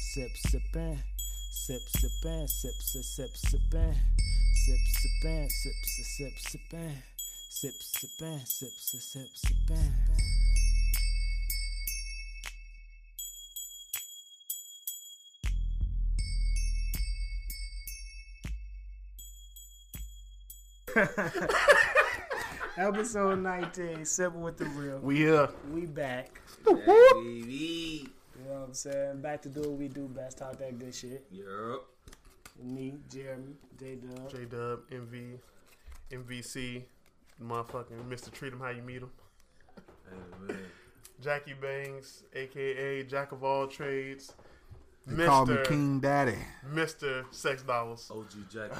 sip, sippin', sip, sippin', sip, sip, sip, sippin', sip, sippin', sip, sip, sip, sippin', sip, sippin', sip, sip, sip, sippin'. Episode 19, Simple with the Real. We uh, We back. Baby. You know what I'm saying? Back to do what we do best, talk that good shit. Yup. Me, Jeremy, J Dub. J Dub, MV, MVC, motherfucking Mr. Treat 'em how you meet 'em. Hey, man. Jackie Bangs, aka Jack of all trades. They call me Mr. King Daddy. Mr. Sex Dollars. OG Jack.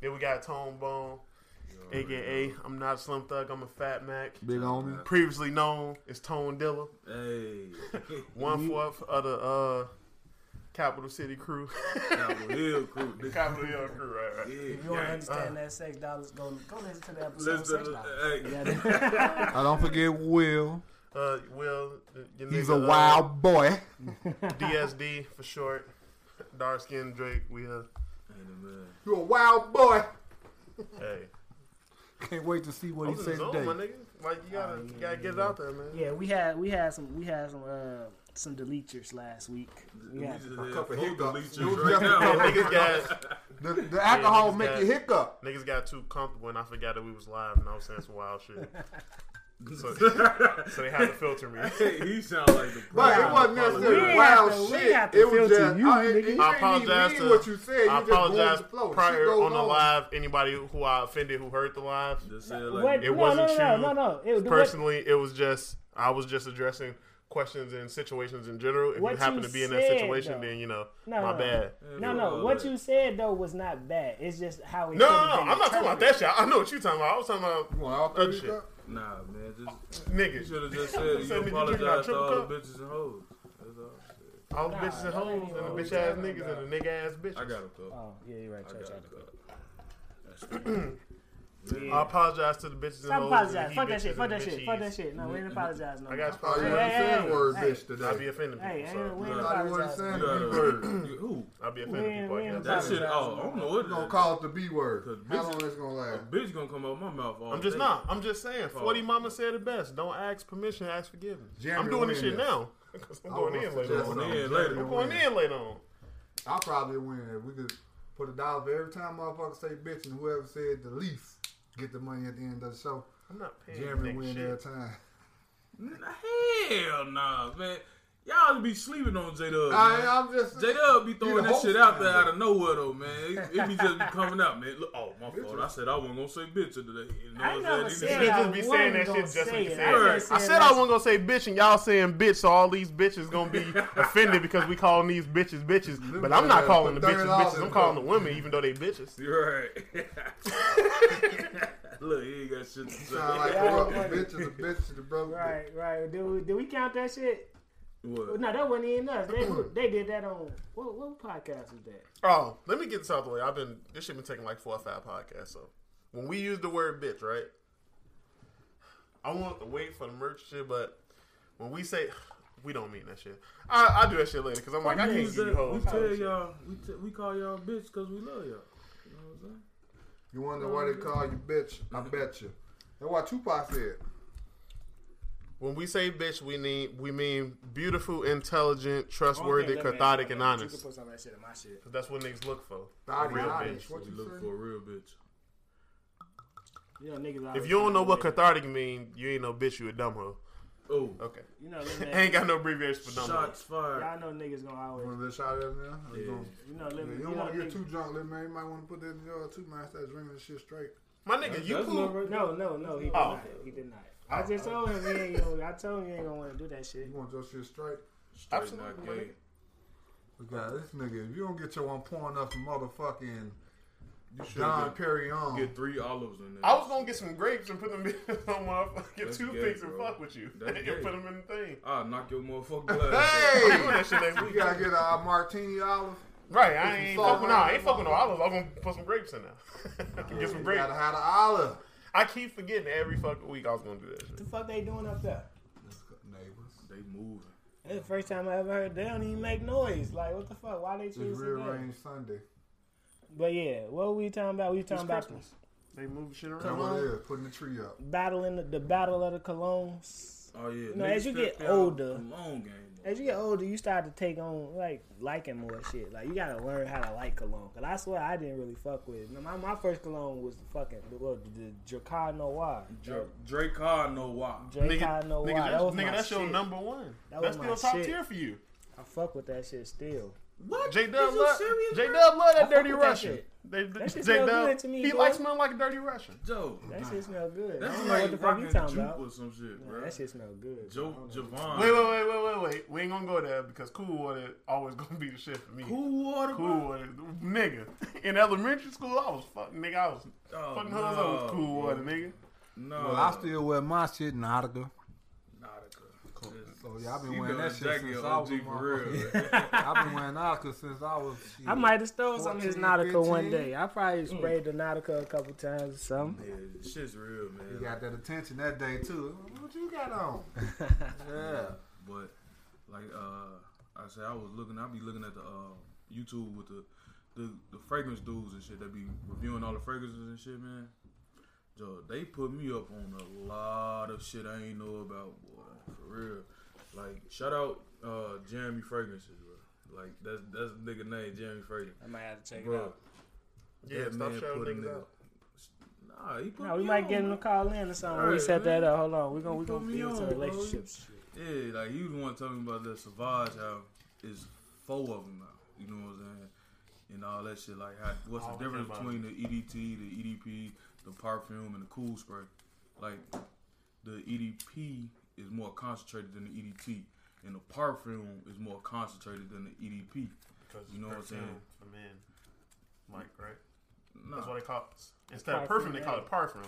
Then we got Tone Bone, aka I'm not a Slim Thug, I'm a Fat Mac. Big on me. Previously known as Tone Dilla, Hey. Mm-hmm. one fourth of the uh, Capital City crew. Capitol Hill crew. the nigga. Capital Hill crew, right? right. If you don't Yeah. understand uh, that six dollars, go go listen to the episode. Listen six to dollars. the- Yeah, hey. that- I don't forget Will. Uh, Will, the- your He's a nigga, uh, wild boy. DSD for short. Dark skin Drake. We uh, Hey, man. You a wild boy. hey, Can't wait to see what I'm he in say the zone, my today. nigga. Like you gotta, Oh, yeah, you gotta get it yeah. out there, man. yeah, we had we had some we had some uh some deleters last week. We had We just had couple food hiccups. leeches You right just- Yeah, now. niggas got The, the alcohol niggas make got- you hiccup. niggas got too comfortable, and I forgot that we was live, and I was saying some wild shit, so, so they had to filter me. Hey, he sound like the But it president. wasn't We ain't necessarily have to- wild we shit. have to It was filter just you, I, it- nigga. it I didn't even apologize mean to- what you said. You I just going with apologize the flow. Shit prior goes on the live. Anybody who I offended who heard the live, Just said like, What? It no, wasn't no, no, you no, no, no. It was what, personally, it was just I was just addressing questions and situations in general. If What you happen you to be in that said, situation, though. then you know No, my no. bad. no, no. uh, What you said though was not bad. It's just how it. No, could've no, no. been I'm not talking about interpreted. that shit. I know what you're talking about. I was talking about You want all Other three shit. cups? Nah, man. Just, you niggas. should have just You said you said, nigga, you drinking our apologized to triple all cup? the bitches and hoes. That's all. I said. All the Nah, bitches and that hoes ain't and what the we bitch ass talking niggas about. and the nigga ass bitches. I got a cup. Oh yeah, you're right. I Church, got a I cup. yeah. I apologize to the bitches and Stop hoes. apologizing. and the Fuck he that shit. bitches Fuck and that the shit. Fuck that bitches. shit. No, we ain't apologize. No, I more. got Oh, you you. Hey, weren't hey, saying hey, word hey. bitch I'll be today. offending people. Hey, sorry. ain't- we ain't Nah, you weren't apologizing. saying You got a the word. You- Who? I'll be We offending ain't- people. we ain't I guess. That shit. Oh, I don't know what. B gonna call it the B Cause word. How bitch- long is gonna last? A bitch gonna come out my mouth all I'm just day. not. I'm just saying. Oh. Forty Mama said it best. Don't ask permission. Ask forgiveness. Jeremy I'm doing this win shit this. now. 'Cause I'm I going would in later. suggest on. Going something. in later. Jeremy I'm will going win. in later on. I probably win if we could put a dollar for every time motherfuckers say bitch and whoever said the least get the money at the end of the show. I'm not paying Jeremy nigga win every shit. time. Hell nah, man. Y'all be sleeping on J Dub. I, I'm just J Dub be You the throwing that host shit out now, there though. out of nowhere though, man. It, it be just be coming out, man. Look, oh my fault. I said I wasn't gonna say bitch today. You know I what never I'm said Niggas- should I just be saying that wasn't shit just gonna like say you it. said. I just I said said I that's- wasn't gonna say bitch, and y'all saying bitch, so all these bitches gonna be offended because we calling these bitches bitches. But I'm not calling the bitches bitches. I'm calling the women, even though they bitches. You're right. Look, he ain't got shit to say. sound like Yeah, I a don't bitch to the bitch to the brother. Right, right. Did we, did we count that shit? What? No, that wasn't even us. They they did that on what, what podcast was that? Oh, let me get this out the way. I've been this shit been taking like four or five podcasts. So when we use the word bitch, right? I want to wait for the merch shit, but when we say we don't mean that shit, I, I do that shit later because I'm like I can't Use give you that- we hoes. tell y'all, we, t- we call y'all bitch because we love y'all. You know what I'm saying? You wonder why they call you bitch? I bet you. That's why Tupac said. When we say bitch, we mean we mean beautiful, intelligent, trustworthy, Okay, let me cathartic, ask you something. and You honest. can put some of that shit in my shit. That's what niggas look for. A Thotty real honest. bitch. What we you look say? for a real bitch. You know, niggas always If you don't know what cathartic, cathartic mean, you ain't no bitch. You a dumb hoe. Oh, Okay, you know, living that- ain't got no abbreviation for dumb hoe. shots fired. y'all know niggas gonna You always, want a little shot at us now? Or you Yeah. gonna- you know, Yeah, living. you don't know, want to get niggas- too drunk, little man. You might want to put that in your too, man. Start drinking this shit straight. My nigga, That's- you that's cool. not right. No, no, no. He did Oh. not. He did not. I just told him he ain't gonna. I told him he ain't gonna want to do that shit. You want your shit straight? Straight Absolutely, not gay. We got this nigga. If you don't get your one pouring up some motherfucking You should Don get, Perignon, get three olives in there. I was gonna get some grapes and put them in on my fucking That's toothpicks gay, and bro. fuck with you. That's and gay. put them in the thing. I'll knock your motherfucking glass. out. I'm doing hey, that shit next you week. gotta get a martini olive. Right, some I ain't salt fucking. on Nah, I it. ain't fucking no olives. I'm gonna put some grapes in there. get some You grapes. gotta have an olive. I keep forgetting every fucking week I was gonna do that shit. What the fuck they doing up there? Neighbors. They moving. That's the first time I ever heard. They don't even make noise. Like what the fuck? Why they It's choose real today? rain Sunday. But yeah, what were we talking about? We were talking about Christmas. They moved shit around. Come on there, putting the tree up. battling the, the battle of the colognes. Oh yeah. No, niggas as you get stepped out older- a long game. As you get older, you start to take on like liking more shit. Like you gotta learn how to like cologne. Cause I swear I didn't really fuck with. it. My, my first cologne was the fucking well, the, the Dracar Noir. Dra- Drake Carr know why. Dracar Noir. nigga, that was that's, my nigga, that's your shit. number one. That was that's my still top shit. tier for you. I fuck with that shit still. What? J Dub Is you love, serious, J bro? Dub love I that fuck dirty with that Russian. shit. They, That shit J smell Dub, good to me, he boy. likes smelling like a dirty Russian. Joe. That shit smell good. I That's don't know what like the fuck you rocking talking juke about. or some shit, Nah, bro. that shit smell good. Joe I don't know. Javon. Wait, wait, wait, wait, wait, wait. We ain't gonna go there because cool water always gonna be the shit for me. Cool water. Cool water, nigga. In elementary school, I was fucking nigga. I was Oh, fucking no, hoes. I was cool water, bro. nigga. No. Well, I still wear my shit Nautica. Nautica. Just- So Oh, yeah, I've been You wearing know that shit exactly since an I was OG for real. I've been wearing Nautica since I was. Shit. I might have stole some of his 14, Nautica one 15. day. I probably Mm. sprayed the Nautica a couple times or something. Yeah, shit's real, man. You got that attention that day too. What you got on? yeah. But like uh, I said, I was looking. I be looking at the uh, YouTube with the, the the fragrance dudes and shit. They be reviewing all the fragrances and shit, man. Yo, they put me up on a lot of shit I ain't know about, boy. For real. Like shout out uh, Jeremy Fragrances, bro. Like that's that's the nigga name, Jeremy Fragrance. I might have to check Bro, Yeah, that stop man shouting put a niggas nigga- out. Nah, he put No, we me might on, get him bro. to call in or something. Alright, we set man. that up. Hold on. We're gonna You we put gonna me build on, some bro. relationships. shit. Yeah, like you the one telling me about that Savage how it's four of them now. You know what I'm saying? And all that shit. Like, how, what's Oh, the difference yeah, between the EDT, the EDP, the perfume, and the cool spray? Like, the EDP is more concentrated than the EDT, and the perfume is more concentrated than the E EDP. Because You know what I'm perfume saying? For men, like right. That's Nah, what they call instead Parfum, of perfume, they call it perfume.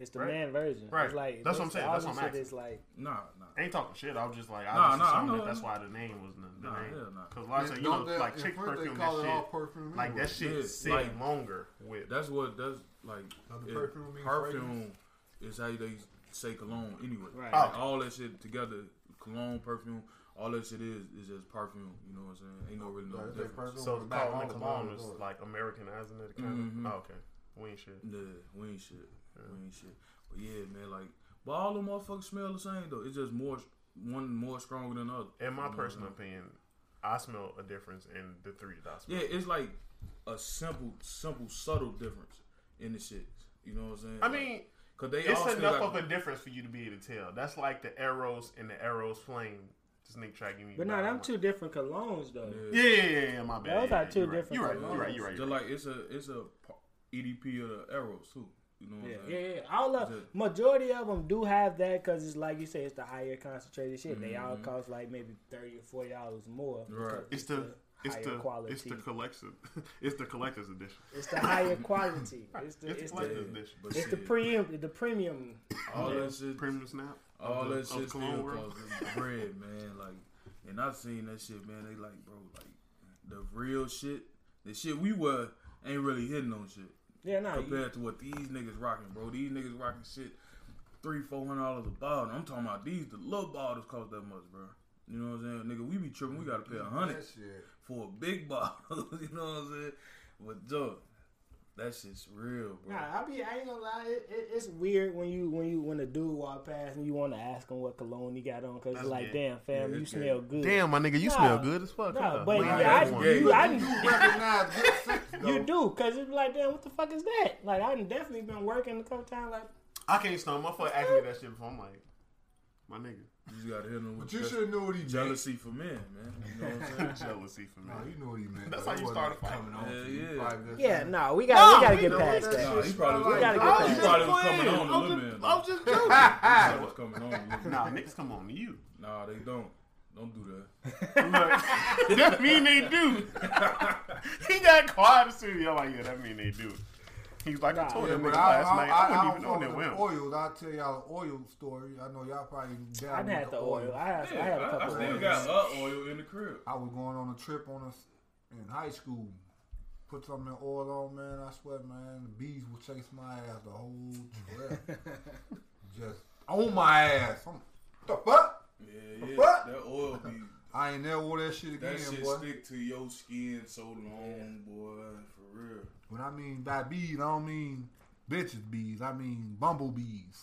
It's the Right. man version. Right. It's like That's what I'm it's the saying. That's what I'm opposite. asking. It's like nah, nah. I ain't talking shit. I was just like, I Nah, just nah, I assumed know, that I that's know. why the name was the, the Nah, name. hell nah. Because a lot of times, you Don't know, they- like in chick front, they perfume, that call it all shit, perfume like anyway. that shit Yeah, sit like- longer with. That's what that's like. Now the it- perfume means perfume is how they say cologne anyway. Right. Like, Oh. all that shit together, cologne, perfume, all that shit is is just perfume. You know what I'm saying? Ain't no really no Like, they difference. perfume So was it's back called on like the cologne door. is like Americanizing it. Kind Mhm. of. Oh, okay. We ain't shit. Yeah, we ain't shit. We ain't shit. But yeah, man, like, but all the motherfuckers smell the same though. It's just more one more stronger than the other. In my You know what I'm personal opinion, I smell a difference in the three that I smell. saying? yeah, it's like a simple, simple, subtle difference in the shit. You know what I'm saying? I mean, because they it's all still enough got- of a difference for you to be able to tell. That's like the arrows and the arrows flame. This nigga try to give me. But no, back them one. two different colognes though. Yeah, Yeah. yeah, yeah, yeah, my bad. Those yeah, are yeah, two you're right. different You're right. You're right. You're right. They're You're right. like it's a it's a par- EDP of the arrows too. You know what Yeah, I'm yeah, saying? yeah. All of The- majority of them do have that because it's like you say, it's the higher concentrated shit. They all cost like maybe thirty or forty dollars more. because Right. Mm-hmm. It's the it's higher the quality. it's the collection. it's the collector's edition. It's the higher quality. It's the It's it's like the this bitch. But it's the shit, premium the premium. all that shit, Premium snap. of all the- of that shit still Cologne costs World. bread, man. Like, and I seen that shit, man. They like, bro, like the real shit, the shit we were ain't really hitting on shit Yeah, no. you- compared to what these niggas rocking, bro. These niggas rocking shit three, four hundred dollars a bottle. I'm talking about these. The little bottles cost that much, bro. You know what I'm saying, nigga? We be tripping. We gotta pay a hundred. That shit. for a big bottle. you know what I'm saying? But Joe, that shit's real, bro. Nah, I be I ain't gonna lie. It, it, it's weird when you when you when a dude walk past and you want to ask him what cologne he got on because it's That's like, gay. damn, fam, Yeah, you it's gay. smell good. Damn, my nigga, you Nah. smell good as fuck. Nah, huh? but Why yeah, you got I- one? Yeah, you, I, You recognize good sex though. you do because it's like, damn, what the fuck is that? Like, I done definitely been working a couple times. Like, I can't stop. My fuck asked me that shit before. I'm like, my nigga, You just gotta hit him with But you just should have knew what he meant. jealousy for men, man. You know what I'm saying? jealousy for me. Nah, you knew what he meant. That's though. how It you wasn't started fighting. coming on Hell to you. yeah. Probably just- yeah, no, we got Nah, we gotta we get know past that that. Nah, he probably, We was, gotta get oh, that. he probably was coming on a little man. I'm though. just joking. He probably was coming on a little man. nah, niggas come on to you. Nah, they don't. Don't do that. that mean they do. he got quiet in the studio. I'm like, yeah, that mean they do. He's like, I Nah. told Yeah, him but nigga I, I, last night. I, I, I, wouldn't even don't know know the that well. oil. I'll tell y'all the oil story. I know y'all probably down I done with had the oil. I had, I Yeah, had a I, I couple still oils. got her oil in the crib. I was going on a trip on us in high school. Put some of that oil on, man. I swear, man, the bees would chase my ass the whole trip. Just on my ass. I'm, the fuck? Yeah, yeah. What? That oil be I ain't never wore that shit again, that shit boy. stick to your skin so long, boy. For real. When I mean by bees, I don't mean bitches bees. I mean bumblebees.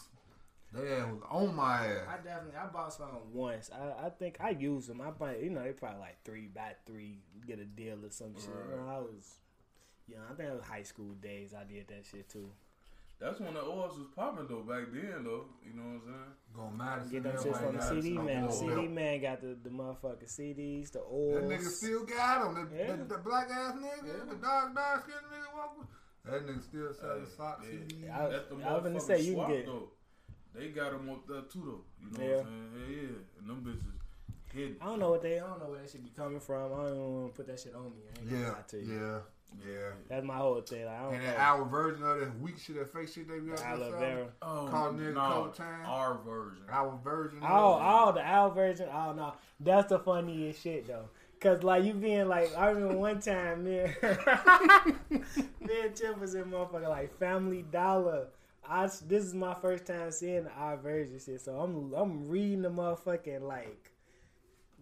They ass was on my I ass. definitely I bought some once. I, I think I used them. I buy you know they probably like three by three get a deal or some shit. You know, I was young. I think it was high school days. I did that shit too. That's when the oils was popping though back then though. You know what I'm saying? Going Madison. Get them shit everybody from the got CD some man. The old CD belt. man got the the motherfucking CDs, the That nigga oils. still got him. The, Yeah. the, the black ass nigga, the dark dark skinned nigga walking. That nigga still selling Hey, socks. yeah. CDs. I, That's the I was motherfucking gonna say you swap, can get. though. They got them up there too though. You know Yeah. what I'm saying? Yeah, yeah. And them bitches hidden. I don't know what they. I don't know where that should be coming from. I don't even want to put that shit on me. I ain't gonna Yeah, lie to you. yeah, yeah. That's my whole thing. Like, I don't And know. that our version of that weak shit, that fake shit they be out The there aloe selling. vera. Oh, Call nigga no, Coach Time. our version. Our version. Oh, of it. oh, the Al version. Oh no, that's the funniest shit though. Cause like you being like, I remember one time, man, me and Chip was in motherfucker like Family Dollar. I s- this is my first time seeing the our version shit, so I'm I'm reading the motherfucking like.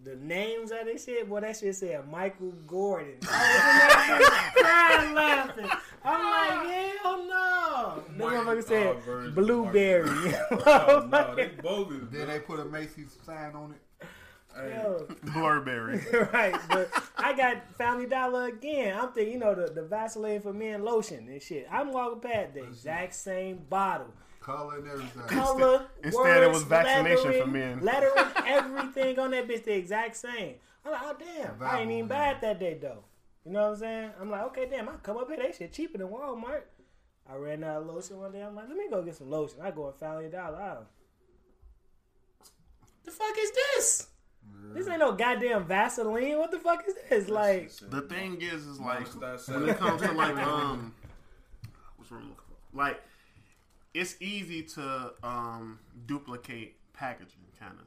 The names of this shit, boy, that shit said Michael Gordon. I was in that bitch crying laughing. I'm like, hell no. The Michael motherfucker Al version said of blueberry. Oh, no, they bogus. Then bro. they put a Macy's sign on it. Hey, Yo. Blurberry. right, but I got Family Dollar again. I'm thinking, you know, the, the Vaseline for men lotion and shit. I'm walking past the exact same bottle. Color and everything. Color, instead it words, was vaccination lettering, for men. Lettering, everything on that bitch the exact same. I'm like, oh damn, I ain't Valuable, even buy man. it that day though. You know what I'm saying? I'm like, okay, damn, I come up here, they shit cheaper than Walmart. I ran out of lotion one day. I'm like, let me go get some lotion. I go and Family Dollar. I don't- The fuck is this? This ain't no goddamn Vaseline. What the fuck is this? Like, The thing is, is like Monster when it comes to like Saturday. um, what's wrong? with- Like it's easy to um duplicate packaging, kind of.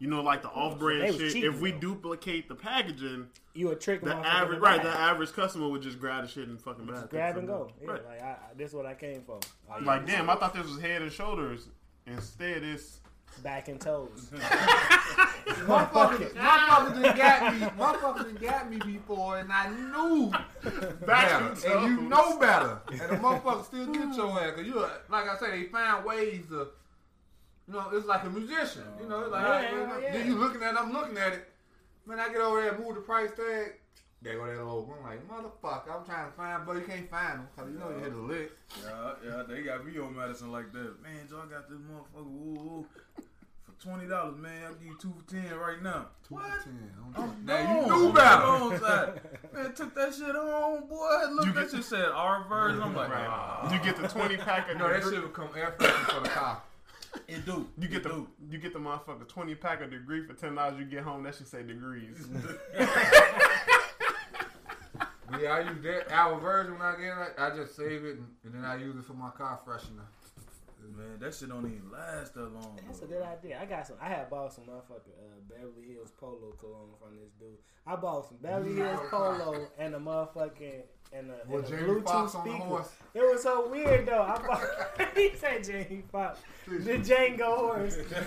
You know, like the they off-brand was shit. cheating, if we though. duplicate the packaging, you a trick the motherfucker average to right, buy. the average customer would just grab the shit and fucking buy it. grab and go. Yeah, Right. like I, I, this is what I came for. Oh, yeah, Like this damn, I thought this was head and shoulders. Instead, it's is back and toes. Motherfucker, motherfucker done got me. Motherfucker done got me before, and I knew better. and And you toes. know better. And the motherfucker still get your ass. Cause you, a- like I said, they find ways to. You know, it's like a musician. You know, it's like Yeah, all right, yeah. then you looking at, it, I'm looking at it. Man, I get over there, move the price tag. There go that logo. I'm like, motherfucker, I'm trying to find, but you can't find them. Cause you know you hit a lick. Yeah, yeah, they got me on Madison like that. Man, y'all got this motherfucker woo, woo, for twenty dollars, man. I'll give you two for ten right now. What? Oh, Now you No, knew I'm better. on the wrong side. Man, took that shit home, boy. Look, You that get- shit said our version. I'm like, right. ah, You get the twenty pack of No, that the- shit would come air freshener for the car. it do. You get It the do. you get the motherfucker twenty pack of degree for ten dollars. You get home, that should say degrees. Yeah, I use that our version when I get it. I just save it and, and then I use it for my car freshener. Man, that shit don't even last that long. That's a bro. good idea. I got some. I had bought some motherfucking uh, Beverly Hills Polo cologne from this dude. I bought some Beverly Hills Polo and a motherfucking and a, With and a Jamie Bluetooth Foxx on speaker. the horse. It was so weird though. I bought. he said Jamie Foxx, the Django horse. Who's that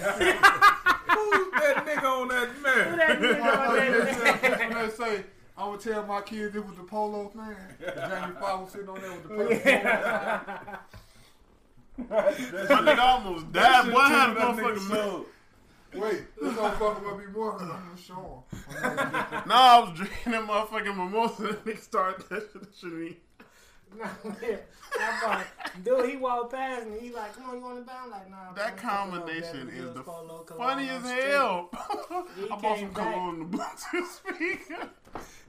nigga on that Who man? that nigga on that? That's when they say, I'm gonna tell my kids it was the polo man. Jamie Foxx was sitting on there with the purple polo. My nigga almost died. Boy, I had a motherfucking mug. Wait, this motherfucker gonna be more. I'm gonna show him. No, I was drinking that motherfucking mimosa. and They started that shit. That shouldn't be. nigga? I bought. Dude, he walked past me. He like, come on, you want to buy? I'm like, nah. That bro, I'm fucking combination on Beverly is Hills the Polo cologne funny on as the street." hell. He I bought came some back. cologne on the Bluetooth speaker.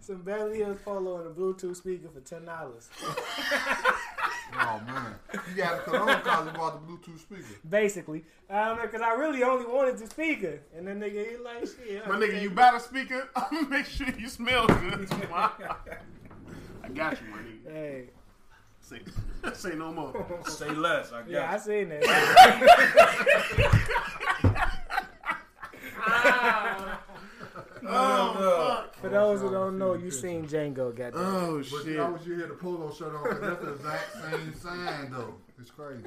Some Beverly Hills Polo and a Bluetooth speaker for ten dollars. Oh man, you got a cologne because you bought the Bluetooth speaker. basically. Um, because I really only wanted the speaker, and then nigga he like shit. My nigga, you buy the speaker. I'm gonna make sure you smell good. I got you, my nigga. Hey, Say, say no more. Oh, Say less, I guess. yeah, I seen that. Oh, fuck. For those who don't know, you seen Django. Goddamn. Oh But shit. how was you hear the polo shirt on? 'Cause that's the exact same sign though. It's crazy.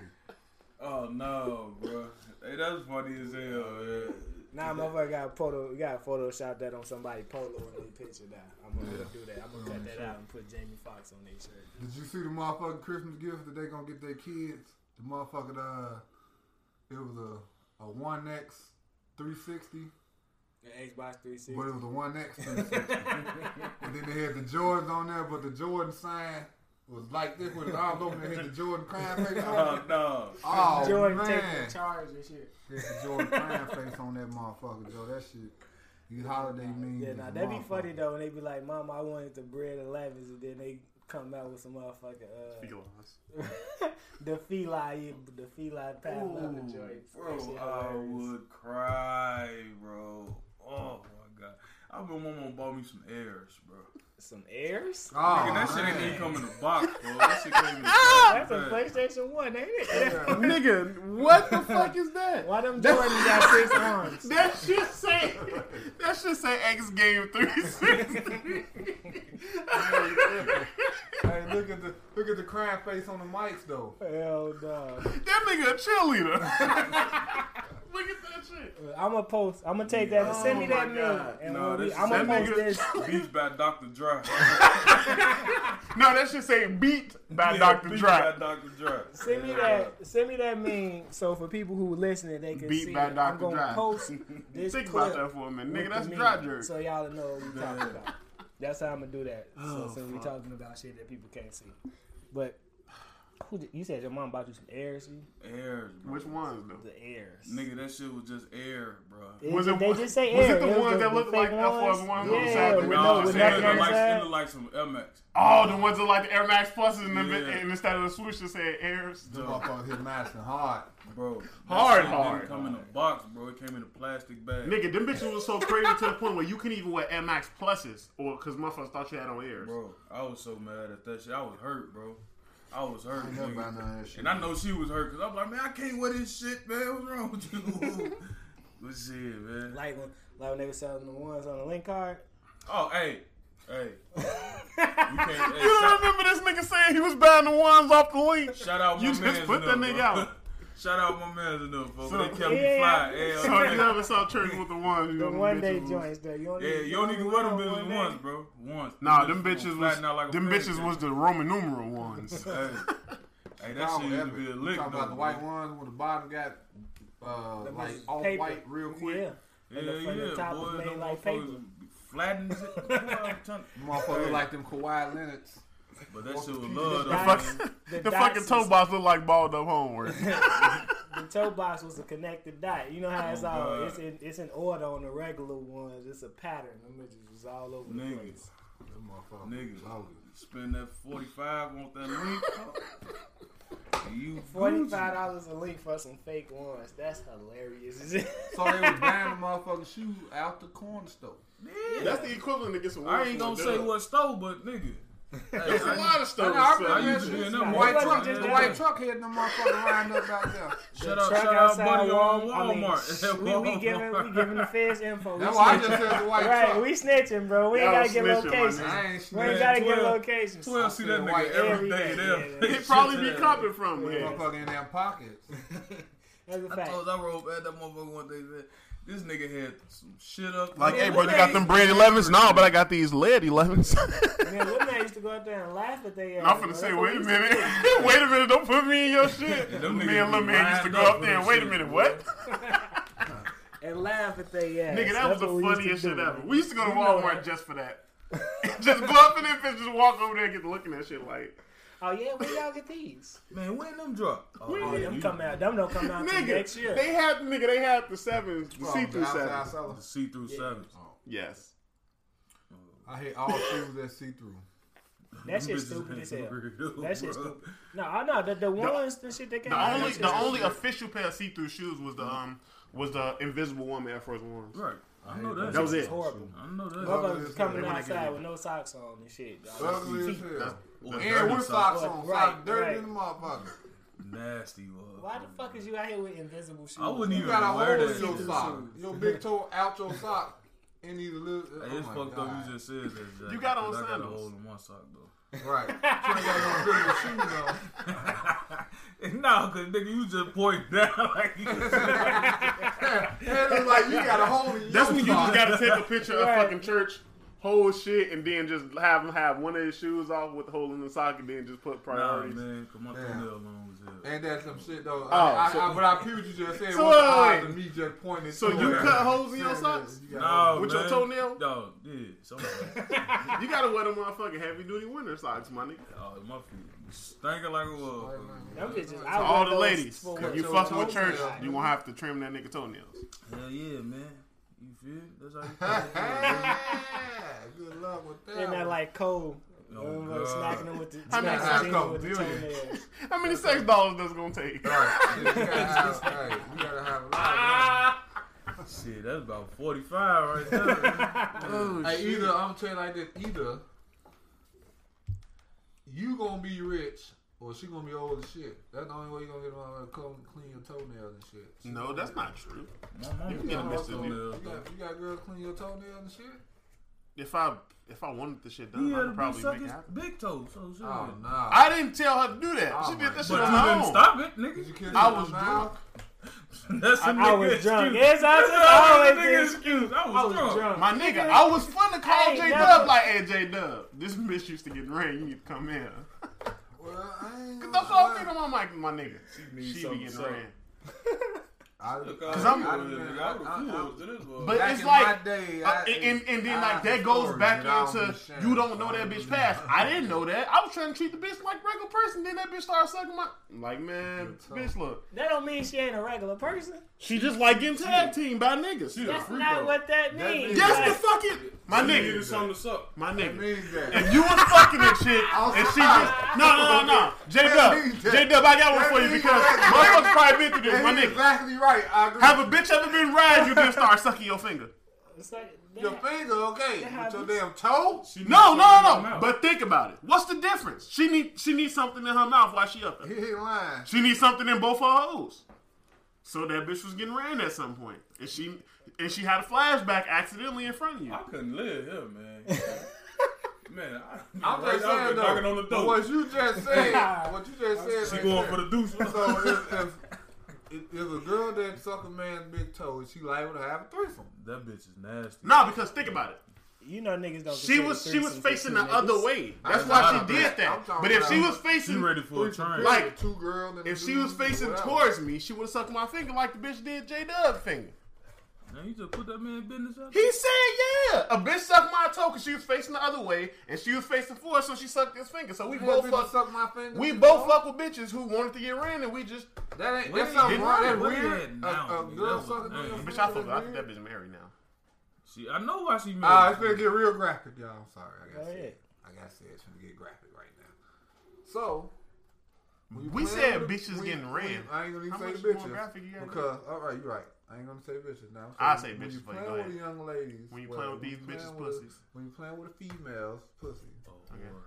Oh no, bro. Hey, that's funny as hell. Man. Nah, motherfucker got photo got Photoshop that on somebody polo in their picture now. I'm gonna do that. I'm gonna cut that out and put Jamie Foxx on their shirt. Did you see the motherfucking Christmas gift that they gonna get their kids? The motherfucking uh, it was a a One X 360, The Xbox but 360. it was a One X 360. and then they had the Jordans on there, but the Jordan sign was like this with his arms open. They had the Jordan crying face on. Oh it. no. Oh Jordan man, taking charge and shit. They had the Jordan crying face on that motherfucker, Joe. That shit, you holiday mean? Yeah, as nah, a that'd be motherfucker. funny though when they be like, Mom, I wanted the bread and lavens and then they come out with some motherfucking uh, Felines. the feline the feline pat leather Ooh, joints. That shit Bro, I hilarious. would cry, bro. Oh my god. I remember my mom bought me some airs, bro. Some airs? Oh, Nigga, that shit man. didn't even come in the box, bro. That shit came in the Ah, That's a box. PlayStation One, ain't it? Nigga, what the fuck is that? Why them Jordans got six arms? That should say that should say X Game 360. Hey, look at the look at the crying face on the mics though. Hell no. that nigga a cheerleader. Look at that shit. I'm gonna post. I'm gonna take that. Oh send me my that meme, God. and No, when we, this I'm gonna is- that post nigga- this. Beach by Dr. Dry. No, that should say beat by Dr. Beach Dry. by Dr. Dry. Send me that. Send me that meme. So for people who are listening, they can Beat see. by it. I'm Dr. gonna Dry. post this Think clip about that for a minute. with Nigga, that's the dry meme, jerk. So y'all know what we talking Man. about. That's how I'm gonna do that. Oh, so since we fuck. talking about shit that people can't see, but who did, you said your mom bought you some airs? you- Airs, bro. Which ones though? The airs. Nigga, that shit was just air, bro. It- Was it they one- just say was it air. the was ones the, that the looked fake like Air Force ones? Ones yeah, on the side? with Nah, no, it with said nothing it on the looked like, it side. looked like some Air Max. Oh, the ones that like the Air Max pluses and, the, Yeah. and instead of the swoosh, it said Airs. This motherfucker hit nice and hard. Bro, that Hard, shit hard, Didn't come in a box, bro. It came in a plastic bag. Nigga, them bitches was so crazy to the point where you couldn't even wear Air Max pluses, or because motherfuckers thought you had on Airs. Bro, I was so mad at that shit. I was hurt, bro. I was hurt, Ain't nothing nigga. about none of that shit. And I know she was hurt because I'm like, man, I can't wear this shit, man. What's wrong with you? but shit, man. Like when, like when they were selling the ones on the link card. Oh, hey, hey. You can't. Hey, You don't shout, remember this nigga saying he was buying the ones off the link? shout out my You just man's put that enough, nigga bro. out. Shout out my man's enough, folks. So- they kept me Yeah. fly. So Yeah, you never saw Church with the ones. The one day joints though. You yeah, you don't even wear them bitches once, bro. Once. Nah, them bitches was flattened out like a them fag, bitches man. was the Roman numeral ones. Hey, hey that Y'all shit used to epic. be a You lick, Talking though. about bro. the white ones when the bottom got uh, Them like bitches all paper. white real quick. Yeah. Yeah, And the- and the yeah, top boy. was made them like motherfuckers paper. Flattened. it. Boy, I'm telling- Motherfucker look Hey. like them Kawhi Leonards. But that shit was The love, though. dots- man. the dots fucking is- toe box looked like balled up homework. The toe box was a connected dot. You know how it's Oh, all God. it's in it's in order on the regular ones. It's a pattern. Them bitches was all over the Nigga. place. Them motherfuckers Nigga. loaded. Spend that 45 on that link. huh? you Forty Gucci. five dollars a link for some fake ones. That's hilarious. Is it? So they was buying the motherfucking shoe out the corner store. Yeah. That's the equivalent to get some. I ain't gonna say what store, but nigga. Hey, It's a I- lot of stuff. I so remember I that used to be shit. in The them white motherfuckers. truck, the Yeah. white truck had them motherfucker lined up out there. Shout The out, truck shout out, outside buddy, on Wal- I mean, Walmart. we, we giving we giving the feds info. We That's why I just snitching. said the white right, truck. we snitching, bro. We ain't Y'all gotta get snitching, my locations. I ain't We ain't snitching. gotta get 12 locations. Well, see that I nigga said every white day. every day, there. yeah. He probably be Shit, copping from me. Motherfucker in their pockets. That's a I fact. told I rolled at Oh, that motherfucker one day, man. This nigga had some shit up. Like, there. hey, bro, you got them bread 11s? No, but I got these lead 11s. Man, women that used to go out there and laugh at their ass. I'm finna say, wait a minute. wait a minute, don't put me in your shit. Them me niggas and Lil be Man used to lined go up up for there and that wait a shit, minute, boy. what? And laugh at their ass. Nigga, that was That's what the we used to funniest do, shit ever. man. We used to go to You know Walmart that. just for that. just go up in there and just walk over there and get looking at shit like, Oh, yeah, where y'all get these? Man, when them drop? Oh, Oh, them come out. Them don't come out till next nigga, year. they had, nigga, they had the sevens, the see-through Outside sevens. seller. The see-through sevens. Oh. Yes. I hate all shoes that see through. that Them shit bitches stupid as ain't hell. real, That shit bro. stupid. No, I know. The, the ones, the shit that came The out. only, that the shit only stupid. official pair of see-through shoes was the um was the Invisible Woman Air Force Ones. Right. I know that. That was It's it. horrible. I know that. as Motherfuckers hell. coming They wanna get outside it. with no socks on and shit. dog. Ugly as That's- hell. Or And dirty with socks. socks on. Right, Socks dirty right. in the motherfucker. Nasty, boy. Why the fuck is you out here with invisible shoes? I wouldn't You even got a wear hole that. in your shit. sock. Your big toe out your sock. And these little. Hey, oh it's my fucked up. God. You just said that. Jack, You got on 'cause I got a sandals. hole in one sock though. Right. You ain't got no good shoes on. no, cause nigga, you just point down like you. yeah, and it's like you got a hole in your That's when you just sock. gotta take a picture of Right. fucking church whole shit and then just have him have one of his shoes off with a hole in the sock and then just put Nah, priorities. Oh, man, come on, Yeah. toenail long as hell. Ain't that some shit though? Oh, I, I, so- I, what I peeped you just said So was wait, the eyes wait. of me just pointing. so to you it. cut holes in your Saying socks? that you got- No, With your man. toenail? No, yeah, something. like that. You gotta wear them motherfucking heavy duty winter socks, my nigga. oh, my feet stinking like a Like, well. Them bitches, To I all wear the those ladies, for if what you your fucking with toes church, are. you gonna have to trim that nigga toenails. Hell yeah, man. You feel? it? That's how you feel. yeah, Ah, Good luck with that. And that like cold. Oh, Um, like, God. smacking them with the, How many smacking times them with the Coke do you? toenails. How many sex dollars that's gonna take? Right. You gotta have, right. You gotta have a lot. Shit, that's about 45 right there. man. Of hey, either I'm telling you like this: either you gonna be rich, or she gonna be old as shit. That's the only way you gonna get around to come clean your toenails and shit. She No, gonna that's be- not true. My mama You can get a got Mr. her You Lou. toenails, got, you got girls clean your toenails and shit. If I if I wanted the shit though. He done, had I a would probably big suck make it his happen. big toe, so shit. Oh nah. I didn't tell her to do that. Oh she my did that shit but on you her didn't own. stop it, Did you nigga. kiss I her was mouth? That's a I nigga was drunk. excuse. Yes, I That's just a always nigga did. excuse. I I was was drunk. drunk. My nigga, I was fun to call Hey, J never- Dub like, hey J Dub, this bitch used to get rain. You need to come here. Well, I ain't. Cause gonna that's all I'm lie. thinking. I'm like, my nigga, needs she be something, getting something. ran. I, Cause I'm- I done- I- I- I- But Back it's in like- my day, Uh, I- and, and, and then I like have that goes stories back that I don't into wanna share. you don't know that bitch past. I didn't know that. I was trying to treat the bitch like regular person. Then that bitch started sucking my. I'm Like man, Good bitch, look, That don't mean she ain't a regular person. she just like getting tag team by niggas. That's not what that That means. means- That's the Like, fucking my nigga, to suck. my It nigga. means that. If you was fucking a chick and she just no no no no J Dub means that- J Dub I got one that for you means because that- motherfuckers probably been through this. That My is nigga, exactly right. I agree. have a bitch ever been riding you then start sucking your finger? it's like your that. finger, okay, but your happens. damn toe. No, no, no, Mouth. no. But think about it. What's the difference? She need she needs something in her mouth while she up He there. ain't lying. She needs something in both of her hoes. So that bitch was getting ran at some point, and she and she had a flashback accidentally in front of you. I couldn't live here, man. man, I, I'm right, just saying been though. knocking on the but door. What you just said. What you just said. She right going there. for the deuce. So if, if, if, if a girl that suck a man's big toe, is she liable to have a threesome? that bitch is nasty. No, because think about it. You know niggas don't. She consider was she was threesomes facing the between other niggas. way. That's I'm why talking she did about- I'm that. talking But if she about- was She facing ready for a train. Like, With two girls and a if she dude, was facing whatever. towards me, she would have sucked my finger like the bitch did J Dub finger. Man, you just put that man business out. He said, "Yeah, a bitch sucked my toe because she was facing the other way, and she was facing forward, so she sucked his finger. So we That both bitch fuck. suck my finger. We too, both huh? fuck with bitches who wanted to get ran, and we just That ain't What that's is- something did- wrong. That what is weird. that A- now, a nigga? girl That was sucking on nasty. your bitch. finger, I fuck. with- I think weird. that bitch married now. She, I know why she married. Ah, it's gonna get real graphic, y'all. I'm sorry. I Go gotta say ahead. it. I gotta say it's gonna get graphic right now. So when you We plan said with a- bitches when- getting when- ran. I ain't gonna How even say much the more graphic you bitches gotta because all right, you're right. I ain't gonna say bitches now. I'm I'll saying say bitches, but When you go playing ahead. with young ladies, When you well, playing with these you playing bitches' with a- pussies. when you playing with a female's pussy, Oh, Okay. Lord.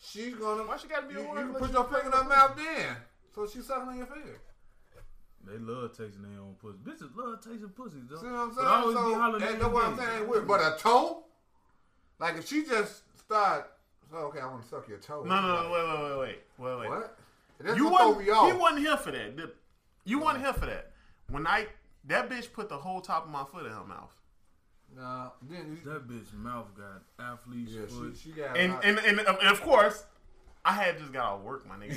she's gonna. Why she gotta be You, a you whore? can put your finger in her mouth then, so she's sucking on your finger. They love tasting their own pussy. Bitches love tasting pussies, though. See what I'm But I always saying? be So hollering that, at that's you, what I'm man. saying. With, but a toe, like if she just start, so okay, I want to suck your toe. No, no, no, wait, wait, wait, wait, wait, wait. What? That's You what throw wasn't. me off. He wasn't here for that. did- You wasn't here for that. When I that bitch put the whole top of my foot in her mouth, Nah, then you- That bitch mouth got athlete's yeah, foot. she, she got. and and, and and of course, I had just got off work, my nigga.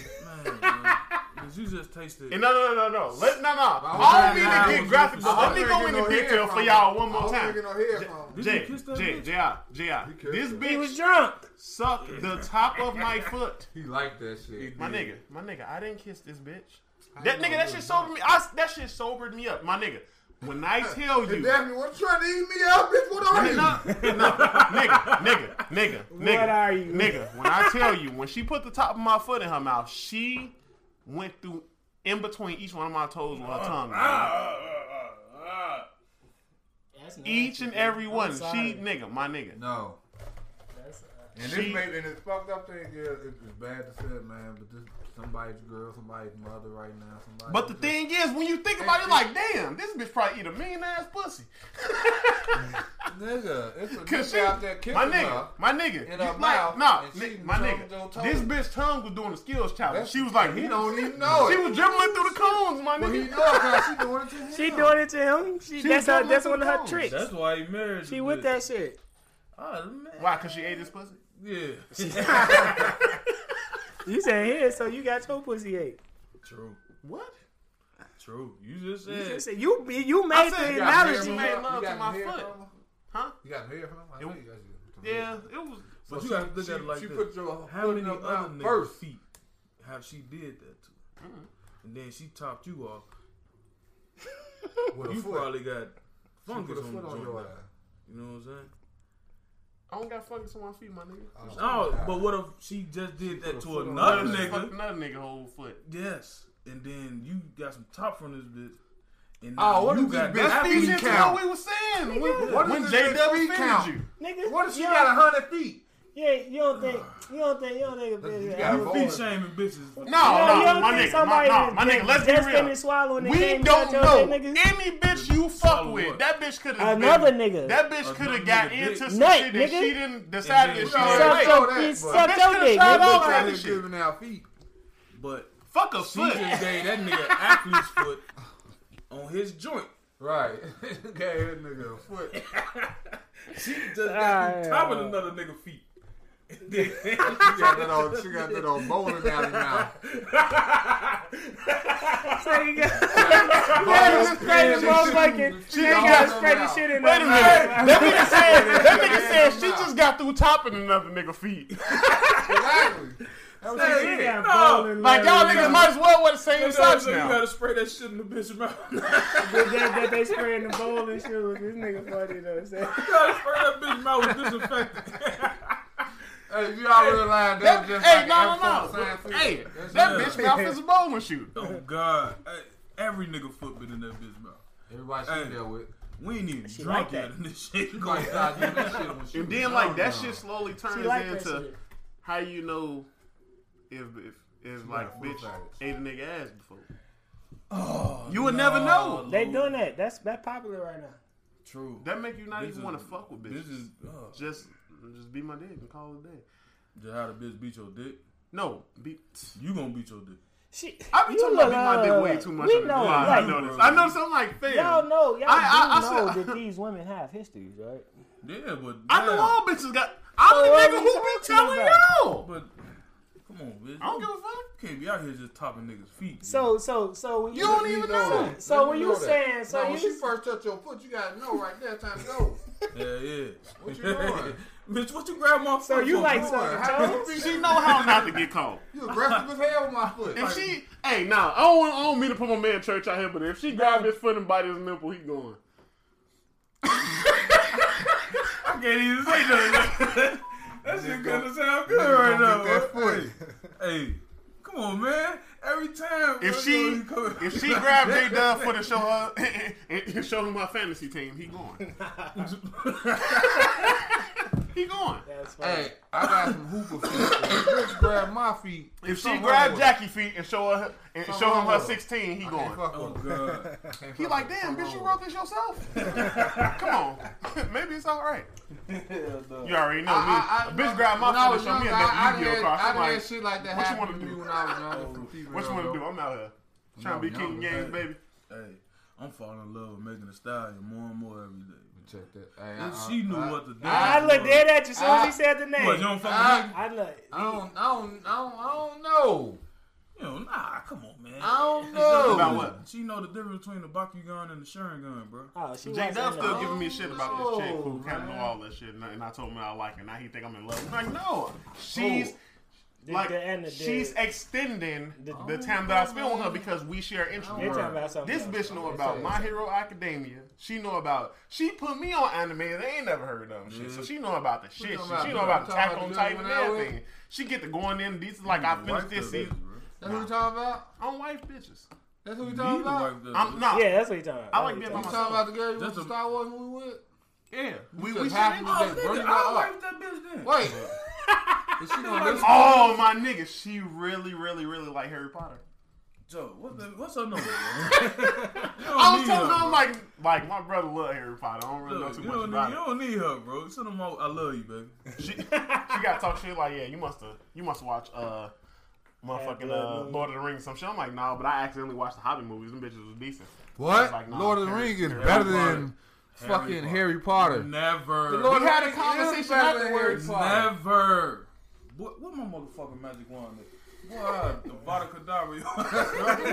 Man, man. 'Cause you just tasted. And no, no, no, no, no. Let, no, no. I I don't mean was to trying get to- graphic, but I let me was go thinking into no detail for headphones. y'all one I more was time. thinking no headphones. Did Jay, you kiss that Jay, bitch? Jay, Jay, kissed this her. He was bitch drunk. sucked the top of my foot. He liked that shit. My nigga, my nigga, I didn't kiss this bitch. I That know nigga, that it shit was sobered me. I, that shit sobered me up, my nigga. When I tell And you, Daphne, what you trying to eat me up, bitch? What are Nigga, you? no, no, nigga, nigga, nigga, nigga. What are you? Nigga, when I tell you, when she put the top of my foot in her mouth, she went through in between each one of my toes with her Uh, tongue. ah. man. Each and every one. She, nigga, my nigga. No, That's, uh, And She- this may, and this fucked up thing is, it's it's bad to say, it, man, but this somebody's girl, somebody's mother right now, somebody. But the thing is, when you think about it, like, damn, this bitch probably eat a mean ass pussy. nigga, it's a Cause nigga she, out there kissing my her. nigga, my nigga, in you her like- mouth, nah, and ni- she my drunk till nigga, toe. this bitch tongue was doing the skills challenge. That's- She was like, he he don't don't even know She it. was dribbling through the cones, my But he nigga. knows how she doing it to him. She doing it to him. She, She that's was her. doing That's it one of to her him. tricks. That's why he married. she the with bitch. that shit. Oh man. Why? Cause she ate this pussy. Yeah. You said here, so you got your pussy ate. True. What? True. You just You, said. just said, you you I made said the you got analogy. hair from made her? love You to got my hair foot. from her? Huh? You got hair from her? I know you got some hair. Yeah, it was. but you gotta look she, at it like she this. put your How foot many in her other mouth niggas first. Mm-hmm. feet have she did that to? And then she topped you off. With a You foot. probably got She put fungus a on the foot on joint. your now. ass. You know what I'm saying? I don't got fungus on my feet, my nigga. Uh, Oh, God. but what if she just did that put a to foot on another her Just ass. fucked nigga? another nigga whole foot. Yes. And then you got some top from this bitch. And Oh, now what you if this got bitch that feet Feeds feet feet into count. what we were saying. When, What when does this J bitch W feet count? feed you. Nigga, What if she you got a don't- hundred feet? Yeah, you don't think you don't think you don't think a Look, you bitch. got you a feet Boy. shaming bitches. No, don't- you Oh, no, don't my think nigga, my, no, that- my nigga. Let's be just real. finished swallowing and We came and got don't your know dick, nigga? any bitch you fuck Swallow with. what? That bitch could have Another been, nigga. That bitch could Another have got nigga. into some Nut, shit that nigga. she didn't decide that And she then- didn't Suck like. Hey, your that, dick, bro. suck Bitch your could've dick, tried nigga. all Out type here of shit. giving out feet. But Fuck a she foot. just gave that nigga athlete's foot on his joint. Right. Gave that nigga a foot. She just got Ah, the top yeah. of another nigga feet. Then- She got that on. She got that on bowling alley now. So you got Bowling straight pins, motherfucking. she She ain't all got them straight out. shit in Wait her a minute. mouth. That nigga said. That nigga Yeah, said she nah. just got through topping another nigga feet. Exactly. That was She it. got No, bowling Like y'all legs. niggas might as well wear the same You know what I'm socks saying? You now. gotta spray that shit in the bitch's mouth. you That, that they spray in the bowling shoes. This nigga funny though. I'm saying. gotta spray that bitch's mouth with disinfectant. Hey, you all realize that That- was just Hey, like no, an no, F4 sign no. for you? Hey, That's that it. bitch mouth is a bowling shoe. oh God, Hey, every nigga foot been in that bitch's mouth. Everybody Hey. she dealt with. We ain't even She drunk like yet that. in this shit. She might start doing that shit when she And was then like young that now. shit slowly turns She like that into shit. how you know if if if got like a full bitch size. ate a nigga ass before. Oh, You would never know. They doing that. That's that popular right now. True. That make you not This even is- want to fuck with This bitches. is oh, Just just be my dick and call it a day. just how the bitch beat your dick. No, be, You gonna beat your dick. She, I be you talking about look, beat my dick uh, way too much. We on the know, pod. like, I know this. I know this. I'm like, fam. Y'all know, y'all I- I- do I know said- that these women have histories, right? Yeah, but I know damn. all bitches got. I'm So the what nigga we who be talking telling about? y'all. But come on, bitch. I don't give a fuck. You can't be out here just topping niggas' feet. bitch. So, so, so when you, You don't even know so, that. So Let when me you know that. saying, so no, you when she first touched your foot, you gotta know right there. Time to go. yeah, yeah. What you doing? bitch? What you grab my so foot you for, like bitch? so How you toes? be- She know how not to get caught. You aggressive as hell with my foot. If she, hey, nah, I don't, want- I don't mean to put my man church out here, but if she grabbed his foot and bite his nipple, he going. I can't even say nothing. that shit gonna sound good right now. That bro. foot. Hey, come on, man. Every time If bro, she, you come- if she grabbed J Dub for the show her and, and show him my fantasy team, he going. he going. That's funny. Hey, I got some hooper feet. If bitch grab my feet. If she something grabbed wrong Jackie feet and show her and Something show him wrong her with her. sixteen, he with it, I can't going. fuck oh with it. god, I can't He fuck like, with it. damn, bitch, Something you wrong wrote this yourself. Come on, maybe it's all right. You already know me. I- I- A I- bitch grabbed my When I foot and was showed me younger, a I, I nipple did, Yu-Gi-Oh card. I'm I did like, shit like that what you happened wanna to me do? when I was younger. from female, what you want to bro. do? I'm out here trying to be No, King no, James, no. baby. hey, I'm falling in love with Megan Thee Stallion more and more every day. Check that. Hey, And she knew what to do. I looked dead at you as soon as I- he said the name. What, you don't fuck with I- Megan? I look. I don't, I don't, I don't, I don't know. You know, nah, come on, man. I don't know. About what? She know the difference between the Bakugan and the Sharingan, bro. Oh, she J wasn't Dub in still the- giving me shit about this chick who Oh, No, kind of know man. all that shit, and I, and I told him I like her. Now he think I'm in love. I'm like, no, she's Oh, the- like the end of the- Oh, she's extending the, The- time that I spend with her because we share They interests. talking about something. This else. bitch know They about talking My Hero Academia. She know about. She put me on anime. They ain't never heard of them shit. So she know about the shit. talking she know about? about We talking Attack about on the Titan and Gentleman Hour? everything. She get to going in. These is like I Mm-hmm. Wife finished this that bitch, season. bro. That's what we talking about. I don't wife bitches. That's what we You talking the about. wife that I'm bitch. not. Yeah, that's what you talking about. I like That's being what you by You talking myself. talking about the girl you went That's to a- Star Wars when we with? Yeah, we just we happy should. to Oh, Bring it nigga, up. I wife that bitch then. Wait, But she don't listen. Oh my nigga, she really, really, really like Harry Potter. Joe, what the, what's her number? bro? You don't I was need telling her, her, I'm bro. like, like my brother love Harry Potter. I don't really Look, know you, too much don't need, you about don't need her, bro. Send them all. I love you, baby. it. She, she got talk shit like, yeah, you must have, you must watch uh, motherfucking uh, Lord of the Rings or some shit. I'm like, nah, but I accidentally watched the Hobbit movies. Them bitches was decent. What? Like, nah, Lord of the Harry- Rings is Harry better Potter. than Harry fucking Potter. Harry Potter. Never. Lord- We had a conversation afterwards. Never. What, what my motherfucking magic wand is? Boy, I- the Vada Kedavra.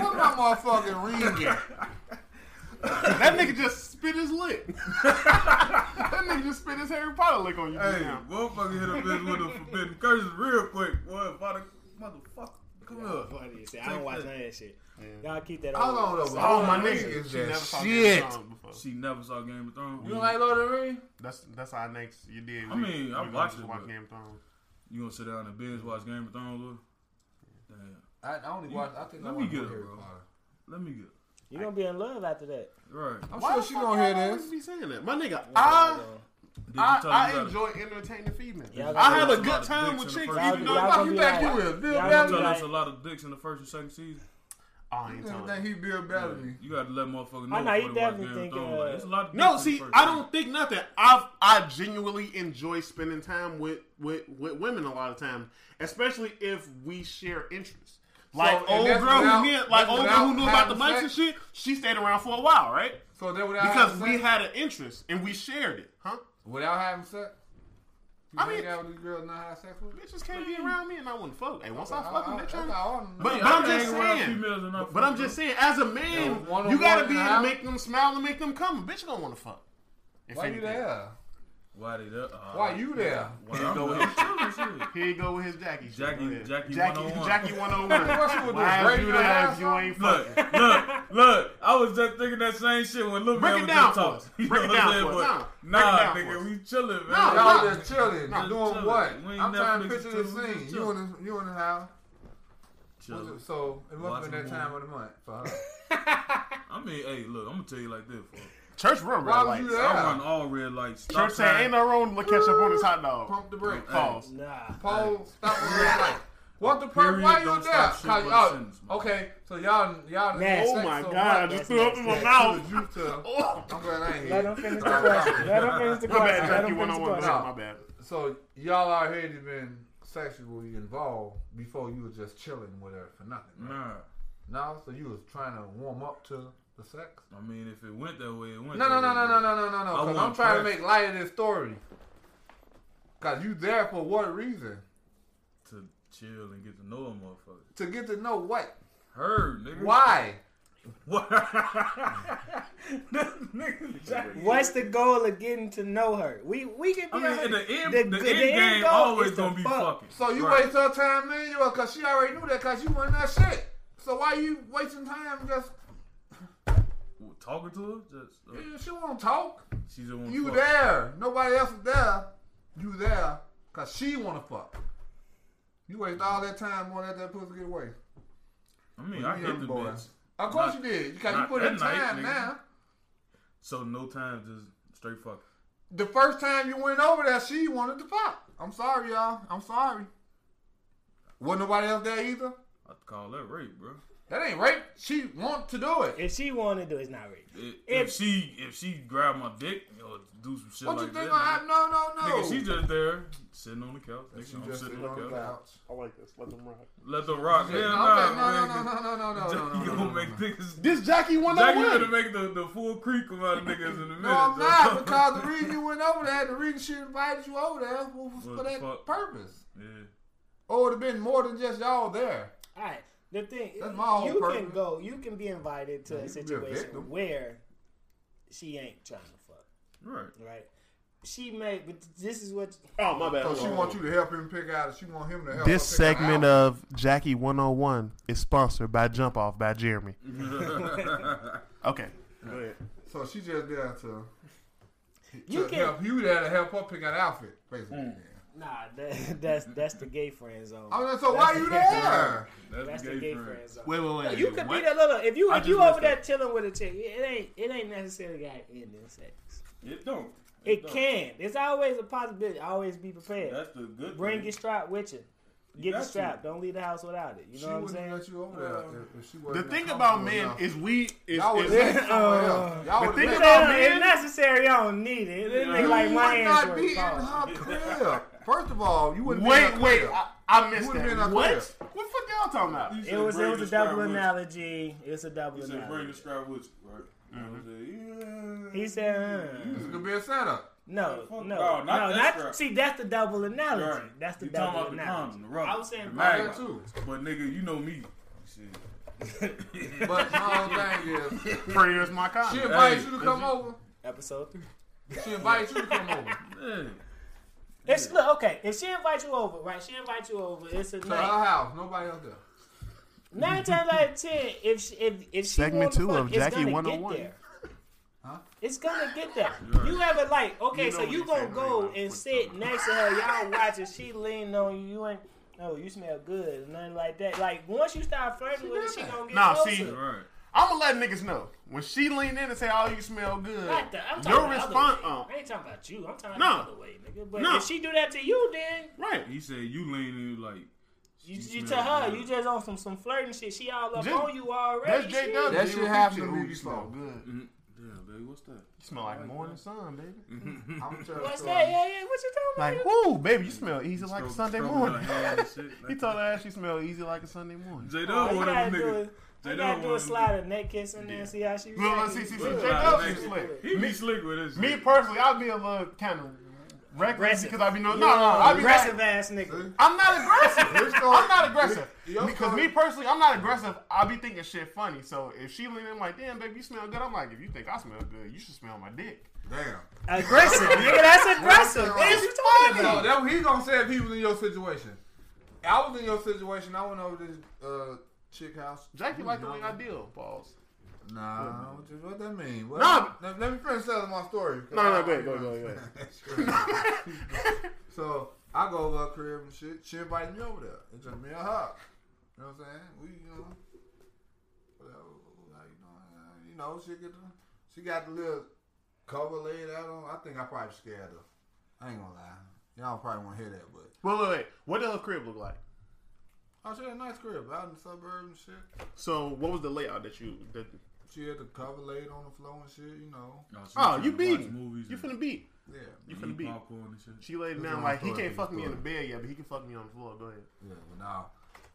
What my motherfucking ring at? that nigga just spit his lick. that nigga just spit his Harry Potter lick on you. just Hey, now. motherfucker hit a bitch with a forbidden curse real quick. Boy, Vada, motherfucker. Come on. Funny as shit. I don't watch none of that shit. Y'all keep that. Hold over. on, though. So- Oh my Lord of the nigga, Rings is she that never saw Game shit. of Thrones before. She never saw Game of Thrones. You don't like Lord of the Rings? That's that's our next. You did. I We- mean, we I gonna watched just it, watch but- Game of Thrones. You gonna sit down and binge watch Game of Thrones? Lil? Damn. I, I only You- watched. I think I let me watched get Harry it, bro. Potter. Let me get. You gonna be in love after that? Right. I'm Why sure the she fuck gonna hear y'all this. always Be saying that, my nigga. Y'all I gonna- Did you I, tell me I about it? enjoy entertaining females. Y'all I gonna had be a like- good About time dicks with in chicks, the Y'all, first even y'all though y'all- I gonna you be like, back you is, Bill y'all You gonna Bellamy. be tell us a like, lot of dicks in the first and second season. I ain't You didn't telling. think you. he Bill Bellamy. You gotta let motherfuckers know. I know, you before they watch definitely Game of thinking, Thrones. Like, uh, it's a lot of No, dicks in the see, first I season. don't think nothing. I've I genuinely enjoy spending time with with with women a lot of times, especially if we share interests. Like and old girl that's without- who knew, like old that's girl without who knew about the having mics and sex? shit, she stayed around for a while, right? So then without Because having we sex, had an interest and we shared it, huh? without having sex, you I hang mean- out with these girls and not have sex with. them? Bitches can't be around me and I wouldn't fuck. Hey, once I fuck them, they that's trying all I'm- But, Yeah, but I'm I just hang around saying. females and I But I'm fuck just saying, as a man, Yeah, one on you gotta one be in the able to house. make them smile and make them come. A bitch gonna wanna fuck. If why you anything. there? Why they there? Uh, Why you there? Why Here I'm go there? I'm chilling, shit. Here you go with his Jackie. shit. Jackie- Go ahead. Jackie Jackie, 101. Jackie 101. What's with Why this is you rape and there if ass you on? ain't fucking? Look, look, look! I was just thinking that same shit when Lil Break Man it was down just for talking. us. You Break know it down what I'm for saying? us. But Nah. Break it Nah, down for nigga, us. we chilling, Nah, man. Y'all nah. just chilling, Nah. doing Chilling. what? We ain't I'm trying to Netflix picture this chilling, we scene. just You in the, you in the house. Was Chilling. it- So it must Watching have been that porn. time of the month for her. I mean, hey, look, I'm gonna tell you like this. Fuck. Church run Why red was lights. you Church there? I run all red lights. Stop saying, ain't sign. no wrong to catch up on his hot dog. Pump the brake. Hey, Pause. nah. Paul, stop with the red light. What the Period, purpose? Why you don't there? stop shit for Cause the y'all- sentence, man. okay, so y'all, y'all. Man, sex Oh my so god, much I that's just threw up in my nasty. that mouth. you tell- Oh. I'm glad I ain't Let here. him finish the question. Let him finish the My question. bad, Let Jackie him finish the 101. question. My bad. So y'all already been sexually involved before you was just chilling with her for nothing. Right? Nah, No, so you was trying to warm up to the sex. I mean, if it went that way, it went. No, that no, no, way, no, no, no, no, no, no. I Because I'm want trying to press. make light of this story. Cause you there for what reason? To chill and get to know a motherfucker. To get to know what? Her, nigga. Why? What? Nigga, Jack- What's the goal of getting to know her? We we can be I mean, honest. in the end, The- the, the end end game goal always is to gonna be fuck. fucking. So you Right. waste her time, man. You because she already knew that because you wasn't that shit. So why you wasting time? Just talking to her? Just uh, you- she won't talk. she just want You fuck. there? Nobody else is there. You there? Cause she wanna fuck. You waste all that time going to let that pussy get away. I mean, I hit young the boy. bitch. Of course Not- you did. Because you not put that in night, time nigga. now. So no time, just straight fuck. The first time you went over there, she wanted to pop. I'm sorry, y'all. I'm sorry. Wasn't nobody else there either. I call that rape, bro. That ain't rape. She want to do it. If she want to do it, it's not rape. If, if, If- she if she grab my dick or do some shit What like you think? that, I, nigga, no, no, no. nigga, she just there sitting on the couch. Nigga, She I'm just sitting sitting on the couch. I like this. Let them rock. Let the rock. Yeah, Hell I'm nah, man. like, no, no, no, no, no, no, no, no, You no, no, gonna no, make no. niggas? This Jackie Jack, you gonna 101. make the, the full creek come out of niggas in a minute. No, I'm though. not because the reason you went over there, the reason she invited you over there was for What the that fuck? purpose. Yeah. Or it'd have been more than just y'all there. All right. The thing That's my whole you can purpose. go, you can be invited to Yeah, a you can be a situation victim. where she ain't trying to fuck, Right. right? She may, but this is what Oh, my bad. So Hold she on, wants hold you on. to help him pick out. She want him to help. This her pick her segment out. of Jackie 101 is sponsored by Jump Off by Jeremy. Okay. Go ahead. So she just there to, You to can- Mm. help you there to help her pick an outfit, basically. nah. That, that's that's the gay friend zone. I mean, so That's why the you gay friend there? That's, That's the gay friend zone. Wait, wait, wait. you could be what? that little if you I if you just over missed there chilling with a chick. It ain't it ain't necessarily got ending sex. It don't. It can. There's always a possibility. Always be prepared. That's the good Bring thing. your strap with you. Get the got strap. Don't leave the house without it. You She know what I'm wouldn't saying? let you over there if, if she The wasn't. thing about men comfortable is we is, enough. y'all is- Uh, would have been somewhere else. Y'all the would thing have about Well, men- if necessary, I don't need it. This Yeah. nigga like you my would hands not were be in involved. her crib. First of all, you wouldn't be Wait, in her wait, crib. I, I missed You would've been that. out What? there. What the fuck y'all talking about? You It said was it bring was your a strap double with you. analogy. It's a double He said, "Bring analogy. the strap with you, right?" Mm-hmm. And I was like, yeah. He said, uh, This could be a setup. No, Fuck no, no, no. not that That's strap. see, that's the double analogy. Right. That's the you talking double about the analogy. condom, the rubber, I was saying the Mine mag too. But nigga, you know me. Shit. But my whole thing is, Prayer is my she comment. invites Hey, you to is come you- over. Episode three. She invites you to come over. Man. It's look, okay. If she invites you over, right? She invites you over. It's a To night. her house. Nobody else there. Nine times out of ten, if she, if if she Segment wanna two fuck, of it's Jackie gonna get 101. there. Huh? It's gonna get there. Right. You have a like, okay, You know so when you you gonna say, "Hey, go my and foot sit done." next to her, y'all watching. She leaning on you. You ain't. Oh, you smell good, nothing like that. Like once you start flirting with her, did she that. gonna get Nah, closer. see, Right. I'ma let niggas know when she leaned in and say, "Oh, you smell good." Not the, I'm talking Your about response, other uh, way. I ain't talking about you. I'm talking No. about the other way, nigga. But No. if she do that to you, then right? He said you leaning like you, She you smell tell her good. you just on some some flirting shit. She all up Just- on you already. That's Shit. J W. That shit happened to me Ooh, "Oh, You smell before. good. You mm, damn baby, what's that? smell like morning sun, baby. I'm telling What's you. that? Yeah, yeah. What you talking Like, ooh, baby, you smell easy like a Stroke- Sunday stroking morning. her hand and shit. He told her she smelled easy like a Sunday morning. J about? Dub one gotta of them do niggas. it. J You Dub gotta one do a of them slide of neck kiss in there and see how she Look, reacts. see, see, see, You J gotta Dub do is it. slick. He be slick with this. Me shit. personally, I'd be a little kind of reckless Aggressive. because I'd be no, You no, no. a I'd be aggressive like, ass nigga. I'm not aggressive. I'm not aggressive. Your Because me personally, I'm not aggressive. I be thinking shit funny. So if she lean in like, damn, baby, you smell good. I'm like, if you think I smell good, you should smell my dick. Damn. Aggressive, nigga. That's aggressive. Wrong. What is you talking No, about? that what he gonna say if he was in your situation. I was in your situation. I went over to this uh, chick house. Jackie You like the know. way I deal. Pause. Nah, what, you, what that mean? What, Nah. let, let me finish telling my story. No, no, go ahead, go ahead, go ahead, so I go over her crib and shit. She invited me over there. It's just me and her. You know what I'm saying? We, you know, whatever. How you doing? You know, she get the, she got the little cover laid out on. I think I probably scared her. I ain't gonna lie. Y'all probably won't hear that, but Wait, wait, wait. What did her crib look like? Oh, she had a nice crib out in the suburbs and shit. So what was the layout that you that? She had the cover laid on the floor and shit, you know. Oh, she Oh, tryna you watch beat. movies You and finna beat. Yeah. You eat finna beat. popcorn and shit. She laid This down like is my he can't story, fuck me in the this bed yet, but he can fuck me on the floor. Go ahead. Yeah, but now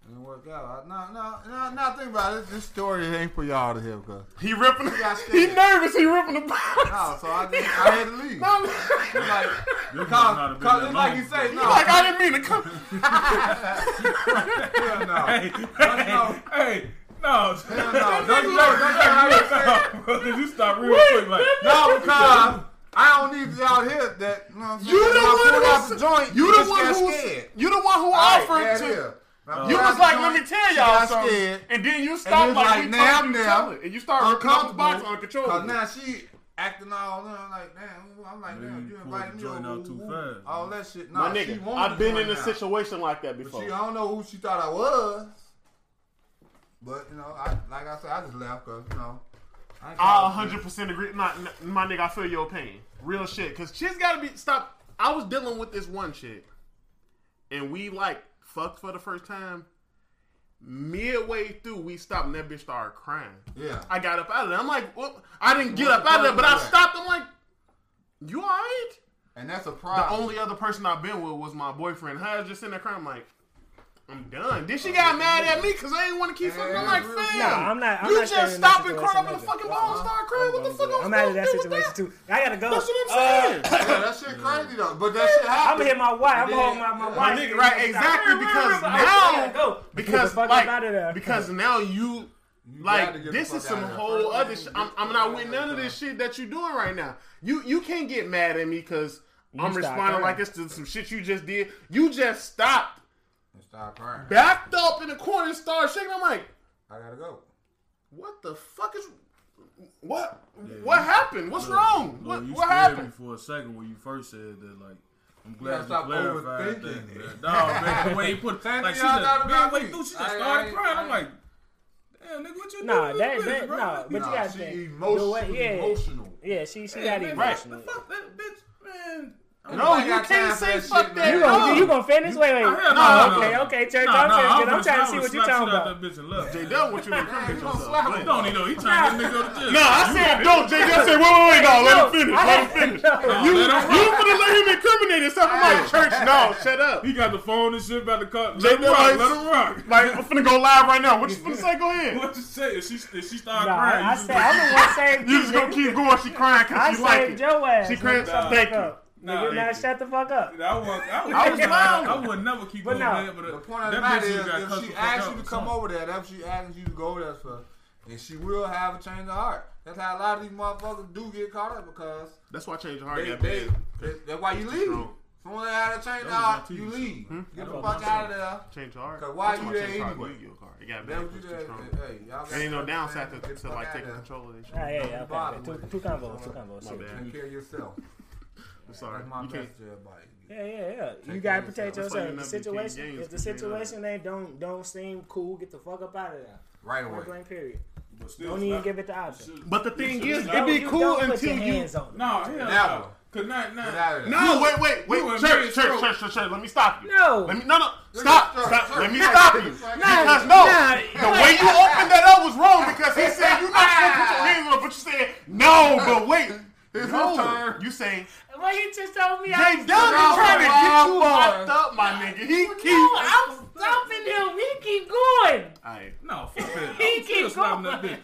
it didn't work out. Now, now, now, now think about it. This story ain't for y'all to hear because. He ripping. He got He scared. nervous. He ripping the box. No, so I just I had to leave. I'm Like, This must not have cause, been cause that it's like you long. say, no, like I didn't mean to come. hell no, Hey, no. hey, no, hell no, don't you know, don't you know how you say? no, bro, did you stop real quick? Like, No, because I don't need y'all here. That you know, what I'm saying? You the one who s- You When I pulled out the joint. just the one got who scared. you the one who All right, offered there it to. is. Uh, When I You pulled out was the like, joint, let me tell Uh, she y'all got something, scared. and then you stop was like, like, we now talking, I'm you now tell it, and you start ripping off the box uncomfortable. Cause uncontrollably. now she acting all, you know, like, damn, I'm like, Maybe damn, you you pulled invited the me joint over, out too ooh, ooh, fast. all that shit. Nah, My she nigga, wanted I've the been in joint a now. situation like that before. But she, I don't know who she thought I was. But you know, I like I said, I just left because you know. I ain't I trying to- 100 percent agree. My, my nigga, I feel your pain. Real shit. Cause she's gotta be stop. I was dealing with this one chick, and we like fucked for the first time. Midway through, we stopped, and that bitch started crying. Yeah. I got up out of there. I'm like, well, I didn't get What up out of there, the but fuck I was that? stopped. I'm like, you alright? And that's a The problem. only other person I've been with was my boyfriend. I was just sitting there crying, I'm like. I'm done. Oh, Then she got mad at me because I didn't want to keep fucking. I'm like, Nah, fam, I'm not- I'm you not just sharing that stop and cry situation up in the either. fucking ball and start crying. What the fuck? I'm out of that supposed to do with situation too. Uh, I gotta go. That's what I'm saying. yeah, that shit crazy though. But that shit I'm happened. gonna hit my wife. I'm Yeah. gonna hold my, my My wife. nigga, right? Exactly because now, because Get the fuck like, up outta there. because now you, You like, gotta get this the is fuck some out of here. whole First other. thing, Sh- get I'm, the I'm fuck not out with of none of here. this shit that you doing right now. You you can't get mad at me because I'm stop responding crying. like it's to some shit you just did. You just stopped, And Stop crying. backed up in the corner, and started shaking. I'm like, I gotta go. what the fuck is, what what happened? What's wrong? Look, What you what scared happened? me for a second when you first said that. Like, I'm gotta glad you, stop clarified overthinking that. it. Dog, man, the way he put Same like thing she y'all just thought about midway me. through, she just I ain't- started crying. I'm I ain't- like, damn, nigga, what you Nah, doing? that, with this, that bro? no, but you Nah, gotta she think. the emotional. way- yeah, emotional. yeah, she she Hey, got man, emotional. What the fuck, that bitch? Ain't No, nobody you got can't time for say shit, fuck man. You that. gonna, No. you gonna finish? Wait, wait. Hell no, oh, no, okay, no. okay, church. Nah, I'm, nah, serious, 'cause I'm I'm finna- trying I to see would what you're slap talking shit out about. That bitch and love. Jay Dell want you to incriminate You gonna yourself. slap Blame. You don't need no. He trying to get nigga up to jail. No, I said don't, Jay. I said, wait, wait, wait, no, let him finish. Let him finish. Nah, You, let him- you finna let him incriminate himself. I'm like, church, no, shut up. He got the phone and shit about to cut. Jay Let him rock. Dillon- Let him rock. Like, I'm finna go live right now. What you finna say? Go ahead. What you say? If she if she started Nah, crying, I, I you said just be I'm like, the one saved You just gonna nigga. keep going. She crying I because she like saved it. your ass. She crying. Nah. Thank Fuck you. up. Nah, nigga, now thank you. shut the fuck up. I was, I was, I was I, smiling. would never keep But going no. there, but uh, The point of the that matter bitch is, just got if cussed she the fuck asks out you to or come something. over there, that's what she asks you to go over there for. And she will have a change of heart. That's how a lot of these motherfuckers do get caught up because That's why I changed heart. they, they, that- that's why you leave. strong. Soon as they have a change That was of my heart, TV you show. leave. Get the That fuck was my out of there. Change heart. Cause why I'm talking you about there change heart, anyway? you your car. It got That bad. what you It's too did. strong. Hey, y'all There ain't no got downside Get to, the to fuck like out taking of there. control of this Ah, shit. yeah, yeah, okay. okay. Two, two combos, two combos. My shit. bad. Take care of yourself. I'm sorry. That's my You can't. message to everybody. Yeah, yeah, yeah. you gotta Take care of protect yourself. That's why yourself. you If the never became situation, gay if the is because you're not- situation ain't don't don't seem cool, get the fuck up out of there. Right Point away. blank period. But still, Don't even give it the option. But the thing You is, should it'd be You cool don't put until your you. hands on it. No, hell Never. no. Cause not, Get out of not. there. No, wait, wait, you wait. in Church, Mary's church, throat. church, church, church. Let me stop you. No. Let me. No, no. Stop. church, Stop. church. Let me stop you. Because no, nah. the way you opened that up was wrong. Because he said you not gonna put your hands on, it, but you said no. But wait, It's his no. turn. You saying Well, he just told me Jay Dub is trying to get you fucked up, my nigga. He keep. I'm stopping him. We keep going. Alright. No, fuck that. He I'm still keep slapping that going. bitch.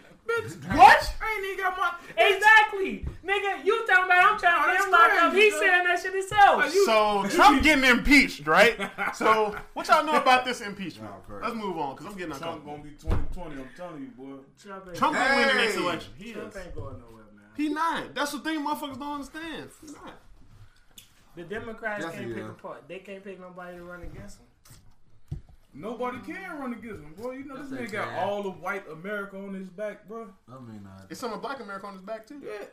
Bitch, What? I ain't even got my. Exactly, nigga. You talking about I'm trying Oh, to get that's him locked up? crazy, He's son. saying that shit himself. Like, you- So Trump getting impeached, right? So what y'all know about this impeachment? Let's move on because I'm getting Trump uncomfortable. gonna be 2020. I'm telling you, boy. Trump ain't, Trump gonna win the next Hey. election. He is. Trump ain't going nowhere, man. He not. That's the thing motherfuckers don't understand. He not. The Democrats Yes, can't he pick is. a part. They can't pick nobody to run against them. Nobody can run against him, boy. You know this Yes, they nigga got can. all of white America on his back, bro. I mean, uh, It's some of black America on his back too. Yeah.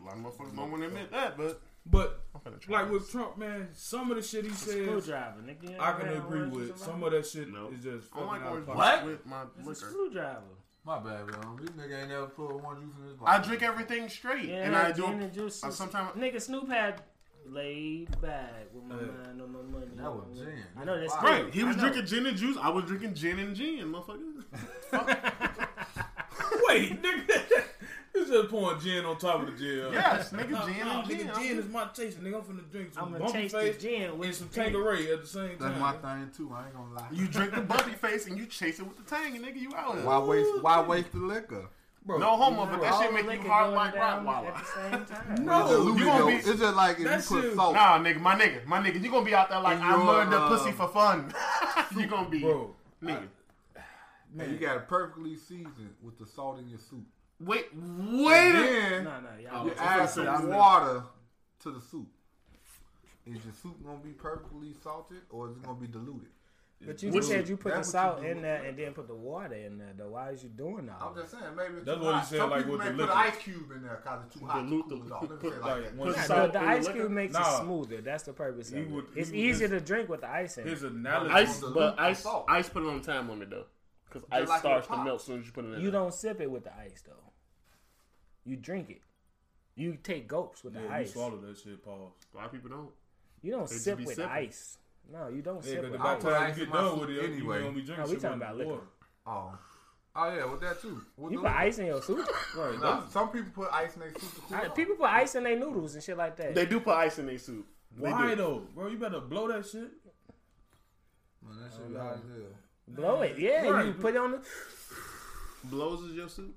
A lot of motherfuckers don't want to admit that, but But I'm gonna try. like with Trump, man, some of the shit he says, Screwdriver, nigga. I can agree with. Some of that shit No. is just I don't fucking like orange out of juice pocket. with my liquor. screwdriver. my bad, bro. This nigga ain't never pulled one juice in his I body. drink everything straight, Yeah, and I do. gin and juice. I sometimes- nigga Snoop had laid back with my Yeah. mind on my money. That was My- gin. I know that's Right. Right, he was I know. drinking gin and juice. I was drinking gin and gin, motherfucker. Wait, nigga, you just pouring gin on top of the gin. Yes, nigga, Nah, gin nah, and gin. Nigga, gin is my taste. Nigga, I'm finna drink I'm some gonna bumpy taste the face gin with and some the gin. Tanqueray at the same That's time. my thing too. I ain't gonna lie. You drink the bumpy face and you chase it with the tang, and nigga, you out. why waste? Why waste the liquor? Bro, No homo, but that All shit the make you liquor hard going like down At Rottweiler. the same time. It's No, just you gonna Louis be- Doe. It's just like if That you put shit- salt. Nah, nigga, my nigga, my nigga, you gonna be out there like In I your, murdered uh, pussy for fun. you gonna be, bro. nigga. Man, you got it perfectly seasoned with the salt in your soup. Wait, wait. a- Then No, no, y'all. you I add was some gonna say, I'm- water to the soup. Is your soup gonna be perfectly salted or is it gonna be diluted? But you Which- just said you put the that's what you salt do in with there it. and then put the water in there. Though why is you doing all I'm that? just saying, maybe it's That's too what he hot. said, Some like, people with may the put liquor. an ice cube in there because it's too hot. Dilute to cool the- it off. Let me put say it like like that. one Nah, Nah, salt the, the in the ice liquor? cube makes Nah. it smoother. That's the purpose. Of He it. would- he it's would easier to drink with the ice in. it. His analogy. Ice, the but loop ice, salt. ice put on time limit though, because ice like starts it to pop. melt as soon as you put it in. You there. don't sip it with the ice though. You drink it. You take gulps with the yeah, you ice. swallow that shit, Paul. A lot of people don't. You don't just sip be with sipping. ice. No, you don't Yeah, sip because with by ice. the put time ice you in get my done soup with it, anyway. you gonna be drinking No, we shit talking with about water. liquor. Oh, oh yeah, with that too. With You the put liquor. ice in your soup. Right. Nah, that's- some people put ice in their soup to cool I- off. people put ice in their noodles and shit like that. They do put ice in their soup. They Why do. though, bro? You better blow that shit. Man, that shit be hot as hell. Blow it. Yeah, you Right. put it on the. Blows is your soup.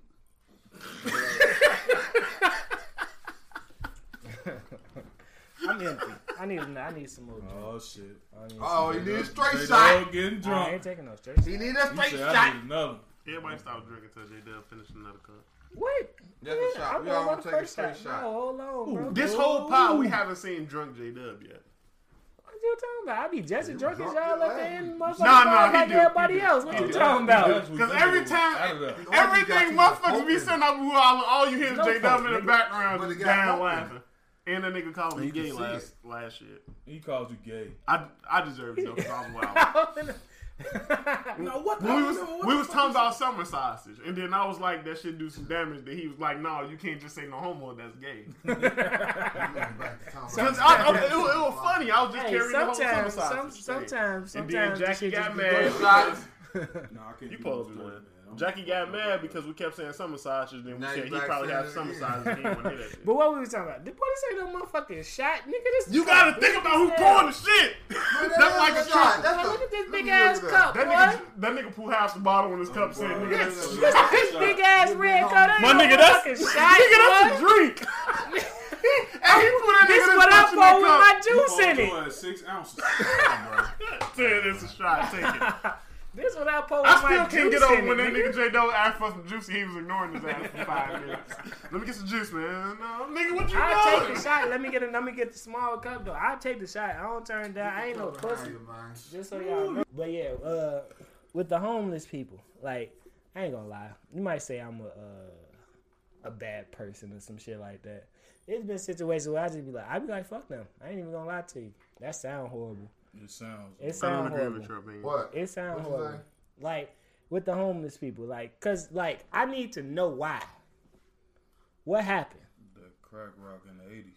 I'm empty. I need. I need some more. drink. Oh shit. I need some- Oh, he need a They straight all shot. getting Nah, I ain't drunk. taking no straight. He shots. need a You straight said I shot. need another. Everybody stopped drinking until J Dub finished another cup. What? That's a Yeah, shot. I'm We on all my gonna take a first straight shot. No, hold on, bro. This whole pod we haven't seen drunk J Dub yet. What you talking about? I be just as drunk as drunk y'all your at the ass. end, motherfucker. Nah, nah, he like do, he everybody do. else. What He you do. talking about? Because every Out of time, there. everything Got you motherfuckers be open. sitting up, we all, all you hear is No J Dub in fuck, the nigga. background But it just got down open. laughing. And that nigga called me You can gay see last last year. He calls you gay. I I deserve it though because I was wild. No, what? When we was we was talking about summer sausage, and then I was like, that shit do some damage. Then he was like, no, you can't just say no homo. That's gay. Because Because I, I, it, was- it was funny. I was just Hey, carrying the whole summer sometimes, some, sausage. thing. sometimes, sometimes, and then this Jackie shit just got be mad. going- because- Nah, I can't You do posed that, one. I'm- Jackie got mad because we kept saying summer sausage. Then we Now said you he black probably saying had it summer again. sausage. and He didn't want to hear that shit. But what we was talking about? Did boy say no motherfucking shot, nigga? This You gotta think about who pouring the shit. That's like a triple. Like, look at this big ass cup, That boy. nigga, that nigga pulled half the bottle in his cup saying, nigga, This, that's this, a this big ass red cup. that ain't My no nigga, that's- fucking nigga, shot, that's a boy. drink. and he put that This nigga is what I punch in pour with my that You juice in posed it. one at Six ounces. Come on, bro. cup. Saying it's a shot, take it. This is what I pour with I my still juice can't get over in when that it, nigga J Dole asked for some juice and he was ignoring his ass for five minutes. Let me get some juice, man. No, nigga, what you I'll take doing? the shot. Let me get a, let me get the small cup though. I'll take the shot. I don't turn down. I ain't no pussy. Just so y'all know. But yeah, uh, with the homeless people, like I ain't gonna lie. You might say I'm a uh, a bad person or some shit like that. There's been situations where I just be like, I be like, fuck them. I ain't even gonna lie to you. That sound horrible. It sounds. It I don't sound agree horrible. with your opinion. What? It sound What you horrible. say? Like with the homeless people, like, cause like I need to know why. What happened? The crack rock in the eighties.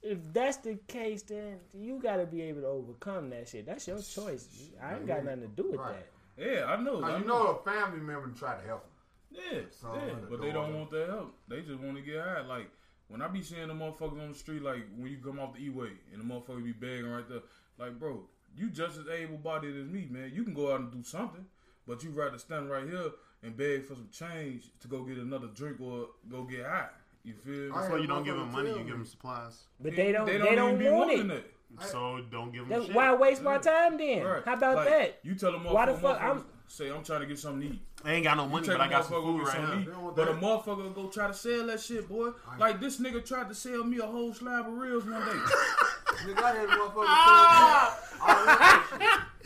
If that's the case, then you gotta be able to overcome that shit. That's your choice. I ain't got nothing to do with Right. that. Yeah, I know. Now, I you know a family member to try to help him. Yeah, So, yeah, the but they door. don't want their help. They just want to get high. Like when I be seeing the motherfuckers on the street, like when you come off the E-way and the motherfucker be begging right there, like bro, you just as able-bodied as me, man. You can go out and do something, but you rather stand right here and beg for some change to go get another drink or go get high. You feel? me? I- That's why you don't give motherfucker him money, tell you give me. him supplies. But they don't. They don't, even be want wanting it. So don't give him That's shit. why I waste my time then? Right. How about Like, that? You tell a motherfucker, Why the fuck I'm- motherfucker, say I'm trying to get something to eat. I ain't got no money, Take but I a got some motherfucker food with some right meat, now. They want But a that. motherfucker go try to sell that shit, boy. Like this nigga tried to sell me a whole slab of ribs one day. Nigga, I had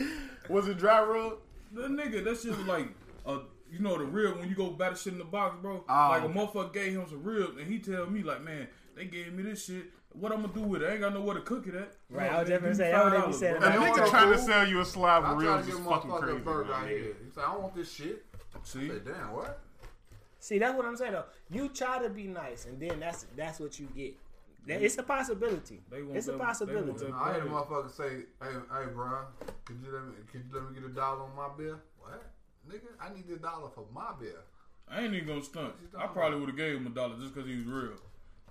motherfucker Was it dry rub? the nigga, that shit was like uh you know the rib when you go buy the shit in the box, bro. Oh, like a okay. motherfucker gave him some ribs and he tell me like, man, they gave me this shit. What I'm gonna do with it? I ain't got nowhere to cook it at. Right, I was Bro, nigga, just gonna give me say, how would they be $5, selling A bro. that? nigga want trying no to food. sell you a slab I'm of trying reels to is get fucking motherfucker a crazy. burger man, out here. nigga. He said, I don't want this shit. I See, said, damn, what? See, that's what I'm saying though. You try to be nice, and then that's that's what you get. That- It's a possibility. They want It's a that- they want possibility. that- Nah, I had a motherfucker say, "Hey, hey, bro, could you let me, could you let me get a dollar on my bill?" What, nigga? I need a dollar for my bill. I ain't even gonna stunt. I probably would have gave him a dollar just because he was real.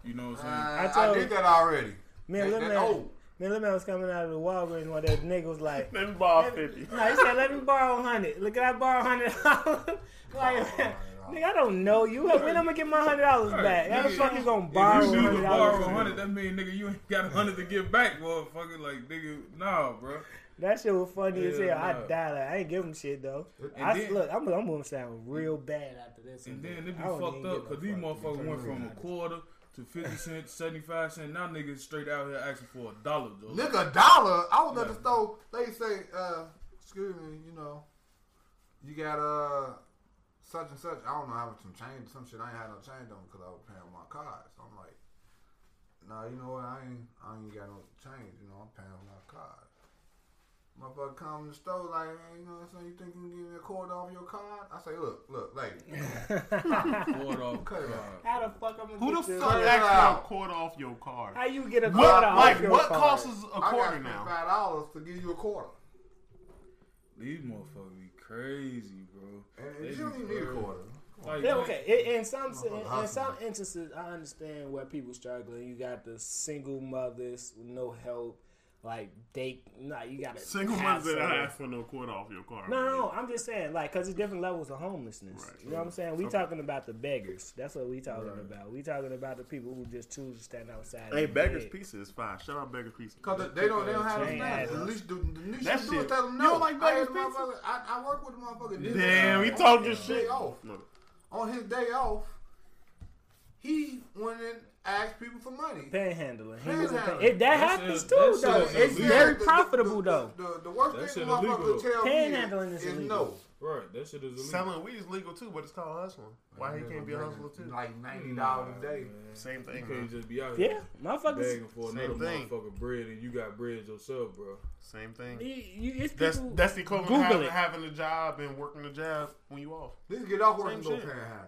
You know what Uh, I'm I, told- did that already. Man, That- little that man, old. man, little man was coming out of the Walgreens one day. The nigga was like, Let me borrow 50. No, he said, let me borrow a hundred. Look, can I borrow a hundred dollars? like, Oh, nigga, I don't know you. When I'm gonna get my hundred dollars back? How the nigga, fuck you gonna saying? borrow If a you do hundred the borrow dollars? hundred, that mean nigga you ain't got a hundred to give back, motherfucker. Like nigga, nah, bro. That shit was funny as hell. Yeah, I nah. died. Like, I ain't give him shit though. And I then- look, I'm, I'm gonna sound real bad after this. And one. then it be I don't fucked even up give a because these fuck. motherfuckers went from a quarter to 50 cents, 75 cents. Now niggas straight out here asking for a dollar, though. Nigga, a dollar. I was at the store. They say, uh, "Excuse me, you know, you got uh such and such." I don't know how much some change, some shit. I ain't had no change on because I was paying with my card. So I'm like, "Nah, you know what? I ain't, I ain't got no change. You know, I'm paying with my card." Motherfucker come in the store like, hey, you know what I'm saying? You think you can give me a quarter off your card? I say, look, look, lady, Quarter off Cut it card. out. How the fuck I'm gonna Who get the this? fuck Yeah. asked for a quarter off your car? How you get a quarter What, off like, your what card? costs is a I got quarter spend now? five dollars to give you a quarter. These motherfuckers be crazy, bro. And They you be don't even need a crazy. quarter. Like, Yeah, okay. In, in some in, in hustling. some instances, I understand where people struggling. You got the single mothers, with no help, like they. Nah, you got to Single months that I asked for no quarter off your car. No, no, no, I'm just saying, like, cause it's different levels of homelessness. Right. You know what I'm saying? We talking about the beggars. That's what we talking about. We talking about the people who just choose to stand outside. Hey, and Beggars beg. Pizza is fine. Shout out Beggars Pizza. Cause they- they don't, they don't have no They ain't standards. had At no- least the, the least That you do is shit- tell them you no. don't like I had Vegas a pizza? motherfucker- I, I work with a motherfucker. this Damn, guy, we on talking his shit. Day off. No. On his day off, he went in ask people for money. Panhandling. He was Panhandling. If that That's happens it. too, That's though, it. it's Illegal. very The- the- profitable the- though. The, the, the worst That thing shit a motherfucker illegal. tell Panhandling me is is, is no. illegal. Right, that shit is illegal. Selling weed is legal too, but it's called hustling. Why he can't be a hustler too? Like ninety dollars a day. Uh-huh. Man. Same You thing. can't Man. just be out Yeah, here motherfuckers. begging for Same another thing. motherfucker bread and you got bread yourself, bro. Same thing. You, you, it's That's people, that's the equivalent of Google having, it. having a job and working a job when you off. Let's get off work Same and go shit. panhandle.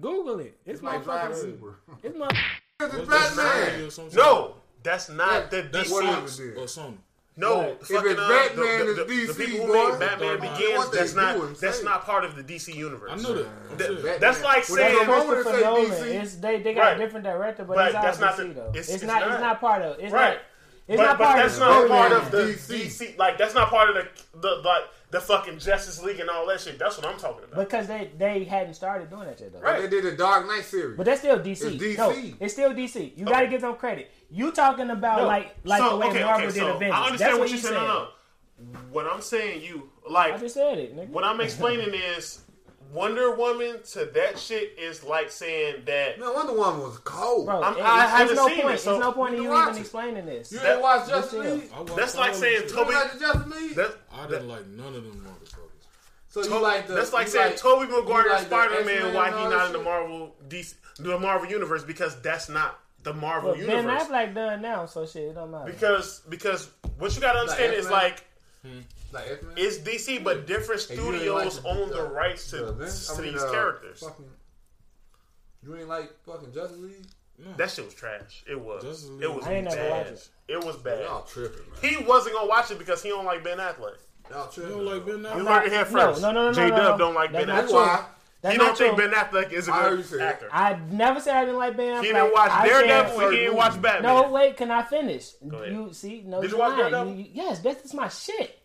Google it. It's It's like driving motherfuckers. Uber. It's motherfuckers. It's a What's black that, Sony man. or some shit? No, that's not the That's What DC. Sony. Fox is it? or Sony. No, If fucking, it's uh, Batman, the, it's the, the, DC, people who boy. made Batman What Begins, they that's doing, not that's say. not part of the DC universe. I knew that. I'm That- serious. Batman. That's like When saying- they promoted Christopher it, say Nolan. DC, It's, they they got Right. a different director, but, But it's that's that's not not the- though. it's- It's, it's not, not. It's not part of. It's Right. Not, it's but, not but part that's of. not Batman part is of the DC. DC. Like that's not part of the the like the fucking Justice League and all that shit. That's what I'm talking about. because they they hadn't started doing that yet though. They did the Dark Knight series. But that's still DC. It's DC. No, it's still DC. You got to Okay. give them credit. You talking about like like the way Marvel did Avengers? I understand that's what, what you you said. No, no. What I'm saying, you I like just said it. Nigga. what I'm explaining is Wonder Woman to that shit is like saying that. Man, Wonder Woman was cold. Bro, I'm- it- I it's- haven't it's no seen it, point. It's so no point you in can you watch even it. explaining this. you that- didn't watch Justice this is- League? I watched That's all like of saying them You Toby. didn't like the Justice League? That, shit. I didn't like none of them motherfuckers. so you To- like the, that's like you saying Toby you Maguire like the Spider Man. X-Men Why and he not all that in the shit? Marvel DC, the Marvel universe? Because that's not the Marvel But Ben universe. Affleck done now, so shit, it don't matter. Because because what you gotta understand is X-Men? like Like X-Men? it's DC, but different And you ain't studios like own the rights to, the Aven- I to mean, these uh, characters. Fucking, you ain't like fucking Justice League? That shit was trash. It was. Justice League It was I ain't never bad. watched it. It was bad. Y'all tripping, man. He wasn't gonna watch it because he don't like Ben Affleck. Y'all You tripping. don't like Ben You Affleck? learned it here no, first. no, no, no, no, J Dub no. don't like That's Ben not That's Affleck. true. why. That's he not don't think true. Ben Affleck is a I already good said actor. I never said I didn't like Ben. Affleck. He didn't watch I Daredevil. said- and He didn't watch Batman. No, wait. Can I finish? ahead. You see? No, Did you you're watch lying. Daredevil? You- you- yes, that's, that's my shit.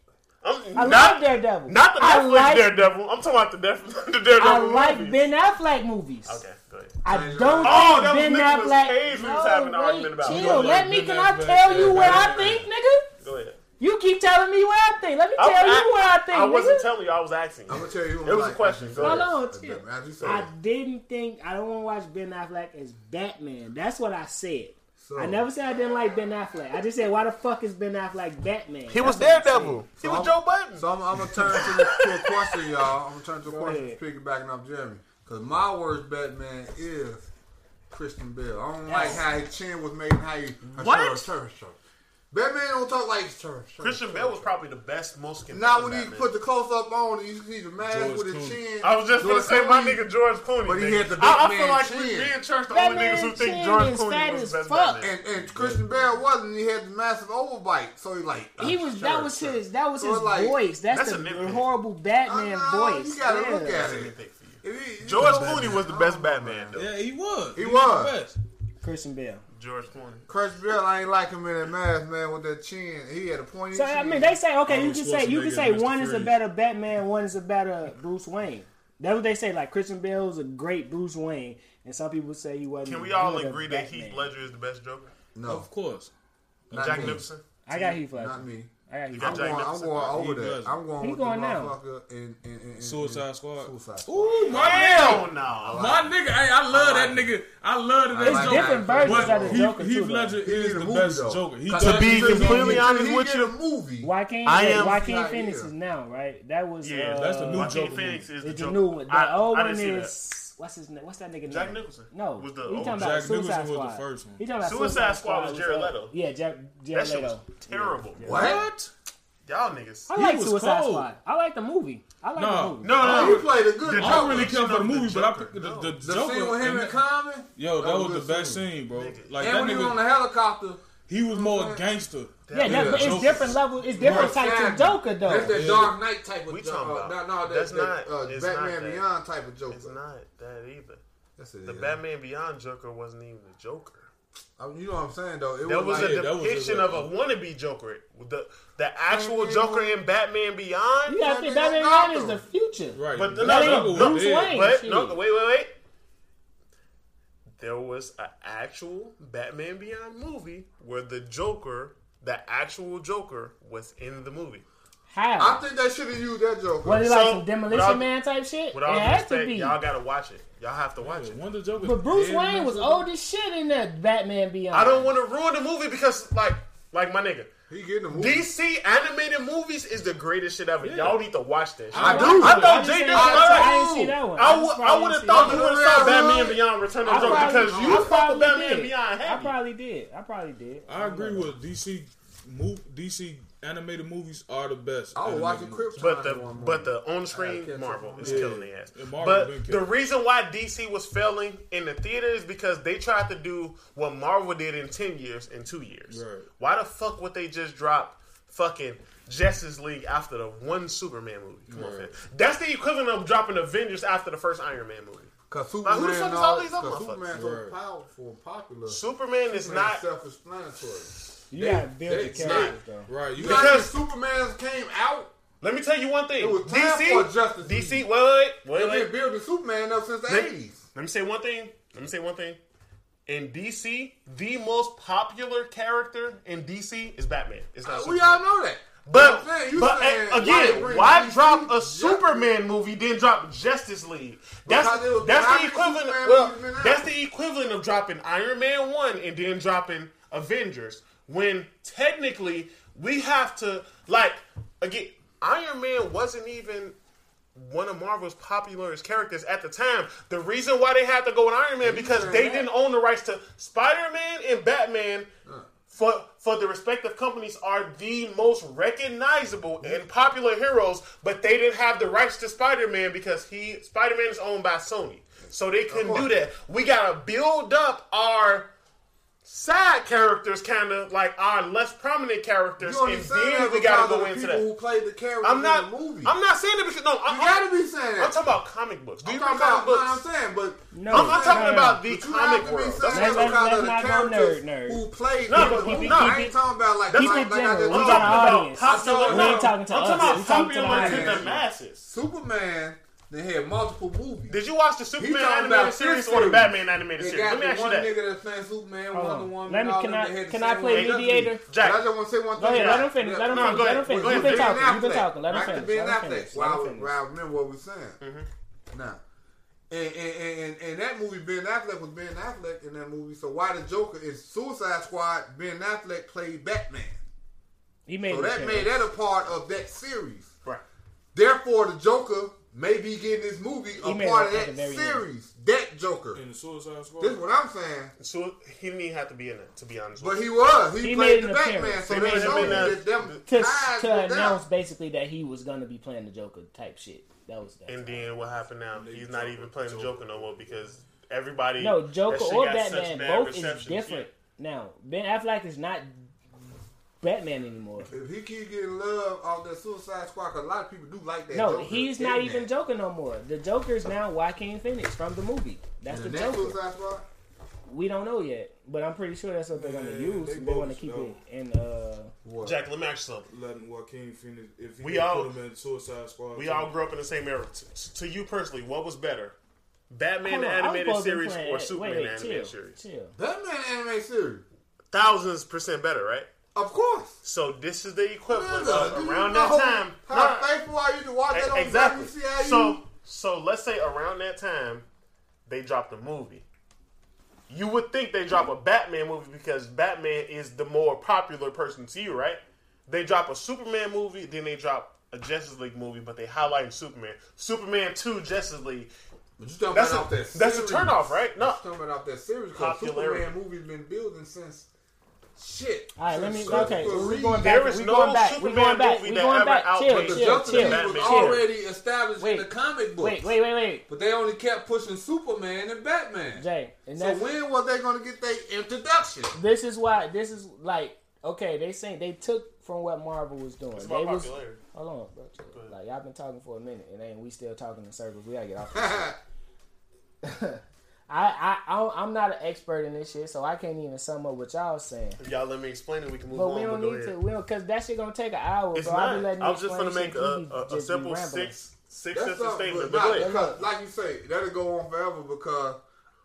I'm I not, love Daredevil. Not the I Netflix like, Daredevil. I'm talking about the, Def- the I Daredevil like movies. Ben Affleck movies. Okay, go ahead. I Change your don't mind. think Oh, Ben that was Nicolas Affleck. Cage we was having an argument about. Chill. You don't Let like me. Ben Can I Affleck. tell you what I Yeah. think, nigga? Go ahead. You keep telling me what I think. Let me tell you what I think, I wasn't nigga. telling you. I was asking. You. I'm gonna tell you. Who It was a question. Go Hold ahead. on, chill. As you I said, didn't think I don't want to watch Ben Affleck as Batman. That's what I said. so, Oh. I never said I didn't like Ben Affleck. I just said why the fuck is Ben Affleck Batman? He was That's what I Daredevil. He So was I'm- Joe Button. So I'm, I'm gonna turn to, the, to a question, y'all. I'm gonna turn to a Go question, ahead. piggybacking off Jeremy, because my worst Batman is Christian Bale. I don't like how his chin was made and how he her What? shirt, her shirt, her shirt. Batman don't talk like his shirt, shirt, Christian shirt, Bell was shirt. probably the best, most Now consistent when he Batman. put the close up on, you see the mask George with his Clooney. chin. I was just gonna George say my Clooney, nigga George Clooney. But he nigga. had the big I, I feel man like chin. we me and Church the That only niggas who man think chin George is Clooney fat was as the best fuck. Batman. And, and Christian Bale wasn't. He had the massive overbite, so he like uh, He was that was his that was So, his like, voice. That's, that's a the nitpick. horrible Batman Uh-uh, voice. You gotta look Yeah. at Let me it. think for you. If he- George he's the Clooney was the best Batman though. Yeah, he was. He the was. best. Christian Bale. George Clooney. Crush Bill, I ain't like him in that mask, man, with that chin. He had a pointy So chin. I mean, they say okay, you Arnold can say you can say Schwarzenegger, one Mr. is a Freeze. better Batman, one is a better Bruce Wayne. That's what they say. Like Christian Bale is a great Bruce Wayne, and some people say he wasn't. Can we all good agree of that Batman. Heath Ledger is the best Joker? no, Of course. not Jack me. Nicholson. I got Heath Not Ledger. me. I got Heath got I'm Ledger. Jack going, I'm Nicholson. going He over that. does. I'm going He with going the now. motherfucker in, in, in, in Suicide Squad. Suicide Squad. Ooh, my Hell nigga. no. My nigga, hey, I love that nigga. I love that. I That's like Joker. Different versions But of the Heath, Joker Heath too. though. Ledger is in the, the movie, best though. Joker. He To does- be he does- completely he- honest he with get you, a movie. Joaquin, I am- Joaquin Yeah. Phoenix is now right. That was Yeah, uh, that's the new Joaquin Joker Phoenix is the It's the Joker. new one. The I- old I one didn't see that. is what's his name? What's that nigga Jack name? Nicholson. No, Was the you talking old Jack about Nicholson Suicide was the Squad? first one. You talking about Suicide Suicide, Squad was Jared uh, Leto. Yeah, Jack, Jared That shit was Leto. terrible. What? Y'all niggas. I He like was Suicide cold. Squad. I like the movie. I like No. the movie. Oh, No, you played a good The I don't Joker. Joker. really care for the Of the movie, but I Joker, picked the, no. the, The Joker. scene with him and Common, yo, that, That was was a the good best scene. scene, bro. Nigga. Like and that when he was on the nigga, helicopter, he was more gangster. Yeah, Yeah, that's, but it's Joker. different level. It's different Mark types of Hamill. Joker though. that's that Yeah. Dark Knight type of We Joker. talking about- No, no, that, that's that not- uh, it's not Batman that. Beyond type of It's Joker. not that either. That's it. The yeah. Batman Beyond Joker wasn't even the Joker. I mean, you know what I'm saying though. It That was like, a Yeah, that was just depiction like- of a wannabe Joker. The the actual Batman- Joker in Batman Beyond. You gotta think Batman Batman Gotham. Beyond is the future. Right. But the- no, That Joker no, was Bruce dead. Wayne. But shit. no, wait, wait, wait. There was an actual Batman Beyond movie where the Joker, the actual Joker, was in the movie. I How? think they should have used that joke. Was it like So, some demolition without- man type shit? With all It due had to respect, be. y'all gotta watch it. Y'all have to watch Yeah, it. Wonder Joker. but Bruce dead Wayne was messed up. old as shit in that Batman Beyond. I don't want to ruin the movie because, like, like my nigga, He getting the movie. DC animated movies is the greatest shit ever. Yeah. Y'all need to watch that shit. I do. I thought just Jay ain't- did. I I, didn't see that one. I, just w- probably I would have didn't see thought that you one. would have saw Real Batman Hood. Beyond Return of I the Joker probably- because you I fuck with probably Batman did. Beyond I heavy. probably did. I probably did. I agree with DC. Move DC animated movies are the best. I was animated watching movies. Krypton. But the one but the on I screen can't Marvel tell. is Yeah. killing the ass. And Marvel been But the killing. reason why DC was failing in the theater is because they tried to do what Marvel did in ten years in two years. Right. Why the fuck would they just drop fucking Justice League after the one Superman movie? Come on, fam. Right. That's the equivalent of dropping Avengers after the first Iron Man movie. Cause Like, Superman, who the fuck is all- all these other cause motherfuckers? Superman's so Right. powerful and popular. Superman is Superman's not self-explanatory. You gotta build they- your characters they- though. Right, you You got know, Because- because Superman came out, Let me tell you one thing. It was time for DC, Justice DC, League. wait, wait, wait, they've wait. been building Superman up since the They- eighties. Let me say one thing. Let me say one thing. In DC, the most popular character in DC is Batman. It's not Uh, We Superman. all know that. but You know what I'm saying? You but saying, a- again, bring why DC? drop a Yeah. Superman movie then drop Justice League? That's Because it was that's the behind the equivalent. Superman Well, movie, man. that's the equivalent of dropping Iron Man one and then dropping Avengers. When technically we have to like again, Iron Man wasn't even one of Marvel's popularest characters at the time. The reason why they had to go with Iron Man because they didn't own the rights to Spider Man and Batman. For, for the respective companies are the most recognizable and popular heroes, but they didn't have the rights to Spider Man because he Spider Man is owned by Sony, so they couldn't do that. We gotta build up our side characters, kind of like our less prominent characters, You and understand then that we gotta because of go the into people that. Who played the character I'm not. in the movie? I'm not saying it because no. I, You I- gotta be saying I'm that. talking about comic books. Do you I'm read talking comic about. No, books? I'm saying, but No, I'm, I'm no, talking no, about no. the But you have comic to be world. saying That's that's what I'm saying. because of the Let's not go characters nerd, nerd. who played. No, No, but no, keep it- I keep ain't it- talking about like keep like, it like I general. just I'm I'm told talking you. about talking about audience. popular. No, I'm talking to I'm us. talking We about talking to the popular to the audience. masses. Superman. They had multiple movies. Did you watch the Superman talking animated about series this or the series. Batman animated They series? Let got me ask the you one that. nigga that playing Superman, Hold Wonder on. Woman. Let me- all can them, I- they had the can I same play one. mediator? Jack. But I just want to say one thing. Go ahead, about- let him finish. Let him No, finish. go Let him ahead. finish. You've Go been ahead. Ben talking. You've been Affleck. talking. Let him Back to finish. Ben Let him finish. Affleck. Let Wow, him finish. wow, remember what we saying. Mm-hmm. Now, and, and, and, and, and that movie, Ben Affleck was Ben Affleck in that movie. So why the Joker is Suicide Squad? Ben Affleck played Batman. He made So the that show. made that a part of that series. Right. Therefore, the Joker may be getting this movie a made part it of at the that very end. series. That Joker. in the Suicide Squad. This is what I'm saying. So he didn't even have to be in it, to be honest. But with you. he was. He, He made played the an Batman. appearance. So He they made an showed appearance. that them to, ties to were down. announce basically that he was gonna be playing the Joker type shit. That was that. And then what happened now? He's not even playing the Joker no more because everybody. No, that Joker shit or got such Batman bad both is reception. different. Now Ben Affleck is not Batman anymore. If he keep getting love off that Suicide Squad, 'cause a lot of people do like that. No, Joker he's in not that. even Joker no more. The Joker is now Joaquin Phoenix from the movie. That's The the, next Joker. Suicide Squad. We don't know yet, but I'm pretty sure that's what they're gonna Yeah, use. they They, want to both keep know. it in. Uh, What? Jack, let me ask you something. letting Joaquin Phoenix. If you We put all- him in the Suicide Squad, We too. all grew up in the same era. To, to you personally, what was better, Batman hold the on, I was animated supposed to be series playing- or wait, Superman wait, the animated chill, series? Chill. Batman anime series. Thousands percent better, right? Of course. So this is the equivalent Nigga, do of you uh, around know that time. How Nah, faithful are you to watch that on e- exactly. WCIU? So so let's say around that time they dropped a movie. You would think they drop a Batman movie because Batman is the more popular person to you, right? They drop a Superman movie, then they drop a Justice League movie, but they highlight Superman. Superman two Justice League. But you talking That's about off a that that's a series. turnoff, right? No, You talking about off that series because Popularity. Superman movie been building since shit. All right, let Since me. Okay, Christopher we're Reeve. going back. There is we're no going back. We're Superman going back. movie We're that going ever back. Chill, outpaced But the chill, Justice chill, League Batman. was Chill. already established Wait, in the comic Wait, books. wait, wait, wait, But they only kept pushing Superman and Batman. Jay. And So that's, when was they gonna get their introduction? this is why. This is like okay. They saying they took from what Marvel was doing. it's They about was popularity. hold on, bro. chill. Like y'all been talking for a minute, and then we still talking in circles. We gotta get off. That's I, I, I don't- I'm not an expert in this shit, so I can't even sum up what y'all saying. If y'all let me explain it, we can move But on. we but don't go need ahead. to. We don't because that shit gonna take an hour, It's bro. I be not. letting I you was just explain gonna make shit, a, you be a, a just be simple rambling. six six sentence something, statement. but But go not, ahead. because, like you say, that'll go on forever because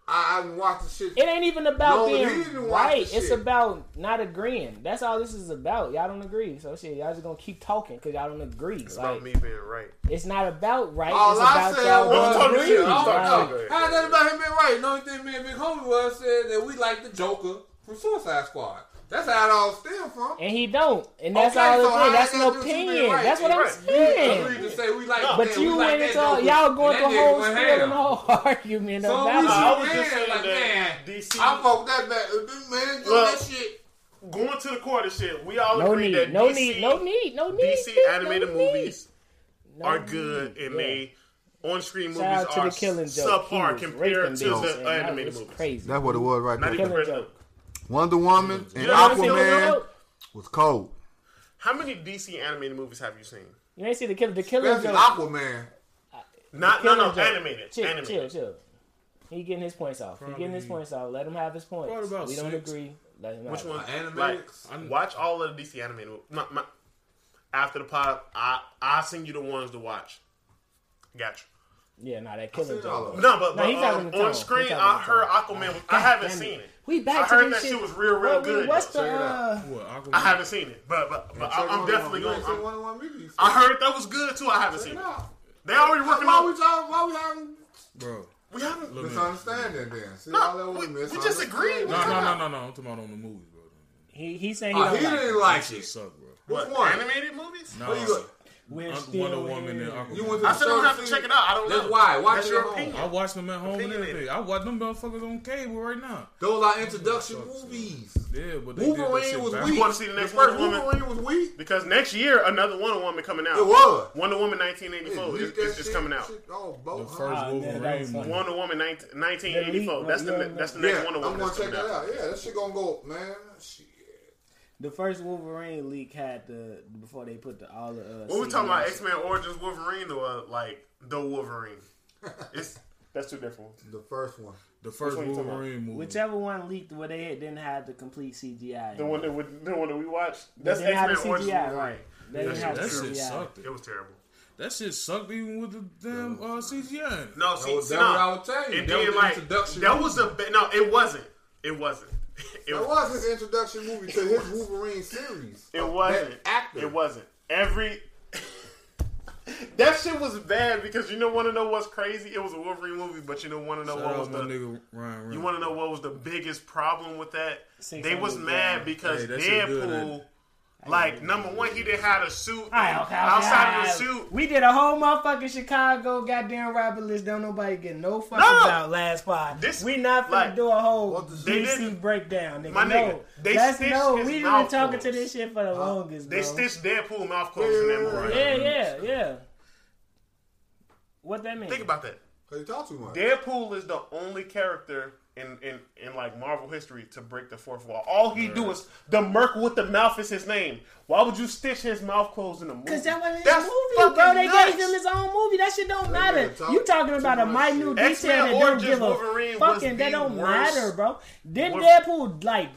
I, I watch the shit. It ain't even about No, he being didn't watch right. the It's shit. about not agreeing. That's all this is about. Y'all don't agree, so shit. Y'all just gonna keep talking because y'all don't agree. It's like about me being right. it's not about right. All it's I about said y'all Don't don't talk was, agree. shit. Don't talk Like, shit. Go ahead. How nothing about him being right? The only thing me and Big Homie was said that we like the Joker from Suicide Squad. That's how it all stemmed from. And he don't. And that's Okay, all so it how is. That's that an do you mean opinion. right? That's what I'm Right. We saying. agreed to say we like But that, we you like went that into all Joker. y'all going And through that a nigga whole went spiel ham. and a whole argument So about we it. Nah, I was should just win. saying Like, that man, DC I fuck that man. Man, do Look. that shit. going to the court and shit. We all No agree need, that no DC, need, no need, no need. DC bitch, no animated need. movies No are need. good and Yeah. they on screen movies Shout out to are the killing joke. He subpar was raping compared to bitches, the and that animated was movies. Crazy. That's what it was right Not there. even Killing compared to- joke. Wonder Woman and You ever seen Wonder Aquaman Woman? was cold. How many DC animated movies have you seen? You ain't see the killer. The killer That's an joke. Aquaman. Not no Killing no joke. animated. Chill, chill, animated. chill. He getting his points off. He getting his Probably- points off. Let him have his points. Probably about We don't six. agree. Let him Which Uh, have it. one? Animated? Like, I'm- watch all of the DC animated. mo- My, my, after the pod, I I send you the ones to watch. Gotcha. Yeah, nah, that killer seen all joke. of it. No, but, No, but he's not gonna um, tell. on He's screen, not I gonna heard tell. Aquaman. I haven't damn it. seen it. We I back to heard this that shit. shit was real, real What- good. What's though. the uh, What, Aquaman? I haven't seen it, but but, but I, I'm definitely You going. ain't seen to Wonder Woman either, you I said. heard that was good too. I haven't Check seen it it. out. They already Why working why we on. talking? Why we having Bro. We haven't. Look, man. misunderstanding then? See, No, all that was we- we misunderstanding. just agreed. No, no, no, no, no. I'm talking about on the movies, bro. he? He Uh, saying he Oh, don't he like it. didn't like Shit it. suck, bro. What Which one? animated movies? Nah. Where you go? We're Un- still Wonder Woman uh, here. and Aquaman. You went to I the said I'm show gonna have to see- check it out. I don't That's know. why. Watch That's your your opinion. opinion. I watch them at home and Opinionated. everything. I watch them motherfuckers on cable right now. Those are introduction movies. Yeah, but they did that Wolverine shit was back- weak. You wanna see the next first Wonder Woman? Wolverine was weak. Because next year another Wonder Woman coming out. It was. Wonder Woman It 1984 is, leaked is, that is shit- coming out. shit- Oh, The both. first Ah, yeah, that Wolverine was movie. Wonder Woman 19- 1984. The That's the leak, ne- that's the next Yeah, Wonder I'm Woman gonna that's check coming that out. out. Yeah, that shit gonna go, man. Shit. The first Wolverine leak had the before they put the all the. Uh, What we talking CGI about? X Men Origins Wolverine or uh, like the Wolverine? It's that's two different ones. The first one. The first one you talking Wolverine movie. Whichever one leaked where they had- didn't have the complete CGI. The one that we, the one that we watched. They That's didn't X have the Men Origins CGI, Wolverine. right? They didn't That have the that shit CGI. sucked. It was terrible. That shit sucked even with the damn uh, CGI. No, That see, was, see that no. what I was telling you. And that was then the like introduction. that was a ba- no. It wasn't. It wasn't. It, That was his introduction movie to his Wolverine series. It Of wasn't. That actor. It wasn't. Every that shit was bad because you know want to know what's crazy? It was a Wolverine movie, but you know want to know Shout what was out my the nigga Ryan Reynolds. you want to know what was the biggest problem with that? Six they was hundred, mad yeah. because Hey, that shit good, Deadpool. Like number one, he didn't have a suit Alright, okay, okay, outside of the alright. suit. We did a whole motherfucking Chicago goddamn rapper list. Don't nobody get no fuck No. about last five. This- we not finna like, do a whole what the- they DC didn't- breakdown, nigga. My nigga, no, they that's stitched no. his We been mouth talking to closed. this shit for the longest. They bro. stitched Deadpool mouth closed in that movie. Right. Yeah, yeah, yeah. What that mean? Think about that. Cause he talked too much. Deadpool is the only character in, in, in like Marvel history to break the fourth wall. All he do is the Merc with the mouth is his name. Why would you stitch his mouth closed in a movie? Cause that wasn't his That's movie, fucking bro. They nuts. gave him his own movie. That shit don't matter. nigga talk you talking too about a much shit. minute detail X-Men that don't Origins give a Wolverine was fucking. That the don't worst- matter, bro. Then Wor- Deadpool like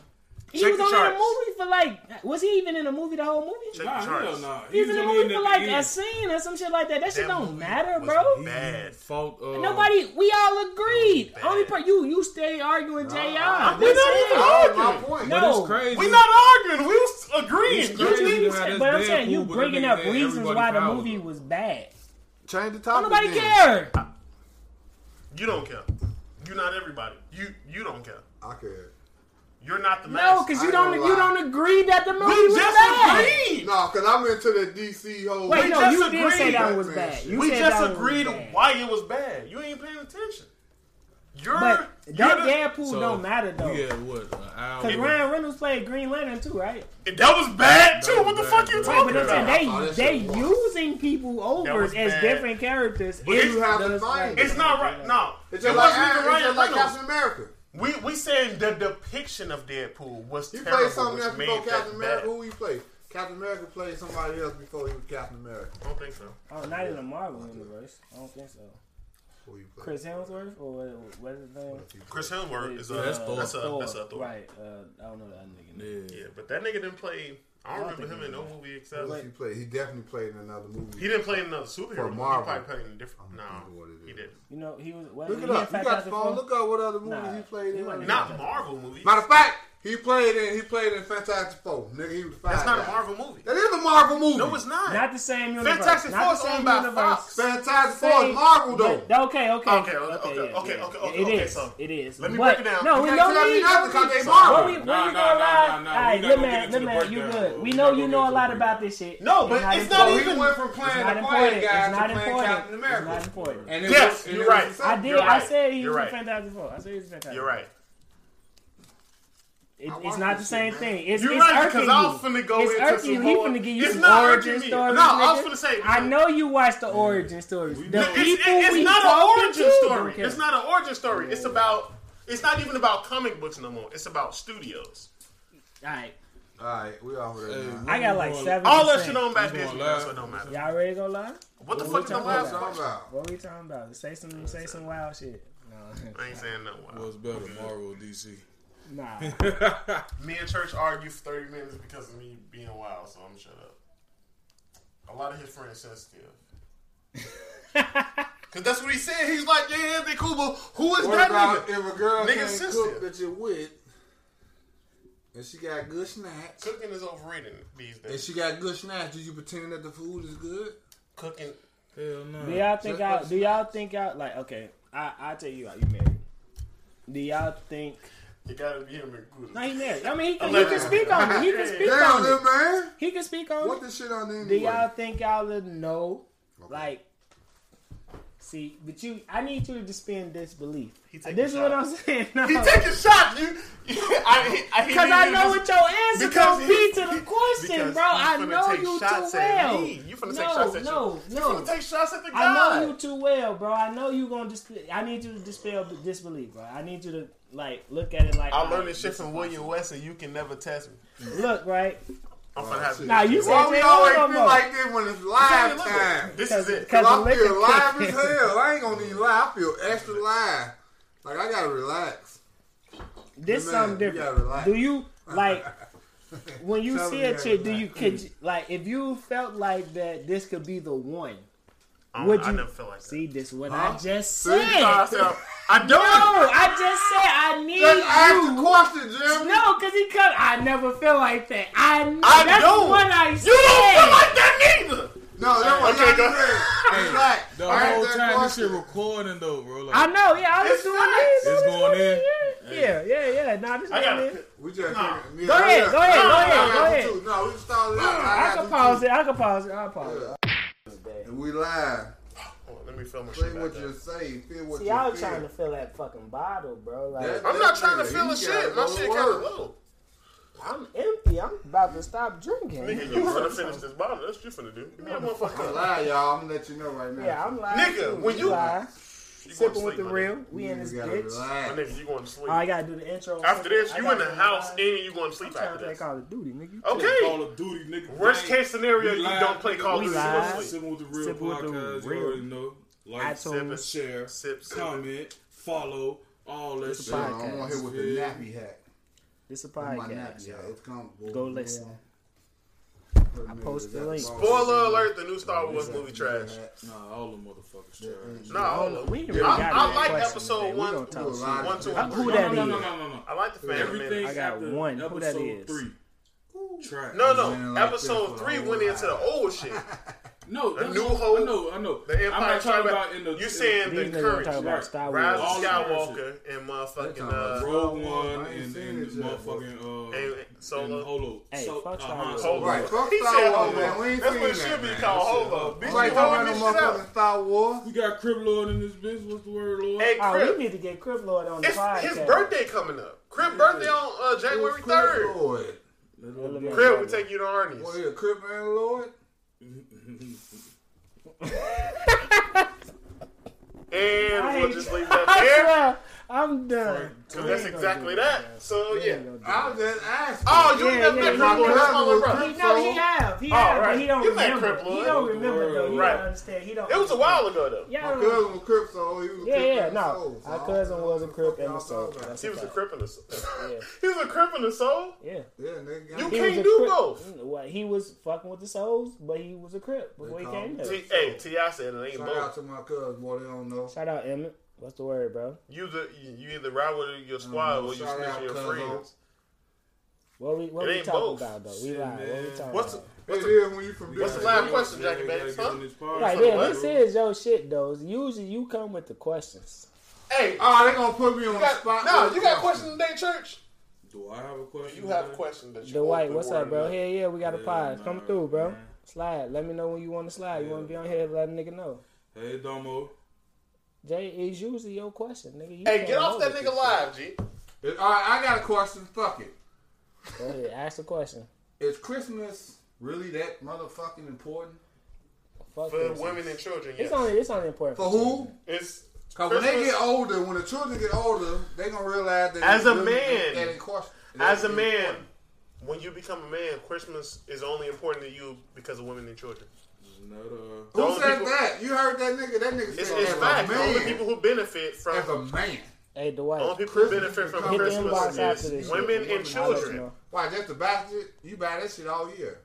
he was Check the only in a charts. movie for like was he even in a movie the whole movie? Check Nah, the charts. hell nah. He was in a movie for like a us. scene or some shit like that. That shit That don't movie matter, was bro. bad. Bad. Fault, uh, Nobody, we all agreed. Bad. Only part you, you stay arguing, Jr. I'm We said- not even That's my arguing. point. No. But it's crazy. We not arguing. We was agreeing. It's You crazy. didn't- You how that's said- But I'm saying Deadpool, you but that bringing nigga up had reasons everybody why the fouled movie him. was bad. Change the topic. Nobody then. cared. You don't care. You not everybody. You you don't care. I care. You're not the No, mass. because I you ain't don't gonna you lie. don't agree that the movie we was just bad. agreed. No, cause I'm into the DC whole. Wait, We no, just you did say agreed. that was Man, bad. shit. You we said just that was agreed bad. why it was bad. You ain't paying attention. You're But you're that the- Deadpool So, don't matter though, We because had what? An hour. Ryan Reynolds played Green Lantern too, right? And That was bad too. That was What the bad, fuck you bro. Right, talking but I'm saying about? they Oh, that they shit was- using people over as was bad. different characters. But in you have the to find Spider-Man. It's not right. No, It's it just like, wasn't even Iron- it's Ryan just like Reynolds. Captain America. We we saying the depiction of Deadpool was He terrible, played something else which before made that Captain bad. America. Who he played? Captain America played somebody else before he was Captain America. I don't think so. Oh, not in the Marvel universe. I don't think so. Who he played? Chris Hemsworth or what, what is his name? Chris Hemsworth is a Yeah, that's that's, Thor. a that's a Thor. Right. Uh, I don't know that nigga. Yeah. Yeah, but that nigga didn't play I don't remember him in no movie except Wait. he He played. He definitely played in another movie. didn't play in another superhero. For movie. Marvel. He probably played in a different. I'm No, thinking what it he is. didn't. You know, he was. Well, Look it up. he You in got the Fantastic phone. Four. Look up what other movies Nah, he played he in. wasn't in Not Marvel movies. Matter of fact, he played in. He played in Fantastic Four. Nigga, he was five. That's not a guy. Marvel movie. That is a Marvel movie. No, it's not. Not the same universe. Fantastic not Four the is same owned by universe. Fox. Fantastic Four Same- is Marvel though. but- okay, okay, Okay, okay, okay, okay, okay, It okay, is. so it is. let me But- break it down. No, we You don't can't tell me need. nothing don't 'cause they need- Marvel. Where we, where Nah, we nah, gonna nah, ride? nah, nah. All right, We not look, gonna man, get look, into man, the you breakdown. good. We We not know gonna you get know a into lot the about breakdown. this shit. No, It's but not it's not important. He even- went from It's playing not the Quiet important. guy It's not to playing Captain important. It's not America. important. And it Yes, was- and it you're was right. the I same- did. I You're right. said he You're was right. in Fantastic Four. I said he was in Fantastic. You're right. It, I it's watched not the this same shit, man. thing. It's, You're it's right irking because I was you. finna go It's into irking some you. He more- finna give you It's some not origin irking me. stories, No, I was nigga. finna say. I know you watched the origin stories. The It's, people it's- it's we not an talking origin to story. don't care. It's not an origin story. It's about. It's not even about comic books no more. It's about studios. All right, All right, we off with that. Hey, now. I got like All seven. All that shit on back You then, gonna so lie? it don't matter. Y'all ready to go live? What the What fuck is we the talking last about? one? Talk about. What we talking about? Say some, say some wild shit. I ain't saying nothing. wild. What's better, Marvel or DC? Nah, nah. Me and Church argued for 30 minutes because of me being wild, so I'm shut up. A lot of his friends sensitive. Cause that's what he said. He's like, yeah, they cool, but who is What that about nigga? if a girl Nigga can't sensitive. cook that you with, and she got good snacks, Cooking is overrated these and days. she got good snacks, do you pretend that the food is good? Cooking, Hell no. Do y'all think I? Do y'all think I? Like, okay, I I tell you, out. you married. Do y'all think? you gotta be him and No, good. he married. I mean, he can, he can speak on it. He can speak Damn, on it. little man. He can speak on What it. the shit on them? Do y'all think y'all would know? Like, see, but you, I need you to suspend disbelief. He taking This is what I'm shots. saying. No. He taking shots, you. I, I, he Cause I needed know this- what your answer Because gonna be he- to the because question, bro. he's I finna know take you shots too at well. me. You finna take No, shots at no, you. no. You finna take shots at the guy. I know you too well, bro. I know you gonna dispel. I need you to dispel b- disbelief, bro. I need you to like look at it like I all right, learned this shit is from William West, and you can never test me. possible. Look, right I'm finna have to. now, you said Why Jay we Will always no feel more. like this when it's live Look, time? This is it. Cause I the liquor feel live kicked as in. hell. I ain't gonna even lie. I feel extra live. Like I gotta relax. This Man, something you different. gotta relax. Do you like when you Tell see me a you chick? Do gotta you relax. could you- like if you felt like that this could be the one? I, Would don't- I you- never feel like that. See, this what Huh? I just See, said. you try to sell- I don't. No, I just said I need Just ask the you. question, Jim. No, cause he cut. I never feel like that. I. kn- I that's don't. what I You don't feel said. like that neither. No, that was Okay, okay, go- Relax. The I asked whole that time this shit question. recording though, bro. Like, I know. Yeah, I was It's doing this. facts. I It's was going doing in. this. Yeah, yeah, yeah. yeah. Nah, this going I gotta- in. We just Nah. yeah, Go I ahead, got- go ahead, I go got ahead, you go too. No, we started out. I got can you pause too. it. I can pause it. I'll pause it. And we live. Hold on, let me film my Say shit. what Back you up. say. Feel what See, you y'all feel. trying to fill that fucking bottle, bro. Like That- I'm not trying to Nigga, feel you the gotta shit. go My to shit kind of work. low. I'm empty. I'm about to stop drinking. Nigga, you finna finish this bottle. That's what you finna do. Give me a I'm motherfucker. lying, y'all. I'm gonna let you know right now. Yeah, I'm lying. Nigga, too. when you- lie, You going to sipping with the sleep, my real, we in this You gotta bitch. nigga. relax. My nigga, you going to sleep. Oh, I gotta do the intro. After this, I you gotta in the do house Oh. and live. you going to I'm sleep trying after to play this. Call of Duty, nigga. Okay. Call of Duty, nigga. Worst case scenario, We you live. don't play Call of We Duty. you live. gonna sleep. Simple with the real Simple with the podcast. real. You already know. Like, iTunes. share, Sip, sip. comment, follow, all that It's a shit. podcast. I'm on here with the Yeah. nappy hat. This a My podcast. nappy hat. It's comfortable. Go listen. I post the link. Spoiler alert, the new Star Wars movie trash. Nah, all the motherfuckers trash. No, I don't know. We ain't really I- got I no like questions episode today. We one- gonna talk shit. Live. One, two, and Who three. that no, no, is? no, no, no. I like the fan. Everything I got after one. Who Episode that is? three. Trash. No, no. Man, like that Episode for three the went whole into the lot. old shit. No, that's new what- hope, I know, I know. The Empire I'm not talking Strikes Back. about in the. You in- saying These the niggas gonna courage. talk about Star Wars. Rise of All Skywalker and motherfucking uh, Rogue Star One Wars, I ain't and, seen and it the yet. motherfucking uh, And Solo. and Holo. Hey, So- fuck uh, Star Han Wars. Solo. Right, fuck He Star said Wars, Holo. man. We ain't That's seen what it that, should be man. called, That shit Holo. up. Bitch, I'm you like holding talking this about shit up. motherfucking Star Wars. We got Crib Lord in this bitch. What's the word, Lord? Hey, Oh, we Crip, need to get Crip Lord on the it's podcast. his birthday coming up. Crip birthday on uh, January third. Lloyd. Crip, we take you to Arnie's. What here, Crip and Lloyd? And I we'll hate just you. leave I that swear, I'm I'm done. Cause that's exactly that. So yeah. I'm just asking. Oh, you ain't never Yeah, met yeah, Crip Lord. That's my little He brother. no, he have, he have, but right. he don't You met remember. Crip he Lord. don't remember though. You Right. don't understand. He don't. It was a while ago though. Yeah, I don't My know. cousin was Crip, so he was Yeah, Crip yeah, in the no. soul, so Our I cousin don't know was a what Crip fuck and a y'all soul. talking about. That's He was a fact. crip in the soul. Yeah. he was a crip in the soul. Yeah. Yeah, nigga. You He can't was a do Crip. Mm, both. Well, he was fucking with the souls, but he was a Crip before he call him came here. T- hey, Ti said it ain't Shout both. out to my cousin, boy. They don't know. Shout out Emmett. What's the word, bro? You either you either ride with your squad or you Shout snitch out, on your cuz. friends. What we what It we ain't talking both. about though? We Shit, lying. What we man. talking What's about? what's it the, is when you from what's the Detroit. last question, Jackie gotta Bates? get Huh? on this part. Like, So yeah, what? this is your shit though. Usually you come with the questions. Hey, you Oh, they gonna put me on the got, spot. no, with you a got questions today, church? Do I have a question? You have a man? question that you Dwight, open what's up, worded bro? Hell yeah, we got a Yeah, pod. nah, Come through, bro. man. Slide. Let me know when you want to slide. You Yeah. want to be on here? Let a nigga know. Hey, Domo. Jay, it's usually your question, nigga. You Hey, can't get know off that this nigga shit. live, G. All right, I got a question. Fuck it. Go ahead, ask the question. Is Christmas really that motherfucking important? Fuck For this. women and children, It's yes. only it's only important For who? It's Because when they Christmas- get older, when the children get older, they gonna realize that As they a really man. that in question. as a that man, important. when you become a man, Christmas is only important to you because of women and children. Just uh, another. Who only said people- that? You heard that nigga? That nigga said It's, it's as fact. a The only man. people who benefit from as a man. Hey, the only Dwight, people who benefit from Hit the inbox Christmas after is this shit. women and I'll let you children. know. Why? Just the bastard? You buy that shit all year.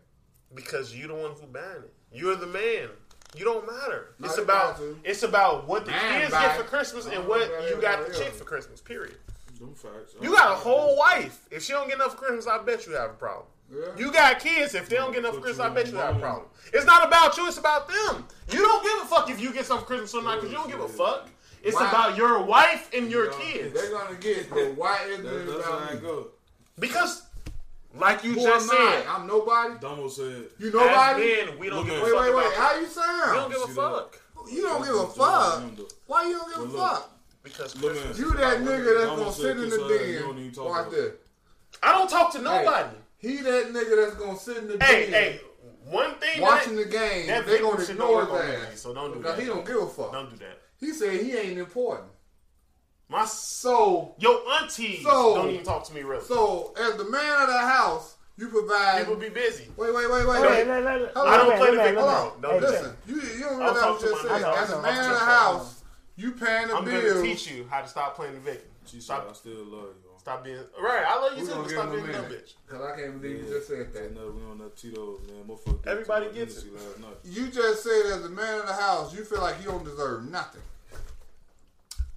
because you're the one who buying it. You're the man. You don't matter. No, it's you about got to. it's about what the Man kids buy get it. for Christmas and Man what buy you it, got the yeah. chick for Christmas. Period. Them facts. You got a whole wife. If she don't get enough for Christmas, I bet you have a problem. Yeah. You got kids. If they don't get enough for Put you Christmas, I bet on you have a mine. problem. It's not about you. It's about them. You don't give a fuck if you get something for Christmas or not because you don't give a fuck. It's Why? about your wife and your Yeah. kids. They're gonna get. But why is That, it that's how about I me? go. Because, like you Who just am I? said, I'm nobody. Domo said. You as nobody. men, we don't Look give a at- fuck wait, wait, about wait. How you We don't sound? give a See that? fuck. You don't give a That's how I fuck. am, though. Why you don't give Well, a look. fuok? Because Look, Christmas You is that about women. nigga that's I'm gonna gonna sit in kiss her ass. You don't the even den. talk Watch about this. it. I don't talk to nobody. He that nigga that's gonna sit in the Hey, hey, den one thing watching that, the game. that They victim gonna shit ignore don't work on his me, ass. so don't do Because that. he don't give a fuck. don't do that. He said he ain't important. My s- So, your aunties So- don't even talk to me really. so as the man of the house, you provide. People be busy. Wait, wait, Wait, wait, wait, wait, wait. wait, wait, wait, I don't wait, play the wait, big wait, ball. wait. No, Hey, Listen, you, you don't I'll realize talk what to you just my- I said. know, As I know, a I'm man of the just- house, you paying the I'm gonna bills. teach you how to stop playing the victim. She said, I Stop, still love you. huh? stop being right. I love you We too, gonna but give him stop a being a dumb minute. bitch. Cause I can't believe you just said Yeah, that. no, we on that Tito's, man. Motherfucker. got Everybody too much gets energy last night. You just said as a man of the house, you feel like you don't deserve nothing.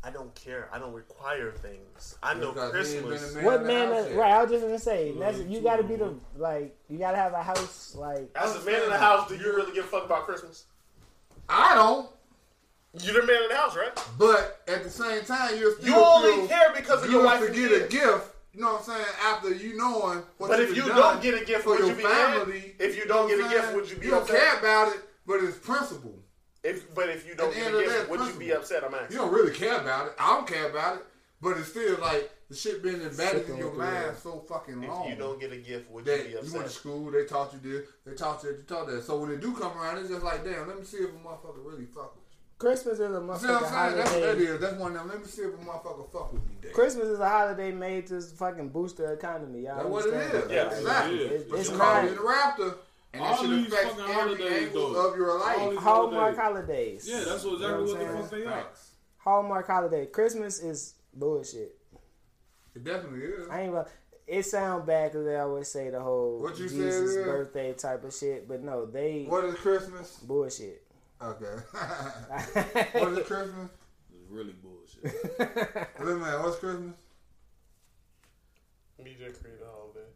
I don't care. I don't require things. I know Because he ain't Christmas. been a What of the man? house Is, yet. right, I was just gonna say that's, you too, got to be the man. like you got to have a house like As a man in the house, do you really give a fuck about Christmas? I don't. You're the man in the house, right? But at the same time, you're still You only feel care because of good your wife to and get a kids. gift. You know what I'm saying? After you knowing what But you've if you done don't get a gift, for would your you be mad? family, If you know don't what get a I'm gift, saying? would you be You don't upset? care about it, but it's principle. If, but if you don't At the get end a of gift, that, would you be principle. upset? I'm asking. You don't really care about it. I don't care about it, but it's still like the shit been embedded in your mind so fucking long. If you don't get a gift, would you that be you went to upset? school, they taught you this, they taught you that, you taught that. So when they do come around, it's just like, damn, let me see if a motherfucker really fuck with you. Christmas is a See what motherfucking I'm saying? That's what that holiday. is. That's one of them. Let me see if a motherfucker fuck with me. Day. Christmas is a holiday made to fucking boost the economy. Y'all That's what it understand? is. that? Yeah, Like, exactly. it is. It's, it's You call not it a raptor, and that All should these affect fucking every holidays, angle though. of your life. All these Hallmark holidays. holidays. Yeah, that's what You know exactly what what I'm the saying? fuck they are. Facts. Hallmark holiday. Christmas is bullshit. It definitely is. I ain't. gonna- It sound bad because they always say the whole What you said Jesus is- birthday type of shit, but no, they What is Christmas? bullshit. Okay. what is Christmas? It's really bullshit. Look, man, what's Christmas? Media created holiday.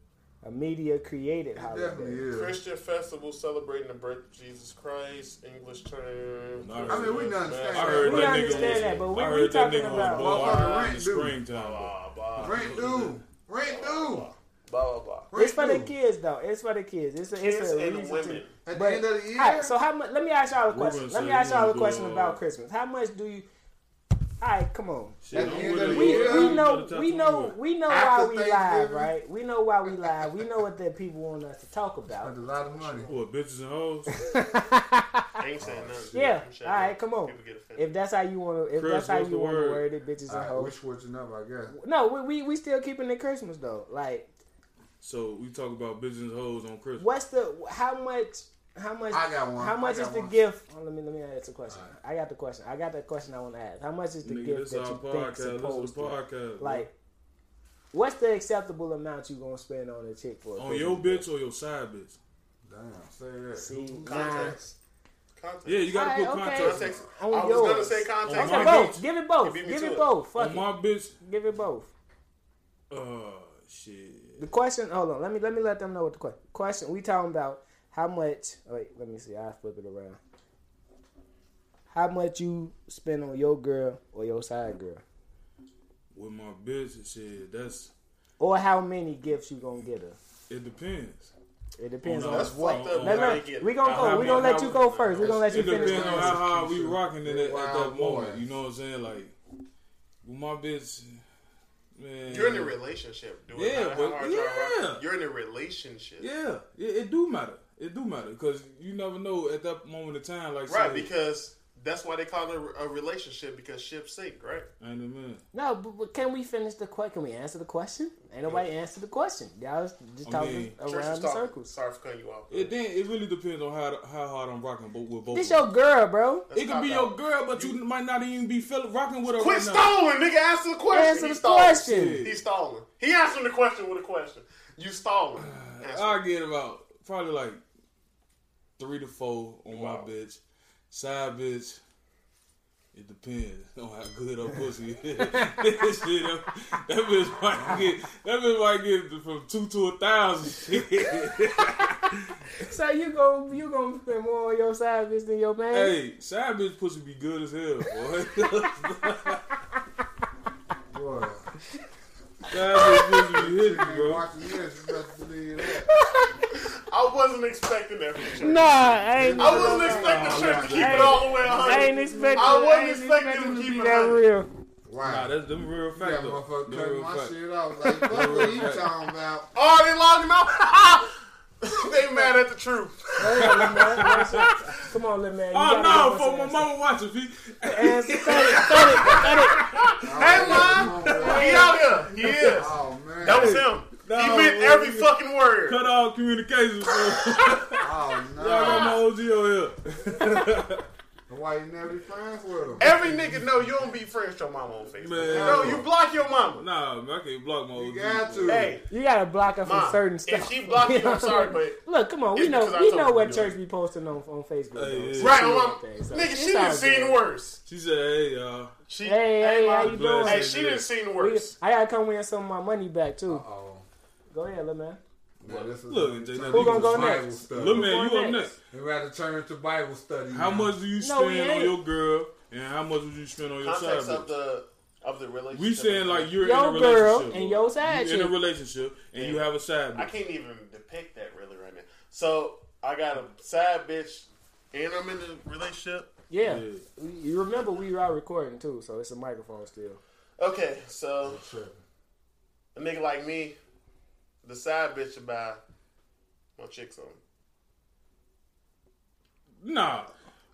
a media created It definitely holiday. is. Christian festival celebrating the birth of Jesus Christ. English term. Nah, I mean, we done understand. I heard We that nigga understand was, that, but we- I we heard that talking nigga about- was Motherfucker, born in rent the due. springtime. Blah blah blah Rent due. Rent due. blah blah. It's for the Rent due. kids though. It's for the kids. It's a, it's Kids a and reason women. to. But- At the end of the year, All right, so how much? Let me ask y'all a question. Ruben Let me said ask he y'all a wanna question do, uh, about Christmas. How much do you? All right, come on. At the end of the We, year, we you know we know we know why After we live, Thanksgiving. right? We know why we live. We know what the people want us to talk That's about. a lot of money. What bitches and hoes? I ain't saying nothing. Yeah. I'm saying All right, nothing. come on. People get offended. If that's how you want to, if Chris, that's how what's you the want to word? word it, bitches and Alright, we're hoes. switching up, I guess. No, we, we we still keeping it Christmas though. Like, So we talk about bitches and hoes on Christmas. what's the how much? How much? I got one. How much I got is the one. gift? Oh, let me let me ask a question. I got the question. I got the question I want to ask. How much is the Nigga, gift this that our you podcast. think This is supposed the to? podcast. bro. Like, what's the acceptable amount you gonna spend on a chick for? a on Christmas your gift? bitch or your side bitch. Damn, say that. See, nah. Context. Context. Yeah, you gotta All put right, okay. context. Context. I On was yours. gonna say On context. Okay, my both. bitch. Give it You both. beat me Give to it it. both. Fuck On it. my bitch. Give it both. Oh shit. The question. Hold on. Let me let me let them know what the question. Question. We talking about how much? Wait. Let me see. I flip it around. How much you spend on your girl or your side girl, With my bitch, shit. That's or how many gifts you gonna get her? it depends. It depends Oh, no, on that's what. fucked up. Let- How let- they get we gonna it. go. We gonna let you go first. We gonna let you It finish. depends on this. how hard we rocking it at, at that Wild moment. boys. You know what I'm saying? Like with my bitch, man. You're in a relationship, dude. Yeah, How but- hard y'all rock? yeah. You're in a relationship. Yeah, it, it do matter. It do matter because you never know at that moment of time. Like Right, say, because that's why they call it a, a relationship because ships sink, right? I ain't a man. No, but, but can we finish the question? Can we answer the question? Ain't nobody answered the question. Y'all was just I talking mean, Church around is the talking. circles. Sorry for cutting you off. It then it really depends on how how hard I'm rocking, but with both. This of your girl, bro. That's them. it could be cop-out. your girl, but you, might not even be feel, rocking with her Quit right now. stalling, nigga. Answer the question. Answer the He's stalling. question. He's stalling. He answering the question with a question. You stalling. Answer. I get about probably like three to four on Wow. my bitch. Side bitch. It depends on how good her pussy is. Shit, that, that bitch might get that bitch might get from two to a thousand. Shit. So you go, you gonna spend more on your side bitch than your man? hey, side bitch pussy be good as hell, boy. Boy, side bitch pussy be hitting, you bro. watching this, you best believe that. I wasn't expecting that from Church. Nah, I ain't. I wasn't expecting Church to keep it all the way 100. I ain't expecting. I wasn't I ain't expecting expecting him to to be keep it that hundred. real. Nah, Wow. that's them real That fact though. motherfucker Them cutting real my fact. shit off. Like, fuck what you talking about? Oh, they logging off. they mad at the truth. Come on, little man. You Oh gotta give no, us for my an mama watching, P. Answer. Answer. Cut it. Cut it. Cut it. Hey, mom. He out here. He is. Oh, man. That was him. No, he meant man. every fucking word. Cut all communication, bro. Oh, I got no. my OG on here. Why you never be friends with him? Every nigga know you don't be friends with your mama on Facebook. Man. No, you block your mama. Nah, man, I can't block my You OG. got to. Hey, You gotta block her from mom, certain stuff. if she block you, I'm sorry, but Look, come on. We It's know. because I We told know you what to. church be posting on on Facebook. though. Hey, So yeah. Right, she well, ain't there, so nigga, it's she all done seen good. worse. She said, hey, y'all. She, Hey, hey, how mom. you doing? Hey, she done seen We- worse. I gotta come win some of my money back too. Oh, Go ahead, little man. man, this is Look, Jay, now Who you gonna go was- next? Bible study. Look, man, Who you going up next? next. We gotta turn to Bible study. How now. much do you No, we spend on ain't. your girl, and how much would you spend on your side Context of bitch? the of the relationship. We saying like you're Your in girl a relationship, and bro. your side You in a chick. relationship, and you have a side I bitch. can't even depict that really right now. So I got a side bitch, and I'm in a relationship. Yeah. Yeah. We- You remember we are recording too, so it's a microphone still. Okay, so a nigga like me, the side bitch should buy my chicks on. Nah,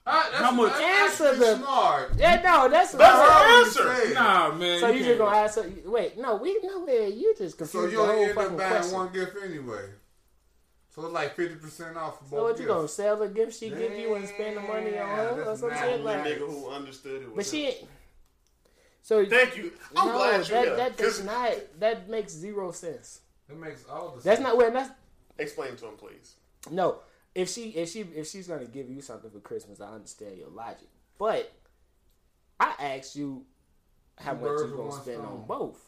Ah, that's, How much- That's Answer actually the- smart. Yeah, no, that's That's Oh, the That's answer. insane. nah, man. So you just can't- gonna ask? Her, wait, no, we no way. You just So confused you the only whole end fucking up buying question. one gift anyway. So it's like 50% off for both so what you gifts. gonna sell the gift she give you and spend the money on her or That's some not shit Only like? right. nigga who understood it But was. she. So Thank you. I'm no, glad you that there. that does 'Cause- not. That makes zero sense. That makes all the That's sense. not where. That's Explain to him, please. No, if she if she if she's gonna give you something for Christmas, I understand your logic. But I asked you how Two much birds you with gonna one spend on stone. both.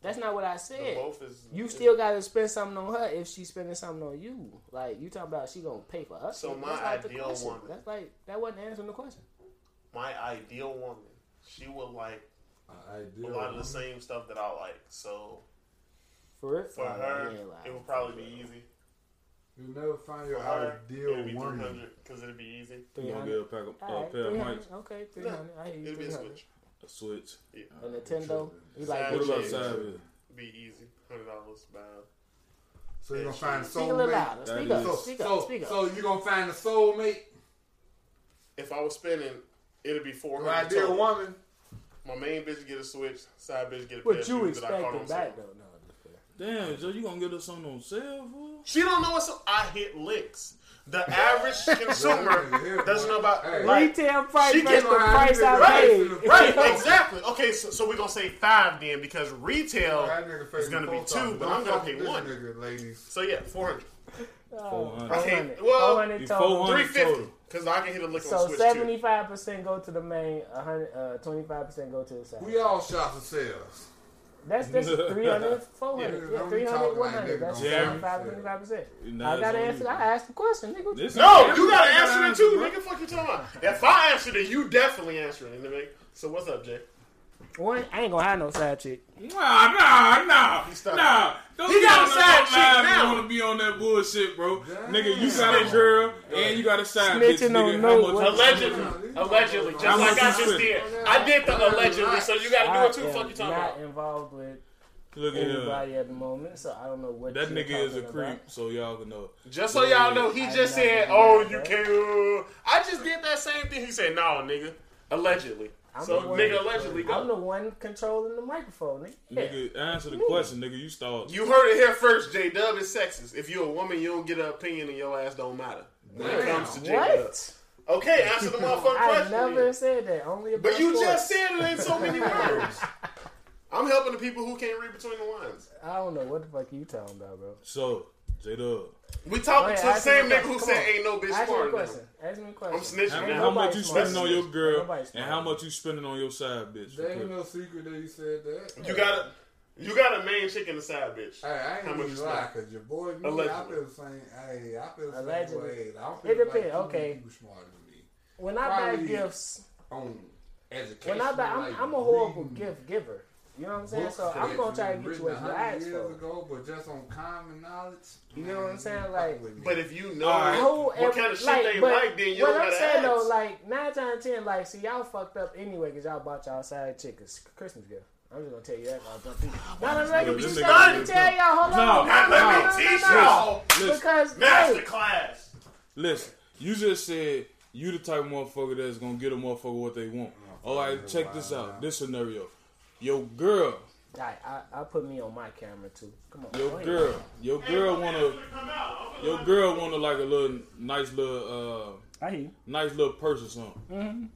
That's not what I The said. Both is You still gotta spend something on her if she's spending something on you. Like you talking about she gonna pay for us. So my That's like the ideal question. woman- That's like that wasn't answering the question. my ideal woman. She will like I a do. lot of the same stuff that I like. So For it, for Oh, her, yeah, like- it would probably be easy. You never find your Alright, It'll be ideal woman. 300 because it'll be easy. You gonna 300. get a pack of All a right, pair of 300. mics, Okay, 300. I hear you. It'll be a 300. switch. a switch. A Nintendo. You like, Savage. What about Jeez. Savage? Be easy. Hundred dollars by So you're gonna Yeah, find a speak a little soulmate. louder. That Speak up. is- Speak so, up. Speak up. so you're gonna find a soulmate, if I was spending, it'd be four an hundred. ideal total. woman. My main bitch get a switch, side bitch get a pair What of you shoes that I caught expecting on back sale. though? No, that's fair. Damn, Joe, you gonna get us on on sale, fool? She don't know what's I hit licks. The average consumer doesn't know about Hey. like, Retail price she versus gets the my price I right, paid. Right, exactly. Okay, so, so we're gonna say five then because retail. That nigga face It's gonna the be post two, office. but Don't I'm gonna fuck pay with this one. Nigga, ladies. So yeah, four hundred. Oh. $400. I can't- 400. well, 400 Be total. 400 Three fifty. total. Because I can hit a lick on So switch too. seventy-five percent go to the main, a hundred, uh, twenty-five percent go to the side. We all shot ourselves. That's that's 300, 400, Yeah, yeah, don't be 300, talking like 100. that, That's don't talk 75, like that. 25 percent. Nah, I it's gotta on answer. you. I asked the question, nigga. This No, is- you gotta gotta answer it answer, too, bro. nigga. Fuck you talking about. If I answer it, you definitely answering it, nigga. So what's up, Jay? One, I ain't gonna have no side chick. Nah, nah, nah, He stopped. nah. Don't He be got on a that side live chick and now. wanna be on that bullshit, bro. Damn. Nigga, you got a girl and you got a side Snitching bitch. Nigga, on how no much- one. Allegedly, allegedly, just I'm like I listening. just did. I did the allegedly, so you gotta do it I too. Fuck you am talking not about. involved with Look at him. anybody at the moment, so I don't know what That you're nigga is a talking creep, about. so y'all can know. Just so y'all know, he I just did not said, do "Oh, that, you bro. can't." I just did that same thing. He said, "No, nigga, allegedly." I'm so the one- nigga, allegedly, I'm the go. one controlling the microphone, nigga. Yeah. Nigga, answer the question, nigga. You stalled. You heard it here first. J Dub is sexist. If you're a woman, you don't get an opinion, and your ass don't matter. When it comes to J Dub. What? Okay, answer the motherfucking I question. never said that. Only about But you sports. just said it in so many words. I'm helping the people who can't read between the lines. I don't know what the fuck you talking about, bro. So, J Dub, We talking Wait, to the ask same me a nigga question. who Come said on. ain't no Ask bitch me a smarter than question. him. Ask me a I'm question. snitching how, Ain't how now. much you nobody smart. spending on your girl Nobody smart. and how much you spending on your side bitch? There ain't no secret that you said that. You got a, you got a main chick in the side bitch. Hey, I ain't How much gonna you lie, spend? cause your boy, me, I Allegedly. feel the same. Hey, I feel the same Allegedly. way. I don't feel It like depend- you- okay. You smarter than me When I Probably- buy gifts, on education. when I buy, I'm, like, I'm a horrible reading gift giver. You know what I'm saying? books So that I'm gonna try to was get you written what you 100 asked years for. ago, but just on common knowledge. You know what I'm saying? fuck Like- with me. But if you know Alright. Whole what every- kind of shit like, they but like, then you what don't I'm gotta saying ask. though, like nine times ten, like see y'all fucked up anyway because y'all bought y'all side chick a s- Christmas gift. I'm just gonna tell you that. I'll jump in. No, no, no, nigga you be just stunned. let me tell y'all. Hold No, on. not let No, me no, no, teach no. y'all. Listen, Because master hey, class. listen, you just said you the type of motherfucker that's gonna get a motherfucker what they want. All right, check this out. This scenario. Your girl, Alright, I, I put me on my camera too. Come on, go your ahead. girl, your girl wanna, your girl wanna like a little nice little, uh, I hear you. nice little purse or something.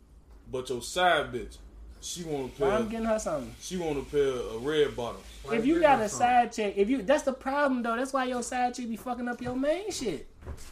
But your side bitch, she want to pair. Mm-hmm. I'm getting her something. She want to pair of red bottoms. if you got a side chick, if you that's the problem though. That's why your side chick be fucking up your main shit.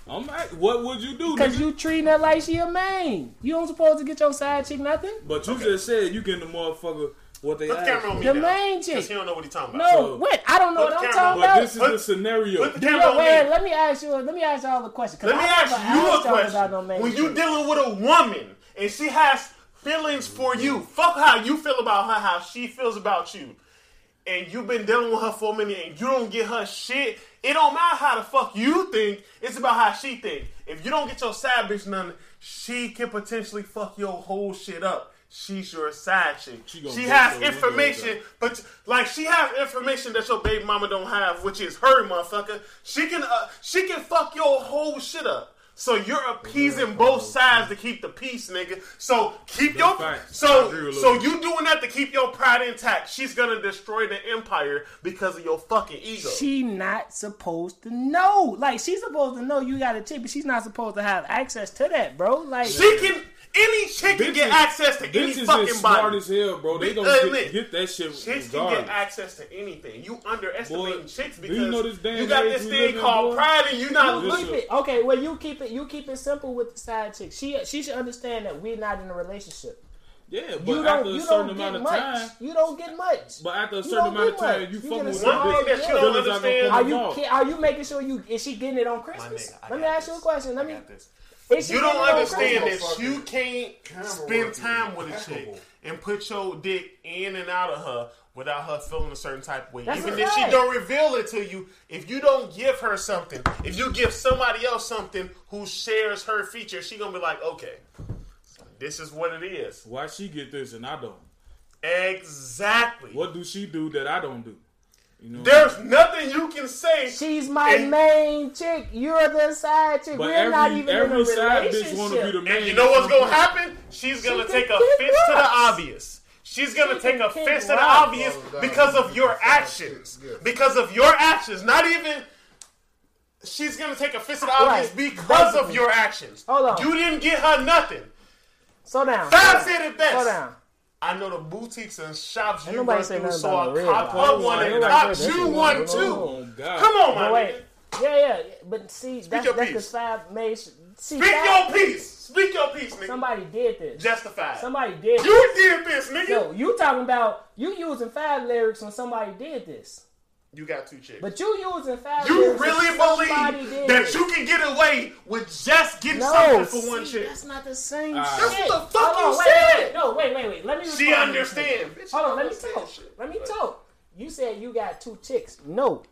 I'm at, what would you do? Cause nigga? you treating her like she a main. You don't supposed to get your side chick nothing. but you just said you getting the motherfucker what they Put the asked. camera on for. me The now, main 'cause chick. He don't know what he talking about. No, So- wait, I don't know Put what the I'm camera- talking But about. this is the scenario. Put the You camera know, on wait, me. let me ask you. Let me ask y'all the question. 'cause Let I me never ask you a asked y'all question. about no main when you chick. dealing with a woman and she has feelings for you, fuck how you feel about her, how she feels about you, and you've been dealing with her for a minute and you don't get her shit, it don't matter how the fuck you think, it's about how she think. If you don't get your side bitch none, she can potentially fuck your whole shit up. She's your side chick. She She, gonna bust has your window information, down. but like she has information that your baby mama don't have, which is her motherfucker. She can uh, she can fuck your whole shit up. So you're appeasing both sides to keep the peace, nigga. So keep That's your facts. I agree so with so Lil' you doing that to keep your pride intact. She's gonna destroy the empire because of your fucking ego. she not supposed to know. Like she's supposed to know you got a chick, but she's not supposed to have access to that, bro. Like She can any chick can get Bitches- access to any Bitches is fucking smart body. as hell, bro. They Be- gonna get, admit, get that shit Chicks can get regardless. access to anything. You underestimating Boy, chicks do because you you, know this damn got age this we live thing in, called boy? pride and you not This looking. Keep it- Okay, well you keep it you keep it simple with the side chick. She she should understand that we're not in a relationship. yeah, but You after don't a you certain don't get amount of much. time, You don't get much. but after a certain don't amount of get much. time, you You fuck get a with small One that thing that bitch. you Yeah. don't Feelings not gonna understand. Are come you involved. ki- are you making sure you is she getting it on Christmas? nigga, I Let me got ask you a this. question. Let me. is she You getting don't it on understand Christmas? that you can't Camera spend work is time with a chick impeccable. and put your dick in and out of her without her feeling a certain type of way. That's Even a if she fact. don't reveal it to you, if you don't give her something, if you give somebody else something who shares her feature, she gonna be like, okay, this is what it is. Why she get this and I don't? Exactly. What do she do that I don't do? You know. There's nothing you can say. She's my And- main chick. You're the side chick. but We're every not even in a every side relationship. bitch want to be the man. And you know what's gonna happen? happen? She's gonna can take kick offense to the rocks. obvious. She's gonna She take can kick offense to the rocks. obvious Oh, God. because of your actions. Yeah. Because of your actions. Not even. She's gonna take offense to the obvious Right. because of Basically. your actions. Hold on. You didn't get her nothing. Slow down. Five slow down, said it best. Slow down. I know the boutiques and shops you nobody run say through nothing saw about a the cop red up light. one and Nobody cop said you nothing. one No. too. Oh God. Come on, my But wait. nigga. Yeah, yeah. But see, that's, your that's the piece. side main. sh- See, Speak five- your peace. Speak your peace, nigga. Somebody did this. Justified. Somebody did. this. You did this, nigga. Yo, you talking about you using five lyrics when somebody did this, You got two chicks. but you using five. You lyrics really when somebody believe did that this. you can get away with just getting No, something for one see, chick? that's not the same Alright. shit. That's what the Hold fuck on, you wait, wait, said. wait. No, wait, wait, wait. Let me. She respond. understand. Bitch, Hold on, let me understand talk. shit. Let me talk. You said you got two chicks. No,